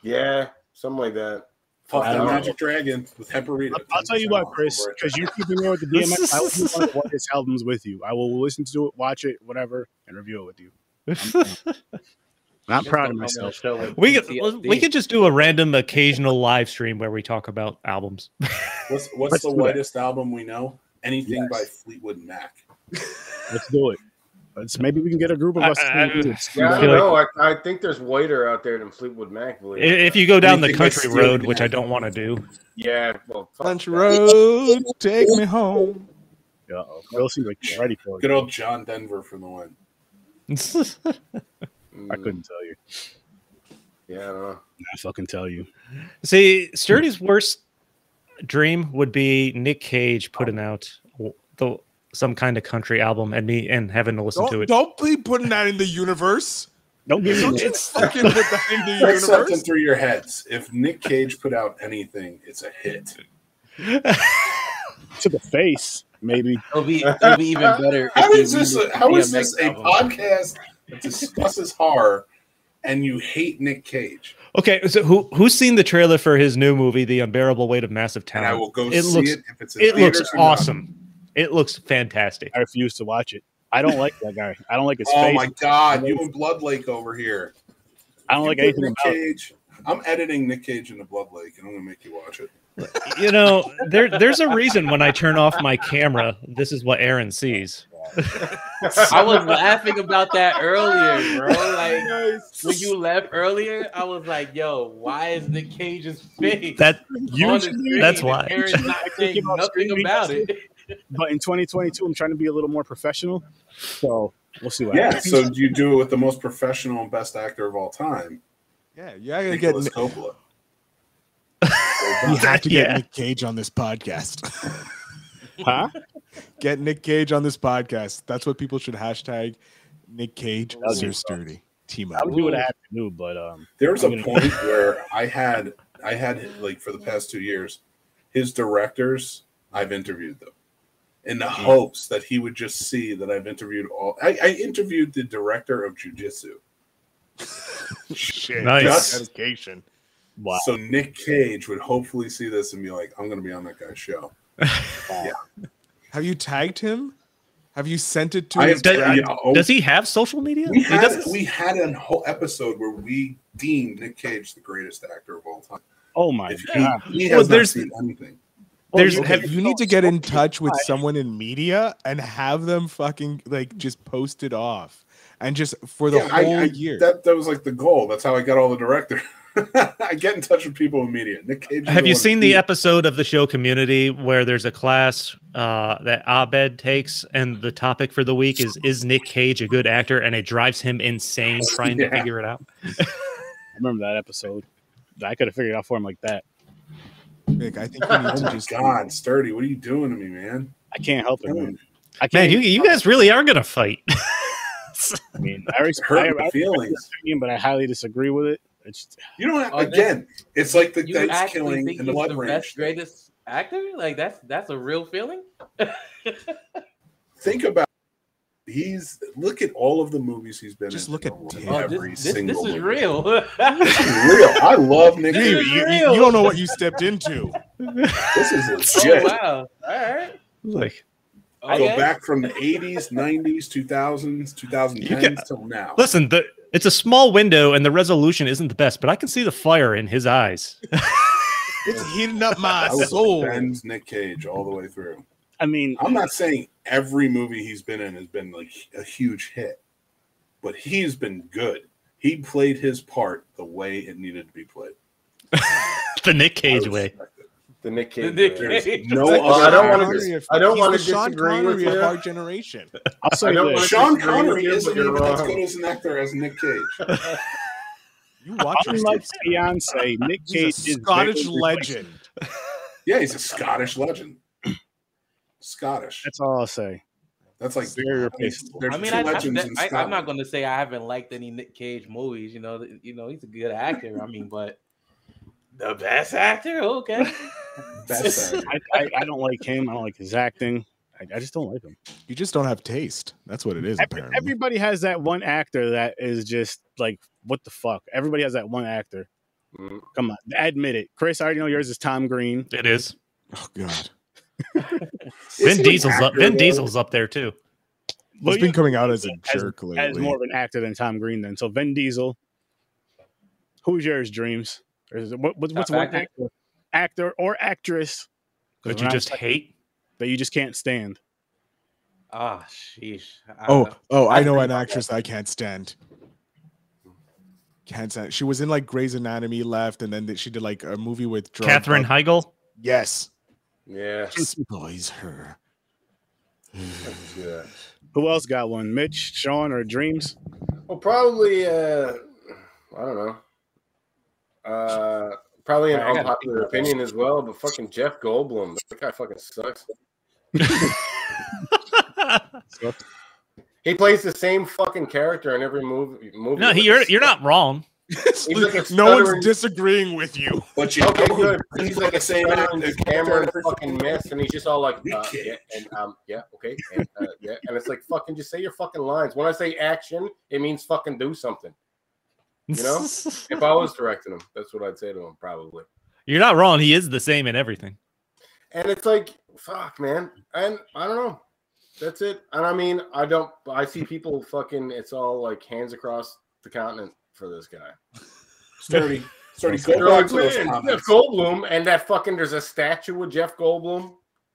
Speaker 4: Yeah, something like that.
Speaker 2: fuck
Speaker 4: I
Speaker 2: the
Speaker 4: don't know.
Speaker 2: magic dragon with hemperita.
Speaker 1: I'll, I'll tell you what, Chris, because you're keeping me with the DMX. I will do one of the whitest albums with you. I will listen to it, watch it, whatever, and review it with you. I'm proud of myself.
Speaker 5: We could, we could just do a random occasional live stream where we talk about albums.
Speaker 2: what's what's
Speaker 1: Let's
Speaker 2: the
Speaker 1: do that.
Speaker 2: whitest album we know? Anything by Fleetwood Mac.
Speaker 1: Let's do it. Let's, maybe we can get a group of
Speaker 5: I-
Speaker 1: us.
Speaker 5: I-
Speaker 4: Yeah, I
Speaker 5: feel
Speaker 4: don't
Speaker 5: like-
Speaker 4: know. I, I think there's whiter out there than Fleetwood Mac.
Speaker 5: I-
Speaker 4: Believe it.
Speaker 5: If you go down the
Speaker 2: Anything that's
Speaker 5: country
Speaker 2: still
Speaker 5: road,
Speaker 2: in
Speaker 5: which I
Speaker 2: that.
Speaker 5: don't want to do,
Speaker 4: Yeah, well, fuck
Speaker 3: Lunch
Speaker 4: that.
Speaker 3: road, take me home.
Speaker 1: Uh-oh. Will seems like he's ready for it.
Speaker 2: Good old John Denver for the win.
Speaker 1: I
Speaker 4: Mm,
Speaker 1: couldn't tell you.
Speaker 4: Yeah, I don't know.
Speaker 1: I fucking tell you.
Speaker 5: see, Sturdy's worst dream would be Nick Cage putting out the some kind of country album and me and having to listen to
Speaker 3: Don't,
Speaker 5: it.
Speaker 3: don't be putting that in the universe.
Speaker 1: Don't give
Speaker 3: Don't
Speaker 1: me
Speaker 3: you fucking put that in the
Speaker 2: Put something
Speaker 3: universe.
Speaker 2: through your heads. If Nick Cage put out anything, it's a hit.
Speaker 1: to the face, maybe.
Speaker 6: It'll be it'll be even better.
Speaker 2: How
Speaker 6: if
Speaker 2: is
Speaker 6: you
Speaker 2: this?
Speaker 6: remove
Speaker 2: A, how is
Speaker 6: DMX
Speaker 2: this a
Speaker 6: album.
Speaker 2: podcast that discusses horror and you hate Nick Cage?
Speaker 5: Okay, so who who's seen the trailer for his new movie, The Unbearable Weight of Massive
Speaker 2: And
Speaker 5: Talent?
Speaker 2: I will go
Speaker 5: it
Speaker 2: see
Speaker 5: looks
Speaker 2: it if it's. In
Speaker 5: it looks
Speaker 2: theaters or not.
Speaker 5: awesome. It looks fantastic.
Speaker 1: I refuse to watch it. I don't like that guy. I don't like his
Speaker 2: Oh
Speaker 1: face.
Speaker 2: my god! You and Blood Lake over here.
Speaker 1: I don't
Speaker 2: You
Speaker 1: like
Speaker 2: put
Speaker 1: anything
Speaker 2: Nick
Speaker 1: about it.
Speaker 2: Cage. I'm editing Nick Cage into Blood Lake, and I'm gonna make you watch it.
Speaker 5: You know, there there's a reason when I turn off my camera, this is what Aaron sees.
Speaker 6: I was laughing about that earlier, bro. Like when you left earlier, I was like, "Yo, why is Nick Cage's face
Speaker 5: That
Speaker 6: on the
Speaker 1: Usually,
Speaker 6: screen
Speaker 5: that's
Speaker 6: and
Speaker 5: why.
Speaker 6: Aaron's not saying
Speaker 1: about
Speaker 6: nothing
Speaker 1: screaming
Speaker 6: about
Speaker 1: at
Speaker 6: it.
Speaker 1: But in 2022, I'm trying to be a little more professional. So we'll see what
Speaker 2: Yeah,
Speaker 1: happens.
Speaker 2: so you do it with the most professional and best actor of all time,
Speaker 3: Yeah, you gotta get.
Speaker 2: Nicholas Coppola.
Speaker 3: You have to get
Speaker 5: Yeah.
Speaker 3: Nick Cage on this podcast.
Speaker 1: Huh?
Speaker 3: get Nick Cage on this podcast. That's what people should hashtag. Nick Cage,
Speaker 1: That'll do
Speaker 3: Sir
Speaker 1: it.
Speaker 3: Sturdy, team
Speaker 1: I'll
Speaker 3: up.
Speaker 1: do what I have to do, but um,
Speaker 2: There was
Speaker 1: I'm
Speaker 2: a
Speaker 1: gonna-
Speaker 2: point where I had I had like for the past two years, his directors I've interviewed them in the
Speaker 1: Mm-hmm.
Speaker 2: hopes that he would just see that I've interviewed all. I, I interviewed the director of jujitsu.
Speaker 3: Shit,
Speaker 5: Nice.
Speaker 3: that's dedication.
Speaker 1: wow.
Speaker 2: So Nick Cage would hopefully see this and be like, "I'm going to be on that guy's show."
Speaker 3: Have you tagged him? Have you sent it to
Speaker 2: I
Speaker 3: his
Speaker 2: have,
Speaker 5: Does- uh,
Speaker 2: yeah, oh,
Speaker 5: Does he have social media?
Speaker 2: We
Speaker 5: he
Speaker 2: had
Speaker 5: doesn't.
Speaker 2: we had a whole episode where we deemed Nick Cage the greatest actor of all time.
Speaker 1: Oh my
Speaker 2: If he,
Speaker 1: god.
Speaker 2: he has
Speaker 5: Well,
Speaker 2: not
Speaker 5: there's-
Speaker 2: seen anything.
Speaker 5: There's-
Speaker 1: Oh, you-
Speaker 5: have-
Speaker 3: you need to get in touch with someone in media and have them fucking like just post it off and just for the
Speaker 2: Yeah, I-
Speaker 3: whole
Speaker 2: I-
Speaker 3: year.
Speaker 2: That that was like the goal. That's how I got all the director. I get in touch with people in media. Nick Cage. is
Speaker 5: Have you
Speaker 2: one
Speaker 5: seen
Speaker 2: who-
Speaker 5: the episode of the show Community where there's a class uh, that Abed takes, and the topic for the week is "Is Nick Cage a good actor?" and it drives him insane trying to
Speaker 2: Yeah.
Speaker 5: figure it out.
Speaker 1: I remember that episode. I could have figured it out for him like that.
Speaker 3: Nick, I think you need
Speaker 2: Oh
Speaker 3: to
Speaker 2: my
Speaker 3: just
Speaker 2: God, Sturdy! What are you doing to me, man?
Speaker 1: I can't help it, man. I
Speaker 5: Man,
Speaker 1: can't.
Speaker 5: you you guys really are gonna fight.
Speaker 1: I mean, I already I,
Speaker 2: Hurt
Speaker 1: I,
Speaker 2: my feelings.
Speaker 1: opinion, but I highly disagree with it. It's
Speaker 2: You don't. Have,
Speaker 6: Oh, Nick-
Speaker 2: again, it's like the
Speaker 6: You
Speaker 2: dice
Speaker 6: actually
Speaker 2: killing
Speaker 6: think
Speaker 2: and the
Speaker 6: he's
Speaker 2: blood
Speaker 6: the
Speaker 2: range.
Speaker 6: best, greatest actor? Like that's that's a real feeling.
Speaker 2: Think about. He's look at all of the movies he's been.
Speaker 3: Just
Speaker 2: in.
Speaker 3: look at Tim.
Speaker 6: Oh,
Speaker 2: every
Speaker 6: this, this,
Speaker 2: single.
Speaker 6: this is
Speaker 2: movie.
Speaker 6: real. Oh,
Speaker 2: This is real. I love Nick
Speaker 3: You,
Speaker 6: This
Speaker 3: you,
Speaker 2: Cage.
Speaker 6: is
Speaker 3: you-
Speaker 6: real.
Speaker 3: you don't know what you stepped into.
Speaker 2: This is
Speaker 6: oh,
Speaker 2: legit.
Speaker 6: wow. All right.
Speaker 5: Like,
Speaker 2: I go
Speaker 6: Okay.
Speaker 2: back from the 80s, 90s, 2000s, 2010s
Speaker 5: You
Speaker 2: till now.
Speaker 5: listen, the, it's a small window, and the resolution isn't the best, but I can see the fire in his eyes.
Speaker 3: It's heating up my
Speaker 2: I was
Speaker 3: soul.
Speaker 2: Ben's Nick Cage all the way through.
Speaker 1: I mean,
Speaker 2: I'm not saying every movie he's been in has been like a huge hit, but he's been good. He played his part the way it needed to be played.
Speaker 5: the Nick
Speaker 2: I
Speaker 5: Cage way.
Speaker 2: respect it.
Speaker 4: The Nick Cage.
Speaker 6: The Nick
Speaker 4: man.
Speaker 6: Cage.
Speaker 2: There's no
Speaker 3: Like
Speaker 2: other.
Speaker 4: I don't wanna
Speaker 2: actor-
Speaker 4: dis-
Speaker 3: if-
Speaker 4: I don't
Speaker 3: he's
Speaker 4: wanna
Speaker 3: the Sean
Speaker 4: disagree
Speaker 3: Connery
Speaker 4: with
Speaker 3: of
Speaker 4: you.
Speaker 3: our generation.
Speaker 1: I'll
Speaker 4: I
Speaker 1: say
Speaker 4: don't
Speaker 1: this.
Speaker 2: Sean
Speaker 4: wanna- disagree with
Speaker 2: Connery
Speaker 4: you, but
Speaker 2: isn't
Speaker 4: you're
Speaker 2: even as
Speaker 4: wrong.
Speaker 2: good as an actor as Nick Cage.
Speaker 3: You watch him.
Speaker 1: Unlike Beyonce, Nick Cage
Speaker 3: He's
Speaker 1: is
Speaker 3: a Scottish
Speaker 1: very-
Speaker 3: legend.
Speaker 2: Yeah, he's a Scottish legend. Scottish.
Speaker 1: That's all I'll say.
Speaker 2: That's like
Speaker 1: Very
Speaker 2: I mean,
Speaker 1: replaceable.
Speaker 2: there's
Speaker 6: I mean,
Speaker 2: two
Speaker 6: I,
Speaker 2: legends in
Speaker 6: I, I, am
Speaker 2: Scotland.
Speaker 6: not going to say I haven't liked any Nick Cage movies. You know, th- you know, he's a good actor. I mean, but the best actor, okay.
Speaker 2: Best actor.
Speaker 1: I, I, I don't like him. I don't like his acting. I, I just don't like him.
Speaker 3: You just don't have taste. That's what it is,
Speaker 1: Every-
Speaker 3: apparently.
Speaker 1: everybody has that one actor that is just like, what the fuck? Everybody has that one actor.
Speaker 4: Mm.
Speaker 1: Come on, admit it, Chris. I already know yours is Tom Green.
Speaker 5: It is.
Speaker 3: oh god.
Speaker 2: Is he
Speaker 5: Vin
Speaker 2: an
Speaker 5: Diesel's up.
Speaker 2: actor,
Speaker 5: Vin
Speaker 2: though?
Speaker 5: Diesel's up there too.
Speaker 3: He's
Speaker 1: Well, you-
Speaker 3: been coming out as a
Speaker 1: as-
Speaker 3: jerk lately.
Speaker 1: as more of an actor than Tom Green. Then so Vin Diesel. Who's yours, Dreams? Or is it, what, what, what's
Speaker 6: Top
Speaker 1: one
Speaker 6: actor?
Speaker 1: actor, actor or actress 'Cause
Speaker 5: That
Speaker 1: we're
Speaker 5: you
Speaker 1: not
Speaker 5: just
Speaker 1: talking-
Speaker 5: hate.
Speaker 1: that you just can't stand?
Speaker 6: Ah, sheesh. I-
Speaker 3: Oh, oh, I
Speaker 6: I
Speaker 3: know
Speaker 6: think
Speaker 3: an actress I can't stand. Can't stand. She was in like Grey's Anatomy, left, and then th- she did like a movie with drug
Speaker 5: Catherine
Speaker 3: bug-
Speaker 5: Heigl.
Speaker 3: Yes,
Speaker 4: Yeah.
Speaker 3: despise her.
Speaker 4: yeah.
Speaker 1: Who else got one? Mitch, Sean, or Dreams?
Speaker 4: Well, probably. Uh, I don't know. Uh, probably an
Speaker 6: I gotta
Speaker 4: unpopular opinion as well, but fucking Jeff Goldblum, that guy fucking sucks. He plays the same fucking character in every movie. movie
Speaker 5: no, he,
Speaker 4: with
Speaker 5: you're
Speaker 4: a-
Speaker 5: you're not wrong.
Speaker 4: like a
Speaker 3: no
Speaker 4: stuttering-
Speaker 3: one's disagreeing with you.
Speaker 2: But you
Speaker 4: Okay,
Speaker 2: know who
Speaker 4: good. He's like a same
Speaker 2: actor.
Speaker 4: Cameron fucking mess, and he's just all like,
Speaker 2: We
Speaker 4: uh,
Speaker 2: can't.
Speaker 4: yeah, and um, yeah, okay, and, uh, yeah, and it's like fucking just say your fucking lines. When I say action, it means fucking do something. You know? If I was directing him, that's what I'd say to him probably.
Speaker 5: You're not wrong. He is the same in everything.
Speaker 4: And it's like, fuck, man. And I don't know. That's it. And I mean, I don't. I see people fucking. It's all like hands across the continent for this guy.
Speaker 2: Sturdy. Sturdy,
Speaker 4: They're
Speaker 2: go back
Speaker 4: like,
Speaker 2: to those
Speaker 4: man, Jeff
Speaker 2: comments.
Speaker 4: Goldblum, and that fucking. There's a statue of Jeff Goldblum.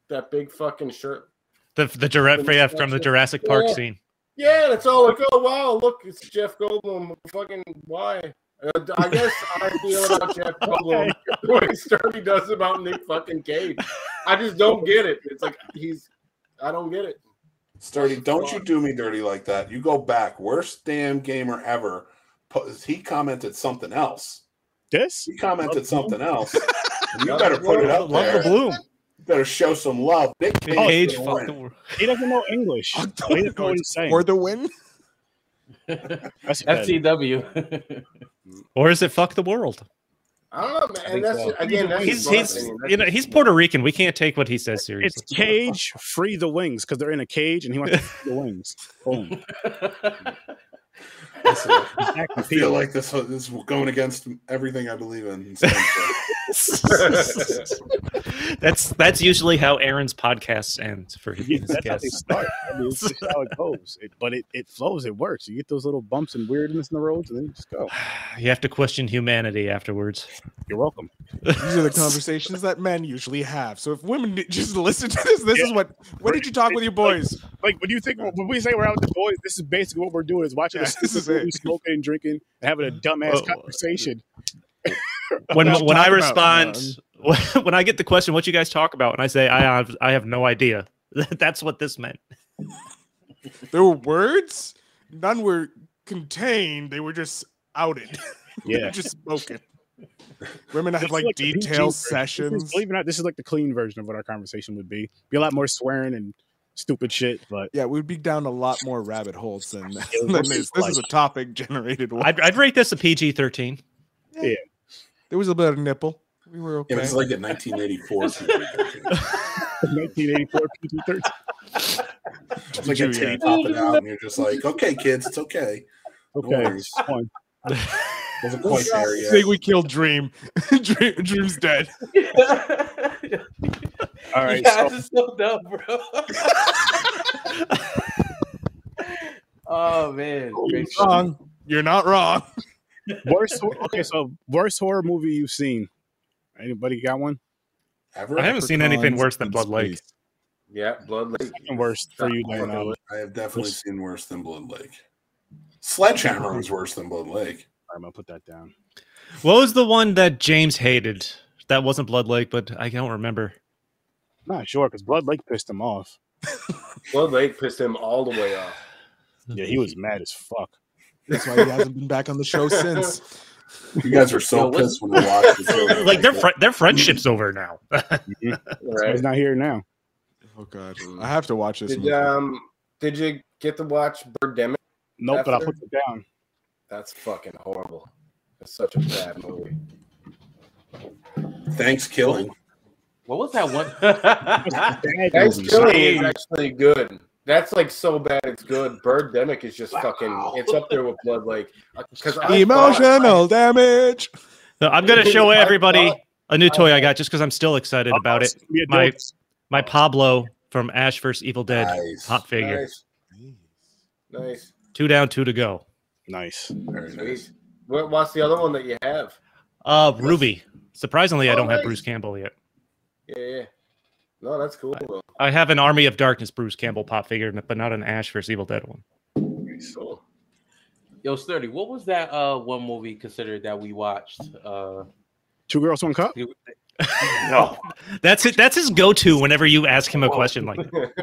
Speaker 4: That big fucking shirt.
Speaker 5: The the Jura- yeah, from the Jurassic Park
Speaker 4: Yeah.
Speaker 5: scene.
Speaker 4: Yeah, and it's all like, oh wow, look, it's Jeff Goldblum. Fucking why? Uh, I guess I feel about Jeff Goldblum what Sturdy does about Nick fucking Cage. I just don't get it. It's like he's I don't get it.
Speaker 2: Sturdy, don't you do me dirty like that. You go back. Worst damn gamer ever. Po- He commented something else.
Speaker 1: This?
Speaker 2: He commented something else. You better put it up
Speaker 5: Love the
Speaker 2: there.
Speaker 5: bloom.
Speaker 2: You better show some love. Big
Speaker 5: Big
Speaker 2: Cage's
Speaker 5: Cage
Speaker 2: gonna win.
Speaker 5: fucked the world.
Speaker 1: He doesn't know English. he doesn't know what he's saying.
Speaker 3: for the win.
Speaker 1: That's bad.
Speaker 6: FCW.
Speaker 5: Or is it fuck the world?
Speaker 4: I don't know, man.
Speaker 6: think
Speaker 4: And that's
Speaker 6: so.
Speaker 4: again, that's
Speaker 5: He's
Speaker 4: just my
Speaker 5: he's
Speaker 4: opinion. That's
Speaker 5: you know
Speaker 4: just-
Speaker 5: he's Puerto Rican. We can't take what he says
Speaker 1: It's
Speaker 5: seriously.
Speaker 1: cage free the wings because they're in a cage and he wants to free the wings. Boom.
Speaker 2: I feel like this this is going against everything I believe in.
Speaker 5: that's that's usually how Aaron's podcasts end for his
Speaker 1: Yeah, that's how they
Speaker 5: guests.
Speaker 1: start. I mean, it's just how it goes. It, but it, it flows. It works. You get those little bumps and weirdness in the roads, and then you just go.
Speaker 5: You have to question humanity afterwards.
Speaker 1: You're welcome.
Speaker 3: These are the conversations that men usually have. So if women did- just listen to this, this is what. What did you talk with your boys?
Speaker 1: Like when you think when we say we're out with the boys, this is basically what we're doing: is watching
Speaker 3: Yeah,
Speaker 1: a
Speaker 3: this
Speaker 1: stupid
Speaker 3: is
Speaker 1: movie,
Speaker 3: it. Oh,
Speaker 1: smoking and drinking, and having a dumbass
Speaker 5: Well,
Speaker 1: conversation.
Speaker 5: When
Speaker 3: Let's
Speaker 5: when
Speaker 3: talk
Speaker 5: I
Speaker 3: about
Speaker 5: respond, when I get the question, "What you guys talk about?" and I say, "I have I have no idea." That's what this meant.
Speaker 3: There were words. None were contained. They were just outed. They were
Speaker 1: Yeah.
Speaker 3: just spoken. Women have
Speaker 1: This is
Speaker 3: like,
Speaker 1: the PG
Speaker 3: detailed
Speaker 1: version. This is-
Speaker 3: sessions.
Speaker 1: Believe it or not, this is like the clean version of what our conversation would be. Be a lot more swearing and stupid shit, but
Speaker 3: Yeah, we'd be down a lot more rabbit holes than,
Speaker 1: it
Speaker 3: than
Speaker 1: was
Speaker 3: this.
Speaker 1: like-
Speaker 3: This is a topic generated one.
Speaker 5: I'd, I'd rate this a PG thirteen.
Speaker 3: there was a bit of nipple. We were okay.
Speaker 2: It was like a 1984. It's
Speaker 1: 1984 PG 13.
Speaker 2: like a titty popping out, and you're just like, okay, kids, it's okay.
Speaker 1: Okay.
Speaker 2: worries.
Speaker 1: fine.
Speaker 2: Wasn't quite there
Speaker 3: I think
Speaker 2: yet.
Speaker 3: we killed Dream. Dream. Dream's dead.
Speaker 1: All
Speaker 6: You
Speaker 1: right.
Speaker 6: guys
Speaker 1: So
Speaker 6: are so dumb, bro. oh man, Great show.
Speaker 3: Wrong. You're not wrong.
Speaker 1: worst. hor- Okay. So worst horror movie you've seen. Anybody got one?
Speaker 2: Ever?
Speaker 5: I haven't seen anything worse than Blood Lake.
Speaker 4: yeah, Blood Lake. Uh,
Speaker 1: Second worst for you,
Speaker 2: I
Speaker 1: Dan.
Speaker 2: know. I have definitely seen worse than Blood Lake. Sledgehammer was worse than Blood Lake.
Speaker 1: I'm gonna put that down.
Speaker 5: What was the one that James hated? That wasn't Blood Lake, but I don't remember.
Speaker 1: Not sure because Blood Lake pissed him off.
Speaker 4: Blood Lake pissed him all the way off.
Speaker 1: Yeah, he was mad as fuck.
Speaker 3: That's why he hasn't been back on the show since.
Speaker 2: You guys were so
Speaker 6: Yo, what's-
Speaker 2: pissed when we watched the show.
Speaker 5: Like their fri- their friendship's over now.
Speaker 4: Right?
Speaker 1: He's not here now.
Speaker 3: Oh god, I have to watch this.
Speaker 4: Did
Speaker 3: movie.
Speaker 4: um did you get to watch Birdemic?
Speaker 1: Nope, but I'll
Speaker 4: After-
Speaker 1: put it down.
Speaker 4: That's fucking horrible. That's such a bad movie.
Speaker 2: Thanks, killing.
Speaker 6: What was that one?
Speaker 4: That's
Speaker 1: Movies.
Speaker 4: Killing is actually good. That's like so bad it's good. Birdemic is just fucking. It's up there with Blood Lake. Uh, Because
Speaker 3: Emotional damage.
Speaker 5: No, I'm gonna show
Speaker 4: I
Speaker 5: everybody
Speaker 4: thought-
Speaker 5: a new toy I got just because I'm still excited about it.
Speaker 1: Be a
Speaker 5: My
Speaker 1: dope.
Speaker 5: my Pablo from Ash vs Evil Dead
Speaker 2: Nice.
Speaker 5: hot figure.
Speaker 4: Nice. nice.
Speaker 5: Two down, two to go.
Speaker 1: nice.
Speaker 2: Very nice.
Speaker 4: Sweet. What, what's the other one that you have?
Speaker 5: Uh, Ruby. Surprisingly, I
Speaker 4: Oh,
Speaker 5: don't have
Speaker 4: nice.
Speaker 5: Bruce Campbell yet.
Speaker 4: Yeah, yeah. No, that's cool. though.
Speaker 5: I have an Army of Darkness Bruce Campbell pop figure, but not an Ash vs Evil Dead one.
Speaker 4: Cool.
Speaker 6: Yo, Sturdy, what was that uh one movie considered that we watched? Uh Um,
Speaker 1: Two girls, one cup.
Speaker 5: No, that's it. That's his go-to whenever you ask him a
Speaker 6: Whoa.
Speaker 5: question like,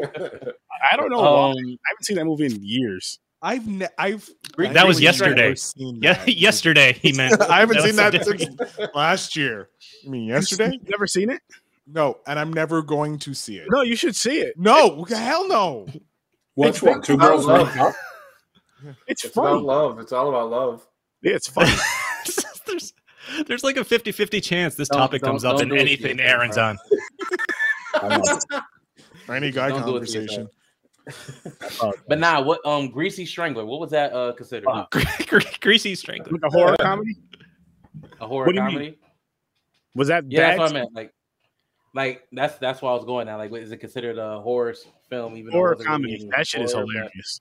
Speaker 1: I don't know. why.
Speaker 6: um,
Speaker 1: I haven't seen that movie in years.
Speaker 3: I've ne- I've
Speaker 4: That
Speaker 3: I've
Speaker 5: was
Speaker 3: never
Speaker 5: yesterday.
Speaker 3: seen
Speaker 5: "Yeah,
Speaker 3: that.
Speaker 5: yesterday." He meant.
Speaker 3: I haven't
Speaker 5: That
Speaker 3: seen
Speaker 5: was so
Speaker 3: that since last year. I mean, yesterday?
Speaker 1: You've never seen it?
Speaker 3: No, and I'm never going to see it.
Speaker 1: No, you should see it.
Speaker 3: No, hell no.
Speaker 2: Which one? Two girls, one
Speaker 4: love.
Speaker 2: cup.
Speaker 1: It's
Speaker 4: It's about
Speaker 1: funny.
Speaker 4: love. It's all about love.
Speaker 1: Yeah, it's funny.
Speaker 5: there's, there's like a 50-50 chance this
Speaker 6: Don't-
Speaker 5: topic
Speaker 6: don't-
Speaker 5: comes up
Speaker 6: don't
Speaker 5: in
Speaker 6: do it to
Speaker 5: anything
Speaker 6: yourself,
Speaker 5: Aaron's
Speaker 6: bro.
Speaker 5: on.
Speaker 3: Any guy
Speaker 6: Don't do it to
Speaker 3: conversation.
Speaker 6: yourself. but nah, what um Greasy Strangler, what was that uh considered?
Speaker 1: Fuck.
Speaker 5: Greasy strength.
Speaker 1: like a horror comedy.
Speaker 6: A horror
Speaker 1: What do you mean?
Speaker 6: comedy?
Speaker 1: Was that
Speaker 6: Yeah,
Speaker 1: bad?
Speaker 6: that's what I meant. Like like that's that's why I was going at. Like, what- is it considered a horror s- film even though it
Speaker 1: horror
Speaker 6: wasn't really
Speaker 1: comedy.
Speaker 6: even
Speaker 1: That shit is
Speaker 6: horror, but-
Speaker 1: hilarious.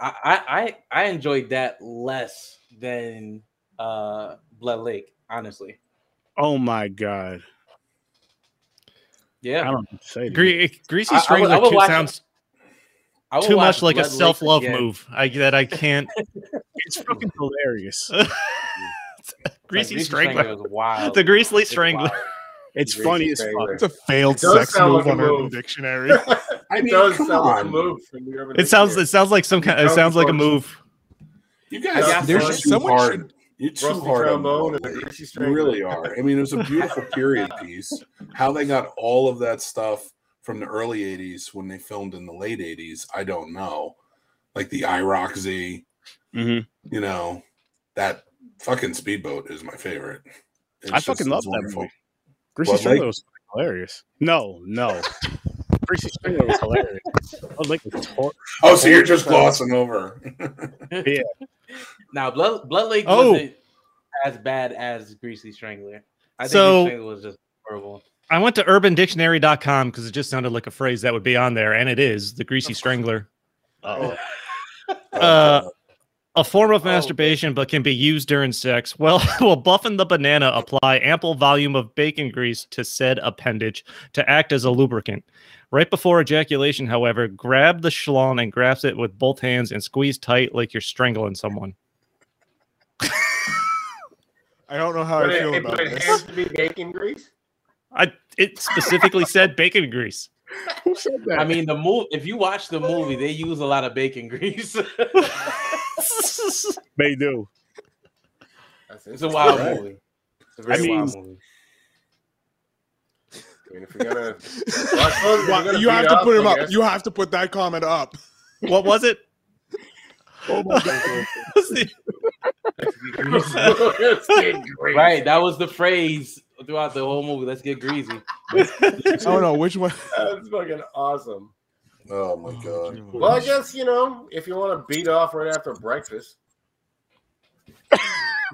Speaker 6: I, I I I enjoyed that less than uh Blood Lake, honestly.
Speaker 1: Oh my god! I
Speaker 6: Yeah,
Speaker 1: don't know what to say. to you.
Speaker 5: Gre-
Speaker 6: I- I
Speaker 5: Greasy
Speaker 6: would-
Speaker 5: Strangler
Speaker 6: I would
Speaker 5: too
Speaker 6: watch it.
Speaker 5: sounds
Speaker 6: I would
Speaker 5: too
Speaker 6: watch
Speaker 5: much like a
Speaker 6: Blood Lake
Speaker 5: self love
Speaker 6: again.
Speaker 5: move. I that I can't.
Speaker 1: It's fucking hilarious.
Speaker 6: Like,
Speaker 5: Greasy Strangler.
Speaker 6: was wild.
Speaker 5: The Greasy
Speaker 6: It's
Speaker 5: Strangler.
Speaker 6: wild.
Speaker 1: It's
Speaker 4: He's
Speaker 1: funny as
Speaker 4: raising
Speaker 1: fuck.
Speaker 3: It's a failed
Speaker 4: It does
Speaker 3: sex
Speaker 4: sound
Speaker 3: move
Speaker 4: like a
Speaker 3: on Urban
Speaker 4: move.
Speaker 3: Dictionary.
Speaker 2: I
Speaker 4: It
Speaker 2: mean,
Speaker 4: does
Speaker 2: come
Speaker 4: sound like a
Speaker 2: on.
Speaker 4: move from the Urban
Speaker 5: It sounds
Speaker 4: Dictionary.
Speaker 5: it sounds like some kind. It
Speaker 4: Sounds
Speaker 5: sounds like a
Speaker 4: function.
Speaker 5: move.
Speaker 2: You guys,
Speaker 4: Yeah,
Speaker 2: are
Speaker 4: there's-
Speaker 2: too
Speaker 3: someone
Speaker 2: hard.
Speaker 3: should-
Speaker 2: You're too
Speaker 4: Rusty
Speaker 2: hard on
Speaker 4: trombone
Speaker 2: Mowgli.
Speaker 4: and a greasy
Speaker 2: You
Speaker 4: string.
Speaker 2: really are. I mean, it was a beautiful period piece. How they got all of that stuff from the early '80s when they filmed in the late '80s, I don't know. Like the IROC
Speaker 5: Mm-hmm.
Speaker 1: Mhm.
Speaker 2: you know, that fucking speedboat is my favorite. It's
Speaker 1: I
Speaker 2: just-
Speaker 1: fucking
Speaker 2: it's
Speaker 1: love that
Speaker 2: wonderful.
Speaker 1: movie. Greasy
Speaker 2: What,
Speaker 1: Stringer
Speaker 2: Lake?
Speaker 1: was hilarious. No, no. Greasy Stringer was hilarious. Oh, like it's hor-
Speaker 2: Oh, so you're just glossing over.
Speaker 6: Now, Blood, Blood Lake
Speaker 5: Oh.
Speaker 6: wasn't as bad as Greasy Strangler. I think
Speaker 5: So-
Speaker 6: Greasy Strangler was just horrible.
Speaker 5: I went to urbandictionary.com because it just sounded like a phrase that would be on there, and it is the greasy strangler.
Speaker 1: oh,
Speaker 5: Uh, a form of
Speaker 6: Oh.
Speaker 5: masturbation, but can be used during sex. Well, will Buff and the Banana apply ample volume of bacon grease to said appendage to act as a lubricant? Right before ejaculation, however, grab the schlong and grasp it with both hands and squeeze tight like you're strangling someone.
Speaker 3: I don't know how
Speaker 4: But
Speaker 3: I
Speaker 4: it,
Speaker 3: feel
Speaker 4: it,
Speaker 3: about
Speaker 4: but it
Speaker 3: this.
Speaker 4: has to be bacon grease.
Speaker 5: I it specifically said bacon grease.
Speaker 1: who said that?
Speaker 6: I mean, the move. If you watch the movie, they use a lot of bacon grease.
Speaker 1: they do.
Speaker 4: That's
Speaker 6: it's a wild
Speaker 2: Right.
Speaker 6: movie. It's a very
Speaker 1: I mean-
Speaker 6: wild movie.
Speaker 4: I mean, if you're gonna, well, I suppose if you're
Speaker 3: Why-
Speaker 4: gonna
Speaker 3: You have
Speaker 4: beat
Speaker 3: to put
Speaker 4: I
Speaker 3: him up.
Speaker 4: guess-
Speaker 3: You have to put that comment up.
Speaker 5: what was it?
Speaker 1: Oh my god.
Speaker 4: Let's get grease.
Speaker 6: Right, that was the phrase throughout the whole movie. Let's get greasy.
Speaker 3: Oh no, which one?
Speaker 4: That's fucking awesome.
Speaker 2: oh my god.
Speaker 4: Well, I guess you know if you want to beat off right after breakfast,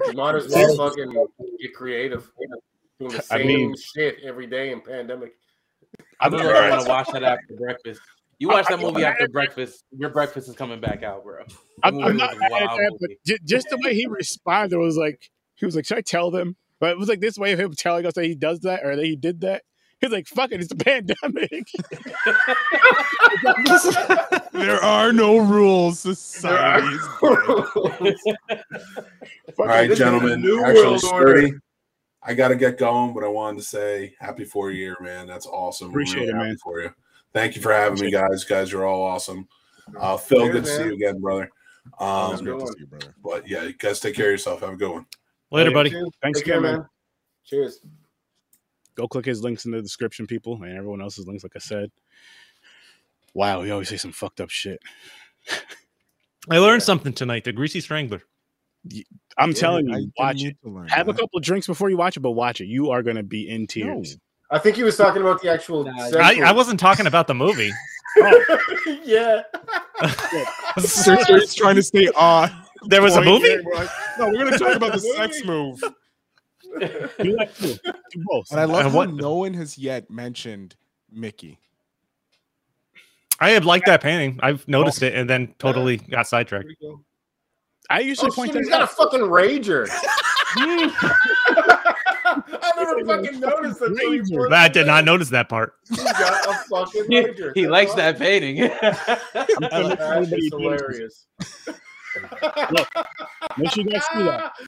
Speaker 4: you might as well fucking get creative. Doing the
Speaker 1: I
Speaker 4: same
Speaker 1: mean-
Speaker 4: shit every day in pandemic.
Speaker 6: I don't know if
Speaker 2: Alright.
Speaker 6: you want to watch that after breakfast. You watch that
Speaker 1: I'm
Speaker 6: movie
Speaker 1: not-
Speaker 6: after breakfast. Your breakfast is coming back out, bro. That
Speaker 1: I'm,
Speaker 6: movie
Speaker 1: I'm
Speaker 6: was
Speaker 1: not
Speaker 6: a
Speaker 1: mad at
Speaker 6: wild
Speaker 1: that, but
Speaker 6: movie.
Speaker 1: j- just the way he responded was like he was like, "Should I tell them?" But it was like this way of him telling us that he does that or that he did that. He's like, "Fuck it, it's the pandemic."
Speaker 3: There are no rules. Society is dead.
Speaker 2: All right,
Speaker 4: This is
Speaker 2: gentlemen.
Speaker 4: the new
Speaker 2: Actually,
Speaker 4: world
Speaker 2: it's
Speaker 4: order.
Speaker 2: 30. I got to get going, but I wanted to say happy four year, man. That's awesome. I'm
Speaker 1: Appreciate it,
Speaker 2: happy
Speaker 1: man.
Speaker 2: For you. Thank you for having me, guys. Guys, you're all awesome. Uh, Phil,
Speaker 4: Cheers,
Speaker 2: good to see
Speaker 4: man.
Speaker 2: you again, brother.
Speaker 3: It's
Speaker 2: Um,
Speaker 3: great to see you, brother.
Speaker 2: but yeah, you guys take care of yourself. Have a good one.
Speaker 5: Later, buddy.
Speaker 1: Thanks
Speaker 4: Take care,
Speaker 1: again, man.
Speaker 4: Cheers.
Speaker 1: Go click his links in the description, people, and everyone else's links, like I said. Wow, we always say some fucked up shit.
Speaker 5: I learned something tonight. The greasy strangler.
Speaker 1: I'm
Speaker 3: Yeah,
Speaker 1: telling you,
Speaker 3: I didn't
Speaker 1: watch
Speaker 3: need
Speaker 1: it.
Speaker 3: to learn
Speaker 1: Have a
Speaker 3: that.
Speaker 1: couple drinks before you watch it, but watch it. You are gonna be in tears.
Speaker 4: I think he was talking about the actual.
Speaker 6: Nah,
Speaker 4: sexual-
Speaker 5: I, I wasn't talking about the movie.
Speaker 4: yeah.
Speaker 3: Sir Sir's trying to stay on.
Speaker 5: There was a
Speaker 3: point
Speaker 5: movie.
Speaker 3: here. We're like, no, we're gonna talk about the sex move.
Speaker 1: Do that too. Do both.
Speaker 3: And I love
Speaker 5: And
Speaker 3: how
Speaker 5: what-
Speaker 3: no one has yet mentioned Mickey.
Speaker 5: I had liked that painting. I've noticed it and then totally got sidetracked.
Speaker 1: I
Speaker 4: Oh,
Speaker 1: usually point
Speaker 4: shit, he's
Speaker 1: that
Speaker 4: got a
Speaker 1: out.
Speaker 4: fucking rager. I never fucking noticed that. until you
Speaker 1: Rager.
Speaker 4: pointed
Speaker 5: I
Speaker 4: it
Speaker 5: did
Speaker 4: out.
Speaker 5: not notice that part.
Speaker 4: He got a fucking
Speaker 6: He-
Speaker 4: rager.
Speaker 6: He
Speaker 4: That's
Speaker 6: likes
Speaker 4: awesome.
Speaker 6: that painting.
Speaker 4: That is hilarious.
Speaker 1: Make sure you guys see that.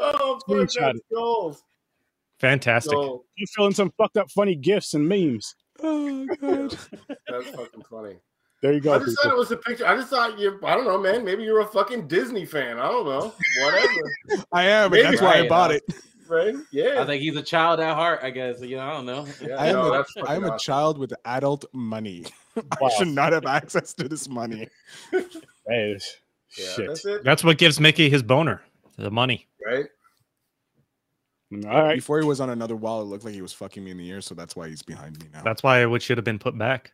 Speaker 4: Oh, fuck,
Speaker 1: Screenshot
Speaker 4: that's
Speaker 1: it.
Speaker 4: gold.
Speaker 5: Fantastic.
Speaker 4: Gold.
Speaker 1: You filling some fucked up funny gifs and memes.
Speaker 3: Oh god.
Speaker 4: That's fucking funny.
Speaker 1: There you go.
Speaker 4: I just thought
Speaker 1: people.
Speaker 4: it was a picture. I just thought you. I don't know, man. Maybe you're a fucking Disney fan. I don't know. Whatever.
Speaker 3: I am, and
Speaker 4: Maybe
Speaker 3: that's why I
Speaker 6: I
Speaker 3: bought
Speaker 6: am.
Speaker 3: it.
Speaker 4: right? Yeah.
Speaker 6: I think he's a child at heart. I guess you know. I don't know.
Speaker 4: yeah
Speaker 3: I am
Speaker 4: no,
Speaker 3: a-
Speaker 4: that's fucking
Speaker 3: I'm a
Speaker 4: awesome.
Speaker 3: child with adult money.
Speaker 1: Wow.
Speaker 3: I should not have access to this money.
Speaker 1: That is
Speaker 4: Yeah,
Speaker 1: shit.
Speaker 4: That's it.
Speaker 5: That's what gives Mickey his boner. The money.
Speaker 4: Right.
Speaker 1: Mm, All right.
Speaker 3: Before he was on another wall, it looked like he was fucking me in the ear, so that's why he's behind me now.
Speaker 5: That's why it should have been put back.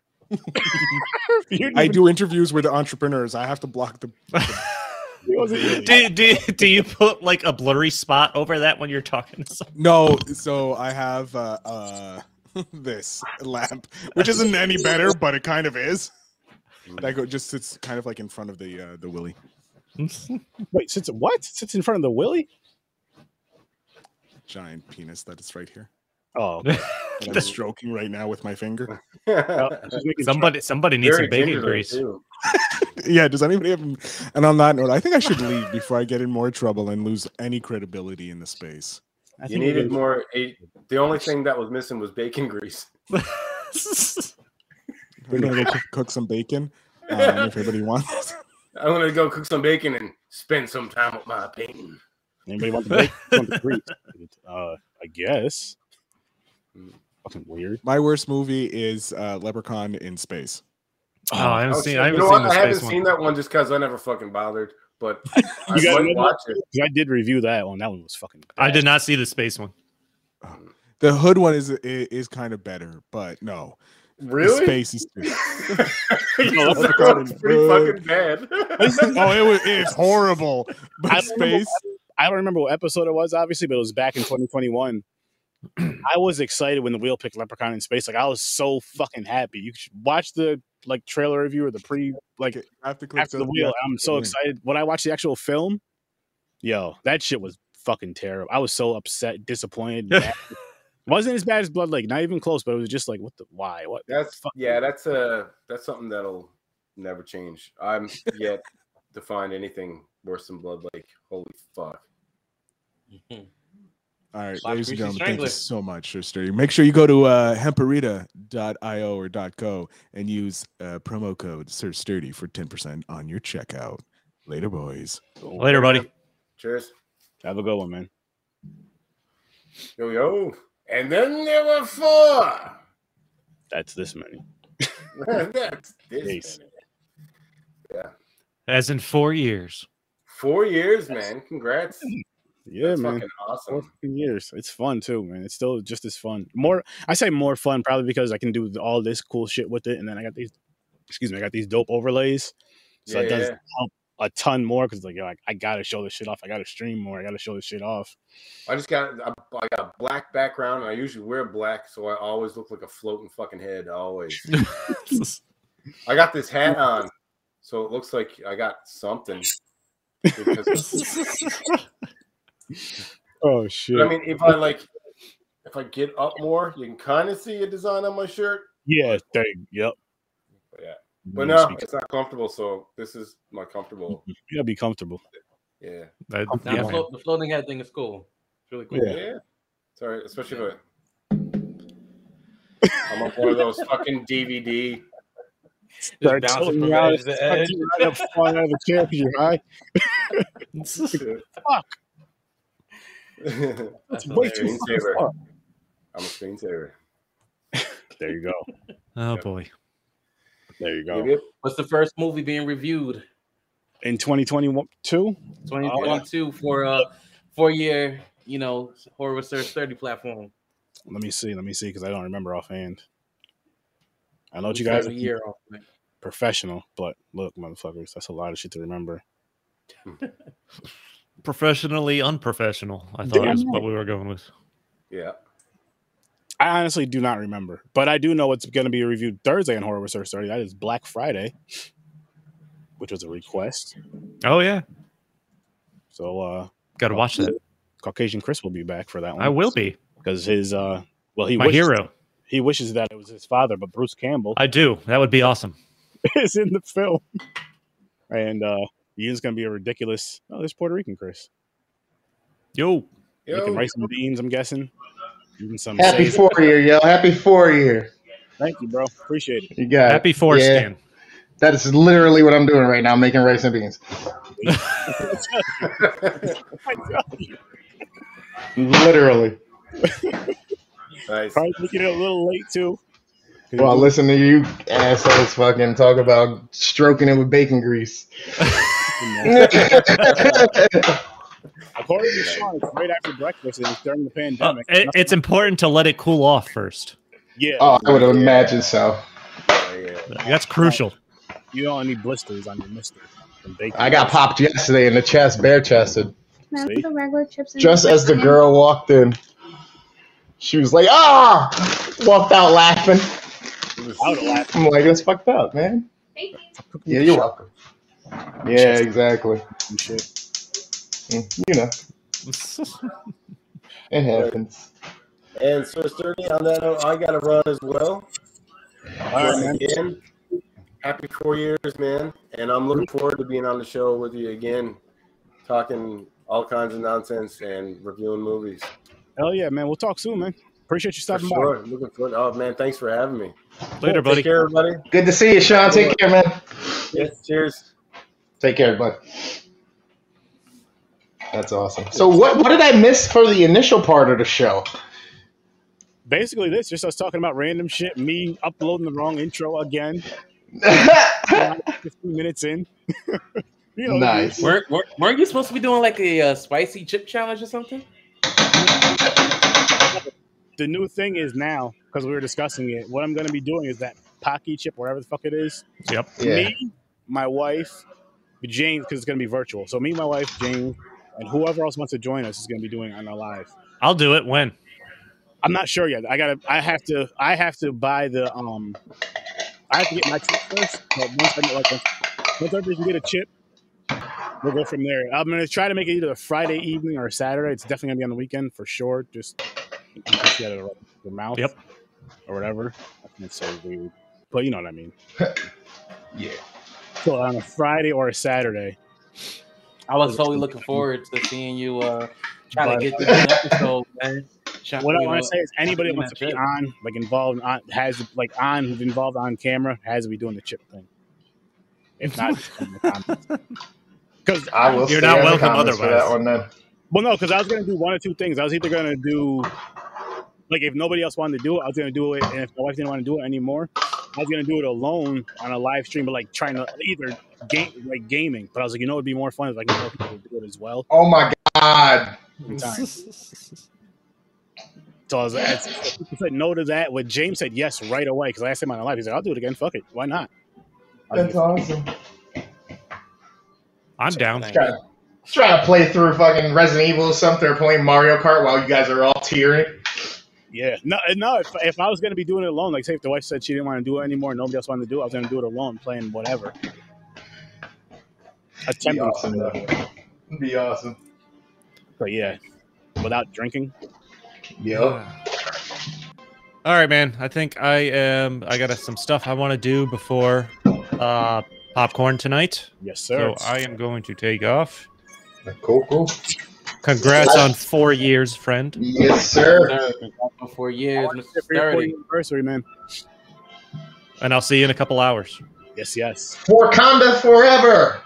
Speaker 1: You
Speaker 3: I do interviews with entrepreneurs. I have to block the.
Speaker 5: do, do, do you put like a blurry spot over that when you're talking to someone?
Speaker 3: No, so I have uh, uh this lamp, which isn't any better, but it kind of is. That go just sits kind of like in front of the uh, the willy.
Speaker 1: Wait, sits what? Sits in front of the Willie?
Speaker 3: giant penis that is right here.
Speaker 1: Oh,
Speaker 3: that I'm stroking right now with my finger.
Speaker 1: she's making
Speaker 5: Somebody somebody needs
Speaker 4: Very
Speaker 5: some bacon
Speaker 4: gingerly,
Speaker 5: grease.
Speaker 4: too.
Speaker 3: yeah, does anybody have and on that note, I think I should leave before I get in more trouble and lose any credibility in the space.
Speaker 4: I you needed more. It, the only thing that was missing was bacon grease.
Speaker 3: We're gonna go cook- cook some bacon um, if anybody wants.
Speaker 4: I'm gonna go cook some bacon and spend some time with my painting.
Speaker 8: Anybody want the bacon? want the grease? Uh, I guess. Fucking weird.
Speaker 3: My worst movie is uh, Leprechaun in Space.
Speaker 5: Oh, I haven't
Speaker 4: Oh,
Speaker 5: seen.
Speaker 4: shit.
Speaker 5: I
Speaker 4: you
Speaker 5: haven't
Speaker 4: know
Speaker 5: seen
Speaker 4: what?
Speaker 5: the
Speaker 4: I haven't
Speaker 5: space
Speaker 4: seen
Speaker 5: one.
Speaker 4: that one just because I never fucking bothered. But I
Speaker 8: You got
Speaker 4: might
Speaker 8: another
Speaker 4: watch it.
Speaker 8: I did review that one. That one was fucking.
Speaker 5: I
Speaker 8: bad.
Speaker 5: did not see the space one.
Speaker 3: The hood one is is, is kind of better, but no, the
Speaker 4: Really?
Speaker 3: space is.
Speaker 4: That
Speaker 3: that's
Speaker 4: one's
Speaker 3: fucking
Speaker 4: pretty
Speaker 3: good.
Speaker 4: fucking bad.
Speaker 3: oh, it was it's horrible.
Speaker 1: I
Speaker 3: But
Speaker 1: don't remember-
Speaker 3: space.
Speaker 1: I don't remember what episode it was, obviously, but it was back in 2021. I was excited when the wheel picked Leprechaun in Space. Like I was so fucking happy. You should watch the like trailer review or the pre like
Speaker 3: Okay, I have to click Mm.
Speaker 1: after the
Speaker 3: to-
Speaker 1: wheel. I'm so
Speaker 3: link.
Speaker 1: excited. When I watched the actual film, yo, that shit was fucking terrible. I was so upset, disappointed. mad. Wasn't as bad as Blood Lake, not even close, but it was just like, what the why? What
Speaker 4: That's
Speaker 1: Fuck.
Speaker 4: yeah. That's a that's something that'll never change. I'm yet to find anything worse than Blood Lake. Holy fuck!
Speaker 6: Mm-hmm.
Speaker 3: All right,
Speaker 6: Black
Speaker 3: ladies and
Speaker 6: Greasy
Speaker 3: gentlemen, thank you
Speaker 6: Strangler.
Speaker 3: so much for sturdy. Make sure you go to uh, hemperita.io or .co and use uh, promo code Sir Sturdy for 10% on your checkout. Later, boys.
Speaker 5: Later, buddy.
Speaker 4: Cheers.
Speaker 8: Have a good one, man.
Speaker 4: Yo yo. And then there were four.
Speaker 8: That's this many.
Speaker 4: that's this
Speaker 8: Nice.
Speaker 4: man.
Speaker 5: As in four years.
Speaker 4: Four years, man. Congrats.
Speaker 1: yeah,
Speaker 4: That's
Speaker 1: man.
Speaker 4: fucking
Speaker 1: Four
Speaker 4: awesome.
Speaker 1: fucking years. It's fun too, man. It's still just as fun. More, I say more fun probably because I can do all this cool shit with it, and then I got these. Excuse me, I got these dope overlays, so it
Speaker 4: Yeah,
Speaker 1: does
Speaker 4: yeah.
Speaker 1: help a ton more because like, yo, I, I gotta show this shit off. I gotta stream more. I gotta show this shit off.
Speaker 4: I just got I, I got a black background, and I usually wear black, so I always look like a floating fucking head. Always. I got this hat on, so it looks like I got something. Because,
Speaker 1: Oh shit!
Speaker 4: but I mean, if I like, if I get up more, you can kind of see a design on my shirt.
Speaker 1: yeah, there, yep.
Speaker 4: Yeah. But
Speaker 1: Nice.
Speaker 4: no, it's not comfortable. So this is my comfortable.
Speaker 1: you gotta be comfortable.
Speaker 4: Yeah.
Speaker 5: That-
Speaker 6: Now,
Speaker 5: yeah,
Speaker 6: the,
Speaker 5: man.
Speaker 6: float, the floating head thing is cool. It's really cool.
Speaker 4: Yeah. Sorry, especially if I- I'm on one of those fucking DVD.
Speaker 6: Just bouncing from edge to edge.
Speaker 1: You right up falling out of the chair 'cause you're high.
Speaker 4: I'm
Speaker 6: That's
Speaker 1: Way
Speaker 6: hilarious.
Speaker 1: too fucking
Speaker 4: screensaver.
Speaker 1: far.
Speaker 4: a screensaver.
Speaker 8: There you go.
Speaker 5: Oh boy.
Speaker 8: There you go.
Speaker 4: Maybe
Speaker 6: What's the first movie being reviewed?
Speaker 1: In 2022,
Speaker 6: 2022 for a four-year, you know, horror research 30 platform.
Speaker 1: let me see, let me see, because I don't remember offhand. I know what
Speaker 6: We
Speaker 1: you guys
Speaker 6: start the year off with.
Speaker 1: professional, but look, motherfuckers, that's a lot of shit to remember.
Speaker 5: Professionally unprofessional. I thought is what we were going with.
Speaker 4: Yeah.
Speaker 1: I honestly do not remember, but I do know what's going to be reviewed Thursday in Horror Research 30. That is Black Friday, which was a request.
Speaker 5: Oh yeah.
Speaker 1: So, uh,
Speaker 5: Got to watch that.
Speaker 1: Caucasian Chris will be back for that one.
Speaker 5: I will be
Speaker 1: because his, uh, well, he
Speaker 5: my
Speaker 1: wishes,
Speaker 5: hero.
Speaker 1: He wishes that it was his father, but Bruce Campbell
Speaker 5: I do. That would be awesome.
Speaker 1: is in the film, and uh, Ian's going to be a ridiculous. Oh, there's Puerto Rican Chris.
Speaker 5: Yo.
Speaker 1: Making
Speaker 4: Yo,
Speaker 1: rice and beans, I'm guessing. Even some
Speaker 10: Happy
Speaker 1: sage.
Speaker 10: four year, yo. Happy four year.
Speaker 1: Thank you, bro. Appreciate it.
Speaker 10: You got
Speaker 4: Uh,
Speaker 5: Happy
Speaker 10: it.
Speaker 5: four
Speaker 10: Yeah.
Speaker 5: scan.
Speaker 10: That is literally what I'm doing right now, making rice and beans. Literally.
Speaker 4: nice.
Speaker 1: Probably making it a little late too.
Speaker 10: Well, I listen to you assholes fucking talk about stroking it with bacon grease. Oh,
Speaker 1: According to Sean, it's right after breakfast and it's during the
Speaker 5: Uh,
Speaker 1: pandemic.
Speaker 5: it- it's important to let it cool off first.
Speaker 1: yeah,
Speaker 10: oh, I would imagine so.
Speaker 4: Yeah, yeah.
Speaker 5: That's crucial.
Speaker 1: you don't need blisters on your mister. And bacon.
Speaker 10: I got popped yesterday in the chest, bare chested.
Speaker 11: Now
Speaker 1: See?
Speaker 11: the regular chips and
Speaker 10: Just as the girl walked in, she was like, ah! Walked out laughing.
Speaker 1: I would laugh.
Speaker 10: I'm like, that's fucked up, man.
Speaker 11: Thank you.
Speaker 10: Yeah, you're welcome. Yeah, exactly.
Speaker 1: and shit.
Speaker 10: Mm, You know, it happens.
Speaker 4: And so, Sturdy, on that note, I got to run as well.
Speaker 1: All right, man.
Speaker 4: Again, happy four years, man. And I'm looking forward to being on the show with you again, talking all kinds of nonsense and reviewing movies.
Speaker 1: Hell yeah, man. We'll talk soon, man. Appreciate you
Speaker 4: For
Speaker 1: stopping
Speaker 4: sure. Looking forward. Oh man, thanks for having me.
Speaker 5: Later,
Speaker 4: Take
Speaker 5: buddy.
Speaker 4: care, everybody.
Speaker 10: Good to see you, Sean. Take care, man.
Speaker 4: Yes, cheers.
Speaker 10: Take care, bud. That's awesome. So what what did I miss for the initial part of the show?
Speaker 1: by. Basically, this just us talking about random shit. Me uploading the wrong intro again.
Speaker 10: nice.
Speaker 1: Fifteen minutes in. you know,
Speaker 6: Weren't, weren't, weren't you supposed to be doing like a uh, spicy chip challenge or something?
Speaker 1: the new thing is now because we were discussing it. What I'm going to be doing is that Pocky chip, whatever the fuck it is.
Speaker 5: Yep.
Speaker 10: Yeah.
Speaker 1: Me, my wife, James, because it's going to be virtual. So me, my wife, James, and whoever else wants to join us is going to be doing it on our live.
Speaker 5: I'll do it when.
Speaker 1: I'm not sure yet. I gotta. I have to. I have to buy the. Um, I have to get my chip first. But once I get like, a- once everybody can get a chip, we'll go from there. I'm gonna try to make it either a Friday evening or a Saturday. It's definitely gonna be on the weekend for sure. Just you can just get it out of your mouth.
Speaker 5: Yep.
Speaker 1: Or whatever. I think it's so weird, but you know what I mean.
Speaker 10: Yeah.
Speaker 1: So on a Friday or a Saturday.
Speaker 6: I was totally looking forward to seeing you uh, trying to get through an episode, man. Try-
Speaker 1: What I
Speaker 6: you
Speaker 1: want
Speaker 6: know,
Speaker 1: to say is anybody that
Speaker 6: doing
Speaker 1: wants
Speaker 6: that
Speaker 1: to be
Speaker 6: chip.
Speaker 1: on, like involved on, has like on who's involved on camera has to be doing the chip thing. If not, because
Speaker 10: I will
Speaker 5: You're
Speaker 10: stay
Speaker 5: not
Speaker 10: on the
Speaker 5: welcome
Speaker 10: comments for that
Speaker 5: otherwise.
Speaker 10: one then.
Speaker 1: Well, no, because I was gonna do one or two things. I was either gonna do like if nobody else wanted to do it, I was gonna do it, and if my wife didn't want to do it anymore, I was gonna do it alone on a live stream, but like trying to either game like gaming. But I was like, you know, it'd be more fun if I can help people to do it as well.
Speaker 10: Oh my god.
Speaker 1: in Time. So I was like, I said no to that. But James said yes right away because I asked him on the live. He's like, I'll do it again. Fuck it, why not? I was
Speaker 10: That's
Speaker 1: like,
Speaker 10: awesome.
Speaker 5: I'm down.
Speaker 10: Trying to, trying to play through fucking Resident Evil or something or playing Mario Kart while you guys are all tearing.
Speaker 1: yeah, no, no. If, if I was gonna be doing it alone, like say if the wife said she didn't want to do it anymore, and nobody else wanted to do it, I was gonna do it alone, playing whatever.
Speaker 10: Be
Speaker 1: Attempting
Speaker 10: awesome though. Be awesome.
Speaker 1: But yeah, without drinking.
Speaker 10: Yo.
Speaker 5: All right, man. I think I am. I got some stuff I want to do before uh, popcorn tonight.
Speaker 1: Yes, sir.
Speaker 5: So I am going to take off.
Speaker 10: Cool, cool.
Speaker 5: Congrats on four years, friend.
Speaker 10: Yes, sir.
Speaker 6: Sir, been gone for four years, Mr.
Speaker 1: Happy for your 40th
Speaker 6: Sturdy.
Speaker 1: anniversary, man.
Speaker 5: And I'll see you in a couple hours.
Speaker 1: Yes, yes.
Speaker 10: Wakanda forever.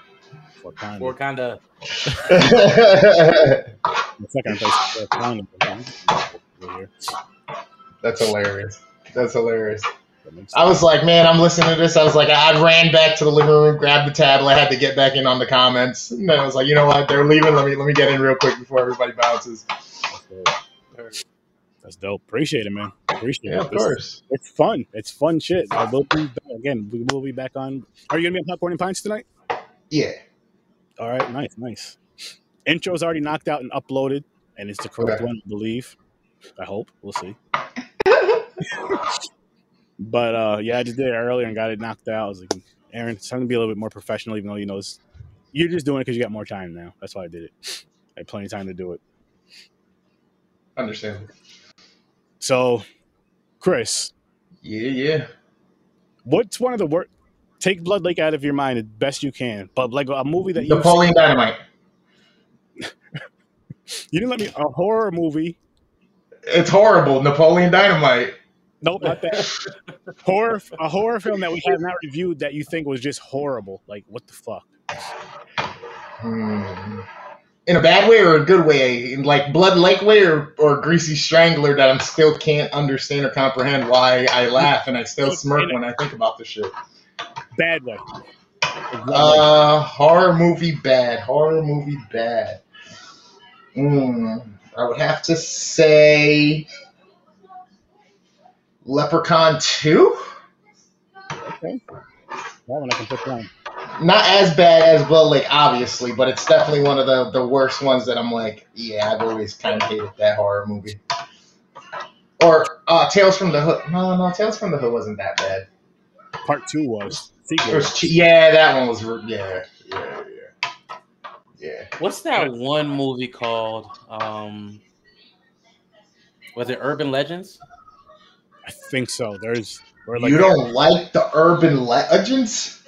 Speaker 1: Wakanda.
Speaker 6: We're kind of
Speaker 1: Second place. Wakanda. Wakanda.
Speaker 10: That's hilarious. That's hilarious.
Speaker 1: That makes
Speaker 10: I was like, man, I'm listening to this. I was like, I ran back to the living room, grabbed the tablet, had to get back in on the comments. And then I was like, you know what? They're leaving. Let me let me get in real quick before everybody bounces.
Speaker 1: sense. That's dope. Appreciate it, man. Appreciate
Speaker 10: Yeah,
Speaker 1: it.
Speaker 10: of
Speaker 1: This-
Speaker 10: course.
Speaker 1: It's fun. It's fun shit. I will be back. again. We will be back on. Are you gonna be on Popcorn and Pints tonight?
Speaker 10: Yeah.
Speaker 1: All right. Nice. Nice. Intro's already knocked out and uploaded, and it's the correct
Speaker 10: Okay.
Speaker 1: one, I believe. I hope. We'll see. But uh, yeah, I just did it earlier and got it knocked out. I was like, Aaron, it's time to be a little bit more professional, even though you know it's, you're just doing it because you got more time now. That's why I did it. I had plenty of time to do it.
Speaker 10: Understandable.
Speaker 1: So, Chris,
Speaker 10: Yeah, yeah.
Speaker 1: what's one of the worst? Take Blood Lake out of your mind as best you can, but like a movie that you
Speaker 10: Napoleon Dynamite.
Speaker 1: you didn't let me a horror movie.
Speaker 10: It's horrible. Napoleon Dynamite.
Speaker 1: Nope, not that horror. A horror film that we have not reviewed that you think was just horrible. Like what the fuck?
Speaker 10: Hmm. In a bad way or a good way, in like Blood Lake way or, or Greasy Strangler that I still can't understand or comprehend why I laugh and I still smirk when I think about this shit.
Speaker 1: Bad way.
Speaker 10: Uh, horror movie bad. Horror movie bad. Mm, I would have to say Leprechaun 2?
Speaker 1: that one I can put down.
Speaker 10: Not as bad as Blood Lake, obviously, but it's definitely one of the, the worst ones that I'm like, yeah, I've always kind of hated that horror movie. Or uh, Tales from the Hood. No, no, Tales from the Hood wasn't that bad.
Speaker 1: Part two was
Speaker 10: It
Speaker 1: sequel.
Speaker 10: was, che- yeah, that one was. re- Yeah, yeah, yeah. Yeah.
Speaker 6: what's that one movie called? Um, was it Urban Legends?
Speaker 1: I think so. There's or like
Speaker 10: you don't like the urban legends?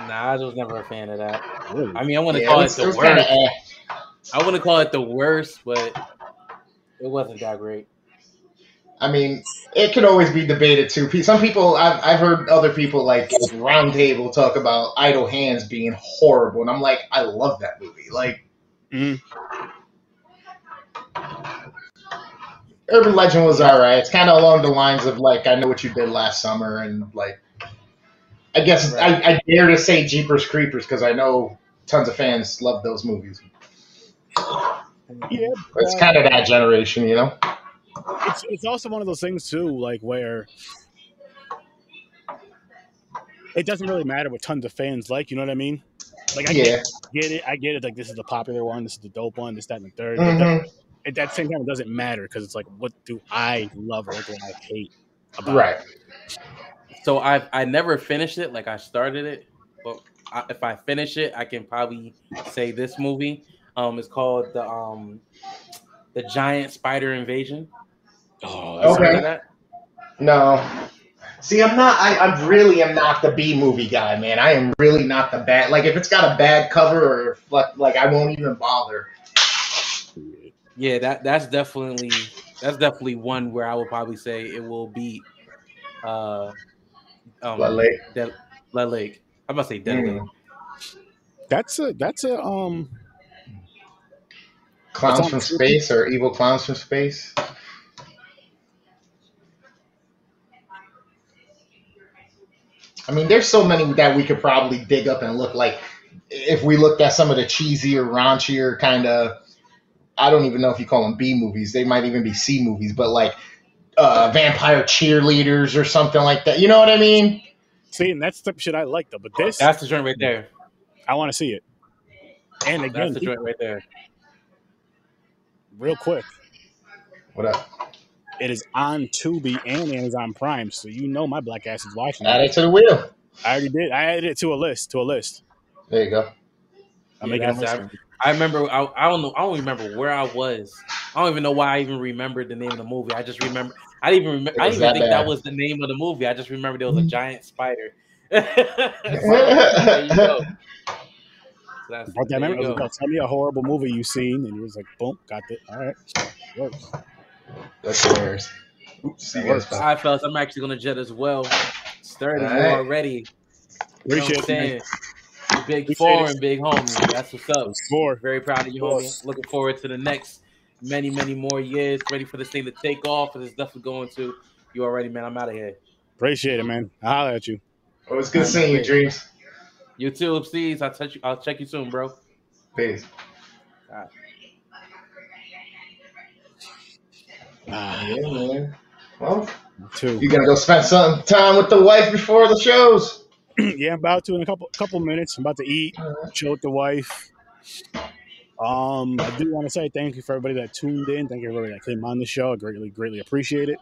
Speaker 6: Nah, I was never a fan of that.
Speaker 1: Really?
Speaker 6: I mean, I want to call it the worst.
Speaker 10: kinda eh.
Speaker 6: I want to call it the worst, but it It wasn't that great.
Speaker 10: I mean, it could always be debated too. Pe- Some people, I've, I've heard other people like Roundtable talk about Idle Hands being horrible, and I'm like, I love that movie. Like,
Speaker 1: Mhm.
Speaker 10: Urban Legend was all right. It's kind of along the lines of like, I know what you did last summer, and like, I guess I, I dare to say Jeepers Creepers because I know tons of fans love those movies.
Speaker 1: Yeah,
Speaker 10: It's kind of that generation, you know.
Speaker 1: it's it's also one of those things too, like where it doesn't really matter what tons of fans like. You know what I mean? Like I
Speaker 10: Yeah.
Speaker 1: get it, I get it. Like this is the popular one, this is the dope one, this that and the 3rd It doesn't-
Speaker 10: hmm
Speaker 1: at that same time, it doesn't matter because it's like, what do I love? What do I hate? About
Speaker 10: Right.
Speaker 6: So I I never finished it. Like I started it, but I, if I finish it, I can probably say this movie. Um, it's called the um, the Giant Spider Invasion.
Speaker 8: Oh,
Speaker 6: You
Speaker 8: that's
Speaker 10: Okay.
Speaker 6: remember that?
Speaker 10: No. See, I'm not. I, I really am not the B movie guy, man. I am really not the bad. Like, if it's got a bad cover or if, like, like I won't even bother.
Speaker 6: Yeah, that that's definitely that's definitely one where I would probably say it will be uh um
Speaker 10: But like,
Speaker 6: Dead, Lead Lake. I'm gonna say Dead
Speaker 10: mm,
Speaker 6: Lake.
Speaker 1: That's a that's a um.
Speaker 10: clowns
Speaker 1: It's
Speaker 10: from
Speaker 1: on-
Speaker 10: space or evil clowns from space. I mean, there's so many that we could probably dig up and look like. If we looked at some of the cheesier, raunchier kind of, I don't even know if you call them B movies. They might even be C movies, but like uh, vampire cheerleaders or something like that. You know what I mean?
Speaker 1: See, and that's the shit I like though. But this,
Speaker 6: That's the joint right there.
Speaker 1: I want to see it. And
Speaker 6: That's
Speaker 1: again,
Speaker 6: the joint right there.
Speaker 1: real quick,
Speaker 10: What up?
Speaker 1: it is on Tubi and Amazon Prime, so you know my black ass is watching
Speaker 10: Add
Speaker 1: it.
Speaker 10: it to the wheel.
Speaker 1: I already did. I added it to a list. To a list.
Speaker 10: There you go.
Speaker 1: I'm
Speaker 6: Yeah,
Speaker 1: making a
Speaker 6: that's-
Speaker 1: list.
Speaker 6: I, I remember I, I don't know I don't remember where I was. I don't even know why I even remembered the name of the movie. I just remember I didn't even remember I didn't
Speaker 10: It was
Speaker 6: even
Speaker 10: that
Speaker 6: think that
Speaker 10: bad.
Speaker 6: was the name of the movie. I just remembered there was a
Speaker 1: Mm-hmm.
Speaker 10: Mhm.
Speaker 6: giant spider. So, there you go. So that's,
Speaker 1: Brought that
Speaker 6: there
Speaker 1: memory.
Speaker 6: you
Speaker 1: I was
Speaker 6: go.
Speaker 1: like, tell me a horrible movie you've seen, and you was like, boom, got it. All right, works.
Speaker 10: That's hilarious. Oops,
Speaker 1: That
Speaker 10: you guys
Speaker 1: works.
Speaker 6: All right, fellas, I'm actually gonna jet as well. It's 30
Speaker 10: All right.
Speaker 6: already. You know what
Speaker 1: Appreciate
Speaker 6: I'm
Speaker 1: it. man.
Speaker 6: saying? Big
Speaker 1: Appreciate
Speaker 6: four
Speaker 1: it.
Speaker 6: and big homie. That's what's up.
Speaker 1: Four.
Speaker 6: Very proud of you, homie. Looking forward to the next many, many more years. Ready for this thing to take off. And it's definitely going to. You already, man. I'm out of here.
Speaker 1: Appreciate it, man. I'll holler at you.
Speaker 10: Oh, it's good seeing you, Dreams.
Speaker 6: You too, Upsies. I'll touch you. I'll check you soon, bro.
Speaker 10: Peace.
Speaker 1: Ah,
Speaker 10: Yeah, man. Well,
Speaker 1: two.
Speaker 10: you gonna go spend some time with the wife before the shows.
Speaker 1: yeah, I'm about to in a couple couple minutes. I'm about to eat, chill with the wife. Um, I do want to say thank you for everybody that tuned in. Thank you everybody that came on the show. I greatly, greatly appreciate it.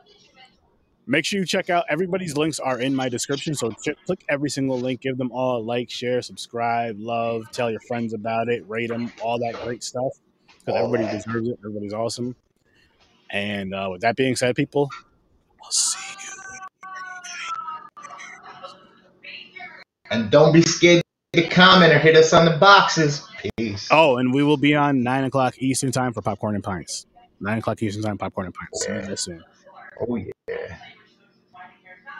Speaker 1: Make sure you check out everybody's links are in my description. So ch- click every single link, give them all a like, share, subscribe, love, tell your friends about it, rate them, all that great stuff. Because
Speaker 10: All
Speaker 1: everybody
Speaker 10: that.
Speaker 1: deserves it. Everybody's awesome. And uh, with that being said, people, we'll see you.
Speaker 10: And don't be scared to comment or hit us on the boxes. Peace.
Speaker 1: Oh, and we will be on nine o'clock Eastern time for popcorn and pints. Nine o'clock Eastern time, popcorn and pints. See you
Speaker 10: Yeah.
Speaker 1: guys soon.
Speaker 10: Oh yeah.